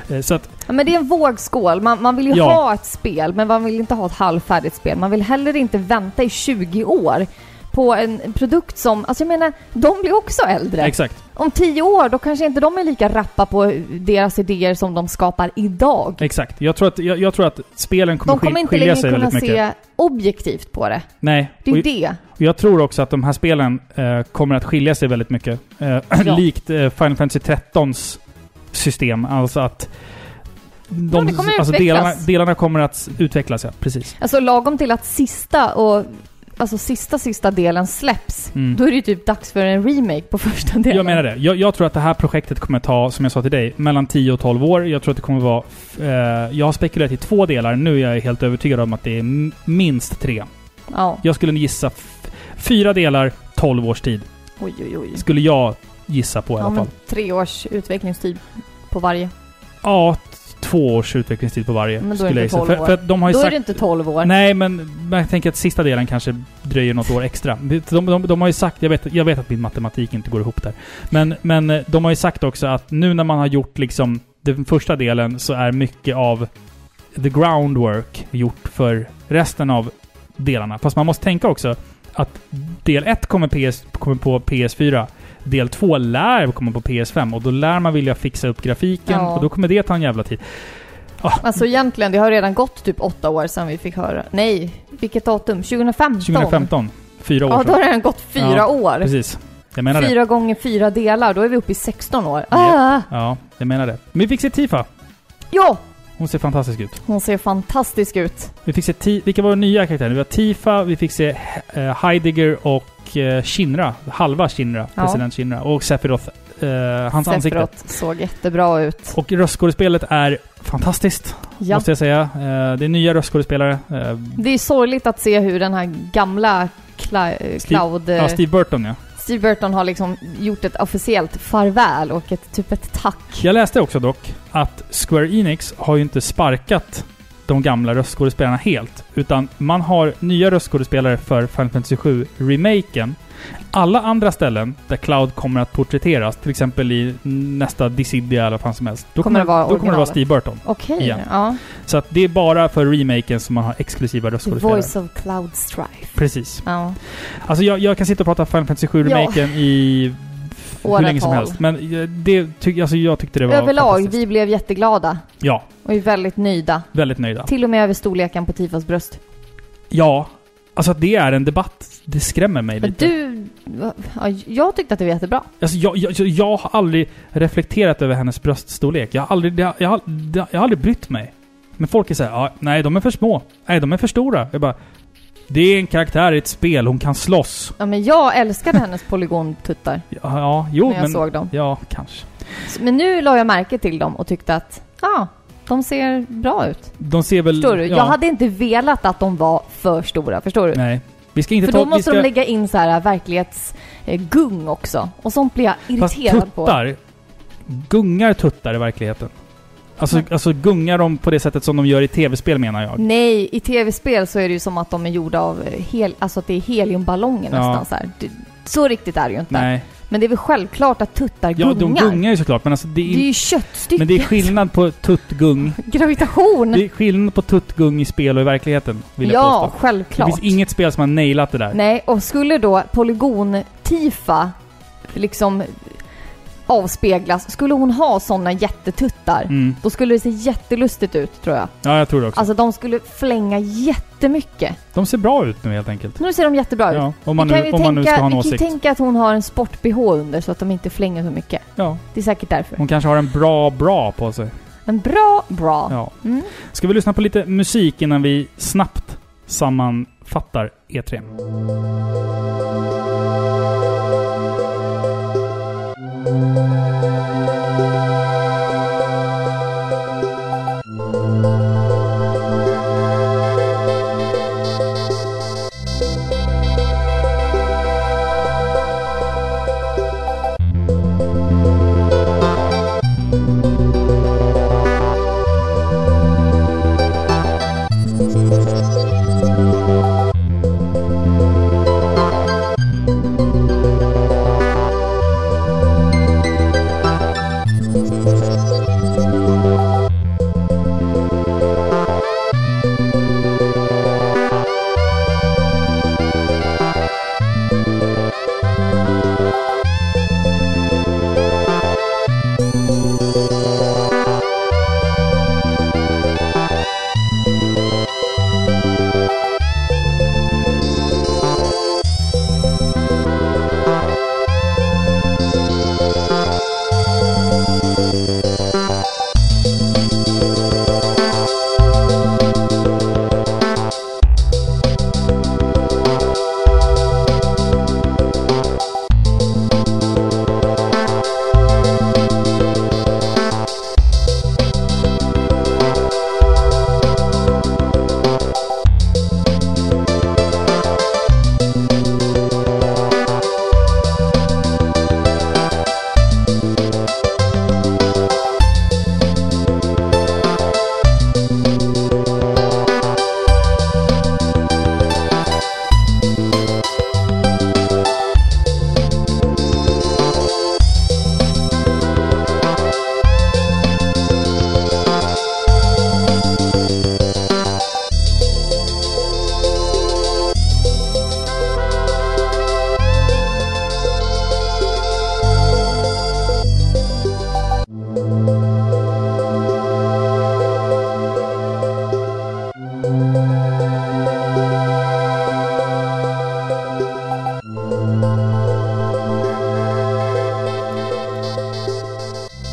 Speaker 1: Eh, Så att,
Speaker 2: Ja, men det är en vågskål. Man, man vill ju
Speaker 1: Ja.
Speaker 2: ha ett spel, men man vill inte ha ett halvfärdigt spel. Man vill heller inte vänta i 20 år på en produkt som... Alltså jag menar, de blir också äldre.
Speaker 1: exakt.
Speaker 2: Om 10 år, då kanske inte de är lika rappa på deras idéer som de skapar idag.
Speaker 1: Exakt. Jag tror att, jag, jag tror att spelen kommer,
Speaker 2: De kommer
Speaker 1: skil-
Speaker 2: inte
Speaker 1: skilja
Speaker 2: längre
Speaker 1: sig
Speaker 2: kunna
Speaker 1: väldigt mycket.
Speaker 2: se objektivt på det.
Speaker 1: Nej.
Speaker 2: Det är
Speaker 1: Och-
Speaker 2: ju det.
Speaker 1: Och Jag tror också att de här spelen eh, kommer att skilja sig väldigt mycket. Eh, Likt eh, Final Fantasy 13s system. Alltså att... De,
Speaker 2: det kommer att
Speaker 1: alltså
Speaker 2: utvecklas.
Speaker 1: delarna, delarna kommer att s- utvecklas, ja. Precis.
Speaker 2: Alltså lagom till att sista och alltså sista, sista delen släpps,
Speaker 1: Mm.
Speaker 2: då är det ju typ dags för en remake på första delen.
Speaker 1: Jag menar det. Jag, jag tror att det här projektet kommer ta, som jag sa till dig, mellan 10 och 12 år. Jag tror att det kommer vara... f- Eh, jag har spekulerat i två delar. Nu är jag helt övertygad om att det är m- minst tre.
Speaker 2: Ja.
Speaker 1: Jag skulle gissa f- fyra delar, 12 års tid.
Speaker 2: Oj, oj, oj.
Speaker 1: Skulle jag gissa på i
Speaker 2: Ja,
Speaker 1: alla
Speaker 2: men
Speaker 1: fall.
Speaker 2: tre års utvecklingstid på varje.
Speaker 1: Ja, t- två års utvecklingstid på varje.
Speaker 2: Men då är det
Speaker 1: skulle jag
Speaker 2: inte
Speaker 1: gissa.
Speaker 2: 12
Speaker 1: För,
Speaker 2: år.
Speaker 1: för att de har ju
Speaker 2: Då är
Speaker 1: sagt...
Speaker 2: det inte 12 år.
Speaker 1: Nej, men jag tänker att sista delen kanske dröjer något år extra. De, de, de har ju sagt, jag vet, jag vet att min matematik inte går ihop där. Men, men eh, de har ju sagt också att nu när man har gjort liksom den första delen så är mycket av the groundwork gjort för resten av delarna. Fast man måste tänka också att del 1 kommer, PS, kommer på PS4. Del 2 lär komma på PS5 och då lär man vilja fixa upp grafiken
Speaker 2: Ja.
Speaker 1: och då kommer det ta en jävla tid.
Speaker 2: Alltså egentligen, det har redan gått typ åtta år sedan vi fick höra. Nej, vilket datum? 2015?
Speaker 1: 2015. Fyra år
Speaker 2: Ja,
Speaker 1: sedan.
Speaker 2: då har det redan gått fyra
Speaker 1: Ja,
Speaker 2: år.
Speaker 1: Precis. Jag menar det.
Speaker 2: Fyra gånger fyra delar, då är vi uppe i 16 år.
Speaker 1: Ja.
Speaker 2: Ah!
Speaker 1: Ja, jag menar det. Men vi fick se Tifa.
Speaker 2: Ja!
Speaker 1: Hon ser fantastisk ut.
Speaker 2: Hon ser fantastisk ut.
Speaker 1: Vi fick se ti- Vilka var de nya karaktärerna? Vi har Tifa, vi fick se eh, Heidegger och eh, Shinra. Halva Shinra.
Speaker 2: Ja.
Speaker 1: President Shinra. Och Sephiroth. eh, hans ansikte.
Speaker 2: Sephiroth såg jättebra ut.
Speaker 1: Och röstskådespelet är fantastiskt,
Speaker 2: Ja.
Speaker 1: måste jag säga. Eh, det är nya röstskådespelare. Eh,
Speaker 2: Det är sorgligt att se hur den här gamla Cla- eh, Cloud... eh,
Speaker 1: ja, Steve Burton ja.
Speaker 2: Steve Burton har liksom gjort ett officiellt farväl och ett, typ ett tack.
Speaker 1: Jag läste också dock att Square Enix har ju inte sparkat de gamla röstskådespelarna helt. Utan man har nya röstskådespelare för Final Fantasy 7-remaken. Alla andra ställen där Cloud kommer att porträtteras, till exempel i nästa Dissidia eller vad fan som helst, då
Speaker 2: Kommer
Speaker 1: kommer,
Speaker 2: det vara
Speaker 1: då kommer det vara
Speaker 2: originalet?
Speaker 1: Steve Burton.
Speaker 2: Okej,
Speaker 1: Igen.
Speaker 2: ja.
Speaker 1: Så att det är bara för remaken som man har exklusiva
Speaker 2: The
Speaker 1: röstskådespelare.
Speaker 2: voice of Cloud Strife.
Speaker 1: Precis.
Speaker 2: Ja.
Speaker 1: Alltså jag, jag kan sitta och prata Final Fantasy 7-remaken i f- hur
Speaker 2: Åratal.
Speaker 1: länge som helst. Men eh, det, ty, alltså jag tyckte det var
Speaker 2: Överlag,
Speaker 1: fantastiskt.
Speaker 2: vi blev jätteglada
Speaker 1: Ja,
Speaker 2: och är väldigt nöjda.
Speaker 1: väldigt nöjda.
Speaker 2: Till och med över storleken på Tifas bröst.
Speaker 1: Ja. Alltså att det är en debatt, det skrämmer mig
Speaker 2: Men
Speaker 1: lite.
Speaker 2: du... Ja, jag tyckte att det var jättebra.
Speaker 1: Alltså jag, jag, jag har aldrig reflekterat över hennes bröststorlek. Jag har aldrig, jag, jag, har- jag, har aldrig brytt mig. Men folk är såhär, ja, nej de är för små. Nej de är för stora. Jag bara, det är en karaktär i ett spel, hon kan slåss.
Speaker 2: Ja, men jag älskade hennes polygontuttar
Speaker 1: Ja, ja jo
Speaker 2: när jag
Speaker 1: men...
Speaker 2: såg dem.
Speaker 1: Ja, kanske.
Speaker 2: Så- Men nu la jag märke till dem och tyckte att, ja, ah, de ser bra ut.
Speaker 1: De ser väl...
Speaker 2: Förstår du?
Speaker 1: Ja,
Speaker 2: Jag hade inte velat att de var för stora, förstår du?
Speaker 1: Nej. Vi ska inte
Speaker 2: För
Speaker 1: ta...
Speaker 2: då
Speaker 1: vi
Speaker 2: måste
Speaker 1: ska,
Speaker 2: de lägga in så här äh, verklighetsgung också. Och sånt blir jag
Speaker 1: Fast
Speaker 2: irriterad på.
Speaker 1: tuttar... Gungar tuttar i verkligheten. Alltså,
Speaker 2: Mm.
Speaker 1: alltså gungar de på det sättet som de gör i tv-spel menar jag.
Speaker 2: Nej, i tv-spel så är det ju som att de är gjorda av eh, hel, alltså att det är heliumballonger
Speaker 1: Ja.
Speaker 2: nästan så här. Det, så riktigt är det ju inte.
Speaker 1: Nej.
Speaker 2: Men det är väl självklart att tuttar
Speaker 1: Ja,
Speaker 2: gungar.
Speaker 1: de gungar ju såklart, men alltså det är,
Speaker 2: Det är
Speaker 1: in-
Speaker 2: ju köttstycket.
Speaker 1: Men det är skillnad på tuttgung.
Speaker 2: Gravitation!
Speaker 1: Det är skillnad på tuttgung i spel och i verkligheten, vill jag
Speaker 2: ja,
Speaker 1: påstå.
Speaker 2: självklart.
Speaker 1: Det finns inget spel som har nailat det där.
Speaker 2: Nej, och skulle då polygon-Tifa liksom avspeglas, skulle hon ha sådana jättetuttar,
Speaker 1: Mm.
Speaker 2: då skulle det se jättelustigt ut tror jag.
Speaker 1: Ja, jag tror det också.
Speaker 2: Alltså de skulle flänga jättemycket.
Speaker 1: de ser bra ut nu helt enkelt.
Speaker 2: Nu ser de jättebra ut.
Speaker 1: Ja, om man,
Speaker 2: vi kan
Speaker 1: nu,
Speaker 2: ju
Speaker 1: om man nu ska ha en
Speaker 2: tänka, vi kan ju
Speaker 1: åsikt.
Speaker 2: tänka att hon har en sport-bh under så att de inte flänger så mycket.
Speaker 1: Ja,
Speaker 2: Det är säkert därför.
Speaker 1: hon kanske har en bra bra på sig.
Speaker 2: En bra, bra.
Speaker 1: Ja.
Speaker 2: Mm.
Speaker 1: Ska vi lyssna på lite musik innan vi snabbt sammanfattar E E3?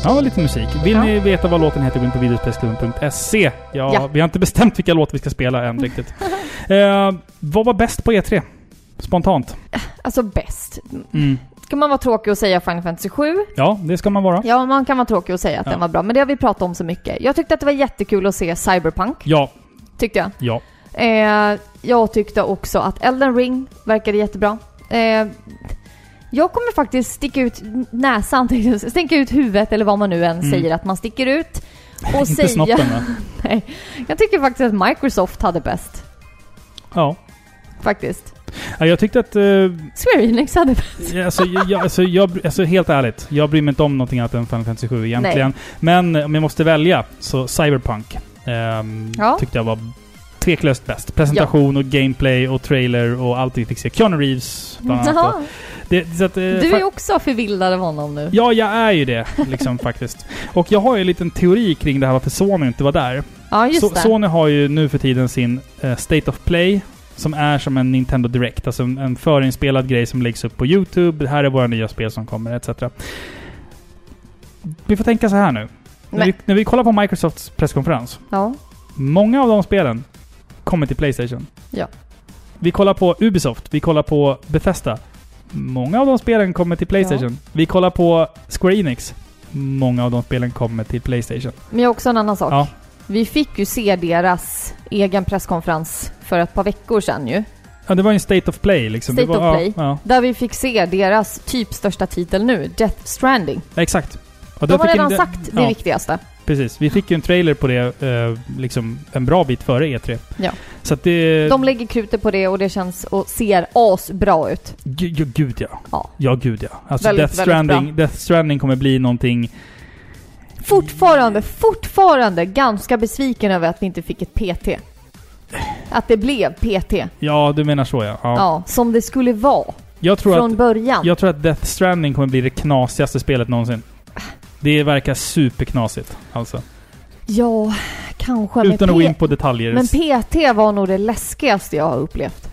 Speaker 1: Ja, lite musik. Vill
Speaker 2: Ja.
Speaker 1: ni veta vad låten heter, gå in på videospelsklubben.se. E. Ja,
Speaker 2: Ja.
Speaker 1: Vi har inte bestämt vilka låtar vi ska spela än riktigt. eh, vad var bäst på E3? Spontant.
Speaker 2: Alltså bäst. Ska man vara tråkig och säga Final Fantasy 7?
Speaker 1: Ja, det ska man vara.
Speaker 2: Ja, man kan vara tråkig och säga att
Speaker 1: Ja.
Speaker 2: den var bra, men det har vi pratat om så mycket. Jag tyckte att det var jättekul att se Cyberpunk,
Speaker 1: Ja,
Speaker 2: tyckte jag.
Speaker 1: ja.
Speaker 2: Eh, jag tyckte också att Elden Ring verkade jättebra. Eh, jag kommer faktiskt sticka ut näsan, tänkte jag säga. sticka ut huvudet eller vad man nu än
Speaker 1: Mm.
Speaker 2: säger att man sticker ut. Och
Speaker 1: Inte
Speaker 2: säga-
Speaker 1: snoppen va?
Speaker 2: Jag tycker faktiskt att Microsoft hade bäst,
Speaker 1: Ja.
Speaker 2: faktiskt.
Speaker 1: Ja, Jag tyckte att... Eh,
Speaker 2: Square Enix hade bäst.
Speaker 1: Ja, Alltså, jag, jag- alltså, jag, alltså helt ärligt, jag bryr mig inte om någonting annat än Final Fantasy 7 egentligen. Men eh, om jag måste välja så Cyberpunk ehm,
Speaker 2: Ja.
Speaker 1: tyckte jag var tveklöst bäst. Presentation och gameplay och trailer och allt vi fick se. Keanu Reeves bland annat.
Speaker 2: Mm. Jaha,
Speaker 1: Det, så att, alltså. eh,
Speaker 2: du
Speaker 1: fa-
Speaker 2: är också förvildad av honom nu.
Speaker 1: Ja, jag är ju det liksom faktiskt. Och jag har ju en liten teori kring det här varför Sony inte var där.
Speaker 2: Ja, just
Speaker 1: So
Speaker 2: det.
Speaker 1: Sony har ju nu för tiden sin eh, State of Play som är som en Nintendo Direct, alltså en, en förinspelad grej som läggs upp på YouTube. Det här är våra nya spel som kommer, etc. Vi får tänka så här nu. När
Speaker 2: Men-
Speaker 1: vi, när vi kollar på Microsofts presskonferens,
Speaker 2: Ja.
Speaker 1: många av de spelen kommer till Playstation.
Speaker 2: Ja.
Speaker 1: Vi kollar på Ubisoft, vi kollar på Bethesda. Många av de spelen kommer till Playstation. Vi kollar på Square Enix. Många av de spelen kommer till Playstation.
Speaker 2: Men jag har också en annan sak.
Speaker 1: Ja.
Speaker 2: Vi fick ju se deras egen presskonferens för ett par veckor sedan ju.
Speaker 1: Ja, det var ju en State of Play liksom.
Speaker 2: State
Speaker 1: det var,
Speaker 2: of
Speaker 1: ja,
Speaker 2: Play.
Speaker 1: Ja,
Speaker 2: Där vi fick se deras typ största titel nu, Death Stranding.
Speaker 1: Exakt. Och
Speaker 2: De
Speaker 1: där
Speaker 2: har
Speaker 1: fick
Speaker 2: redan
Speaker 1: en-
Speaker 2: sagt det
Speaker 1: ja.
Speaker 2: viktigaste.
Speaker 1: Precis. Vi fick ju en trailer på det eh, liksom en bra bit före E3.
Speaker 2: Ja.
Speaker 1: Så att det...
Speaker 2: De lägger krutet på det och det känns och ser asbra ut.
Speaker 1: Gu- ja, gud ja.
Speaker 2: Ja.
Speaker 1: Ja, gud ja. Alltså
Speaker 2: Väldigt,
Speaker 1: Death,
Speaker 2: väldigt
Speaker 1: Stranding, Death Stranding kommer bli någonting...
Speaker 2: Fortfarande, fortfarande ganska besviken över att vi inte fick ett PT. Att det blev PT. Ja,
Speaker 1: Ja, du menar så ja. ja.
Speaker 2: som det skulle vara
Speaker 1: Jag, tror
Speaker 2: från
Speaker 1: att,
Speaker 2: början.
Speaker 1: jag tror att Death Stranding kommer bli det knasigaste spelet någonsin. Det verkar superknasigt alltså.
Speaker 2: Ja, kanske.
Speaker 1: Utan att
Speaker 2: men,
Speaker 1: gå
Speaker 2: P-
Speaker 1: in på detaljer.
Speaker 2: men PT var nog det läskigaste jag har upplevt.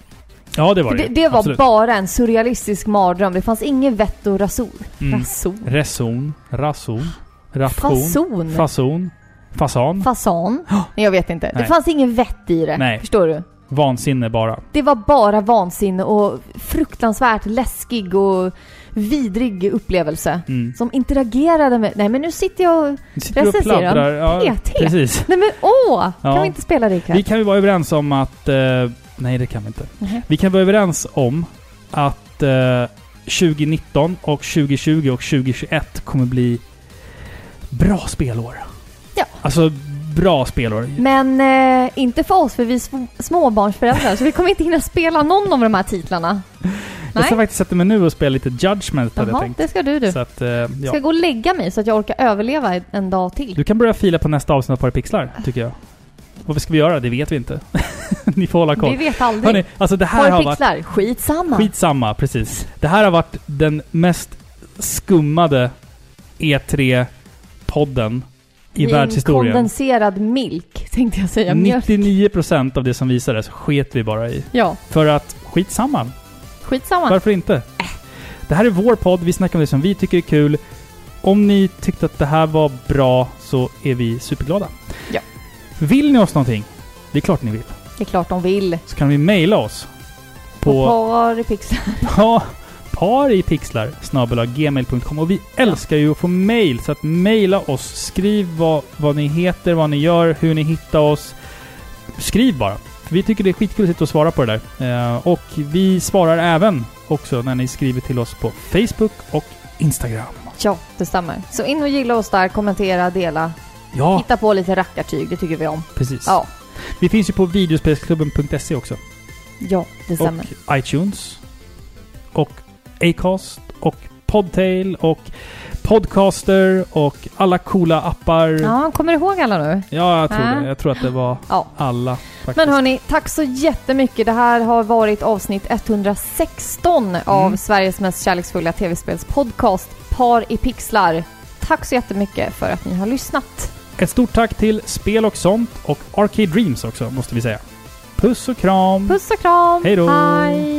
Speaker 1: ja, det var
Speaker 2: För
Speaker 1: det
Speaker 2: det, det var
Speaker 1: Absolut.
Speaker 2: bara en surrealistisk mardröm. Det fanns ingen vett och rason.
Speaker 1: Mm.
Speaker 2: Rason?
Speaker 1: Reson, rason, ration,
Speaker 2: Fason?
Speaker 1: fason, fasan.
Speaker 2: Fasan? Nej, jag vet inte. Det
Speaker 1: Nej.
Speaker 2: fanns ingen vett i det.
Speaker 1: Nej.
Speaker 2: Förstår du?
Speaker 1: Vansinne bara.
Speaker 2: Det var bara vansinne och fruktansvärt läskig och vidrig upplevelse.
Speaker 1: Mm.
Speaker 2: Som interagerade med... Nej men nu sitter jag och...
Speaker 1: Sitter du och
Speaker 2: Recenserar de
Speaker 1: pladdrar? Ja,
Speaker 2: PT?
Speaker 1: precis.
Speaker 2: Nej men åh!
Speaker 1: Ja.
Speaker 2: Kan vi inte spela det ikväll?
Speaker 1: Vi kan ju vara överens om att... Eh, nej, det kan vi inte.
Speaker 2: Mhm.
Speaker 1: Vi kan vara överens om att eh, 2019 och 2020 och 2021 kommer bli bra spelår.
Speaker 2: Ja. Mm.
Speaker 1: Alltså, bra spelår.
Speaker 2: Men eh, inte för oss, för vi är sm- småbarnsföräldrar så vi kommer inte hinna spela någon av de här titlarna.
Speaker 1: Jag ska
Speaker 2: Nej.
Speaker 1: faktiskt sätta mig nu och spela lite Judgment hade jag
Speaker 2: Jaha,
Speaker 1: tänkt.
Speaker 2: det ska du du.
Speaker 1: Så att, eh,
Speaker 2: Ska
Speaker 1: ja.
Speaker 2: jag gå och lägga mig så att jag orkar överleva en- en dag till?
Speaker 1: Du kan börja fila på nästa avsnitt av Par pixlar, tycker jag. Vad ska vi göra? Det vet vi inte. Ni får hålla
Speaker 2: Vi
Speaker 1: koll.
Speaker 2: vet aldrig.
Speaker 1: Hörrni, alltså det här har
Speaker 2: Har
Speaker 1: varit...
Speaker 2: pixlar? Skitsamma.
Speaker 1: Skitsamma, precis. Det här har varit den mest skummade E3-podden i
Speaker 2: en
Speaker 1: världshistorien.
Speaker 2: kondenserad milk, tänkte jag säga. Mjölk.
Speaker 1: 99% av det som visades sket vi bara i.
Speaker 2: Ja,
Speaker 1: För att, skitsamma.
Speaker 2: skitsamma.
Speaker 1: Varför inte? Det här är vår podd, vi snackar om det som vi tycker är kul. Om ni tyckte att det här var bra så är vi superglada.
Speaker 2: Ja.
Speaker 1: Vill ni oss någonting? Det är klart ni vill.
Speaker 2: Det är klart de vill.
Speaker 1: Så kan vi mejla oss
Speaker 2: På,
Speaker 1: på
Speaker 2: par pixlar.
Speaker 1: Ja, par i pixlar snabel-a gmail.com och vi älskar ju att få mail så att mejla oss. Skriv vad, vad ni heter, vad ni gör, hur ni hittar oss. Skriv bara. För Vi tycker det är skitkul att sitta och svara på det där. Eh, och vi svarar även också när ni skriver till oss på Facebook och Instagram.
Speaker 2: Ja, det stämmer. Så in och gilla oss där, kommentera, dela.
Speaker 1: Ja,
Speaker 2: Hitta på lite rackartyg, det tycker vi om.
Speaker 1: precis.
Speaker 2: Ja,
Speaker 1: Vi finns ju på videospelsklubben.se också.
Speaker 2: ja det stämmer.
Speaker 1: Och iTunes. Och Acast. Och Podtail. Och Podcaster. Och alla coola appar. Ja,
Speaker 2: Ja, kommer du ihåg alla nu?
Speaker 1: jag tror
Speaker 2: Ah.
Speaker 1: det. Jag tror att det var
Speaker 2: Ja.
Speaker 1: alla faktiskt.
Speaker 2: Men hörni, tack så jättemycket. Det här har varit avsnitt 116
Speaker 1: Mm.
Speaker 2: av Sveriges mest kärleksfulla tv-spelspodcast Par i pixlar. Tack så jättemycket för att ni har lyssnat.
Speaker 1: Ett stort tack till Spel och sånt och Arcade Dreams också, måste vi säga. Puss och kram!
Speaker 2: Puss och kram!
Speaker 1: Mm. Hej då.
Speaker 2: Hej!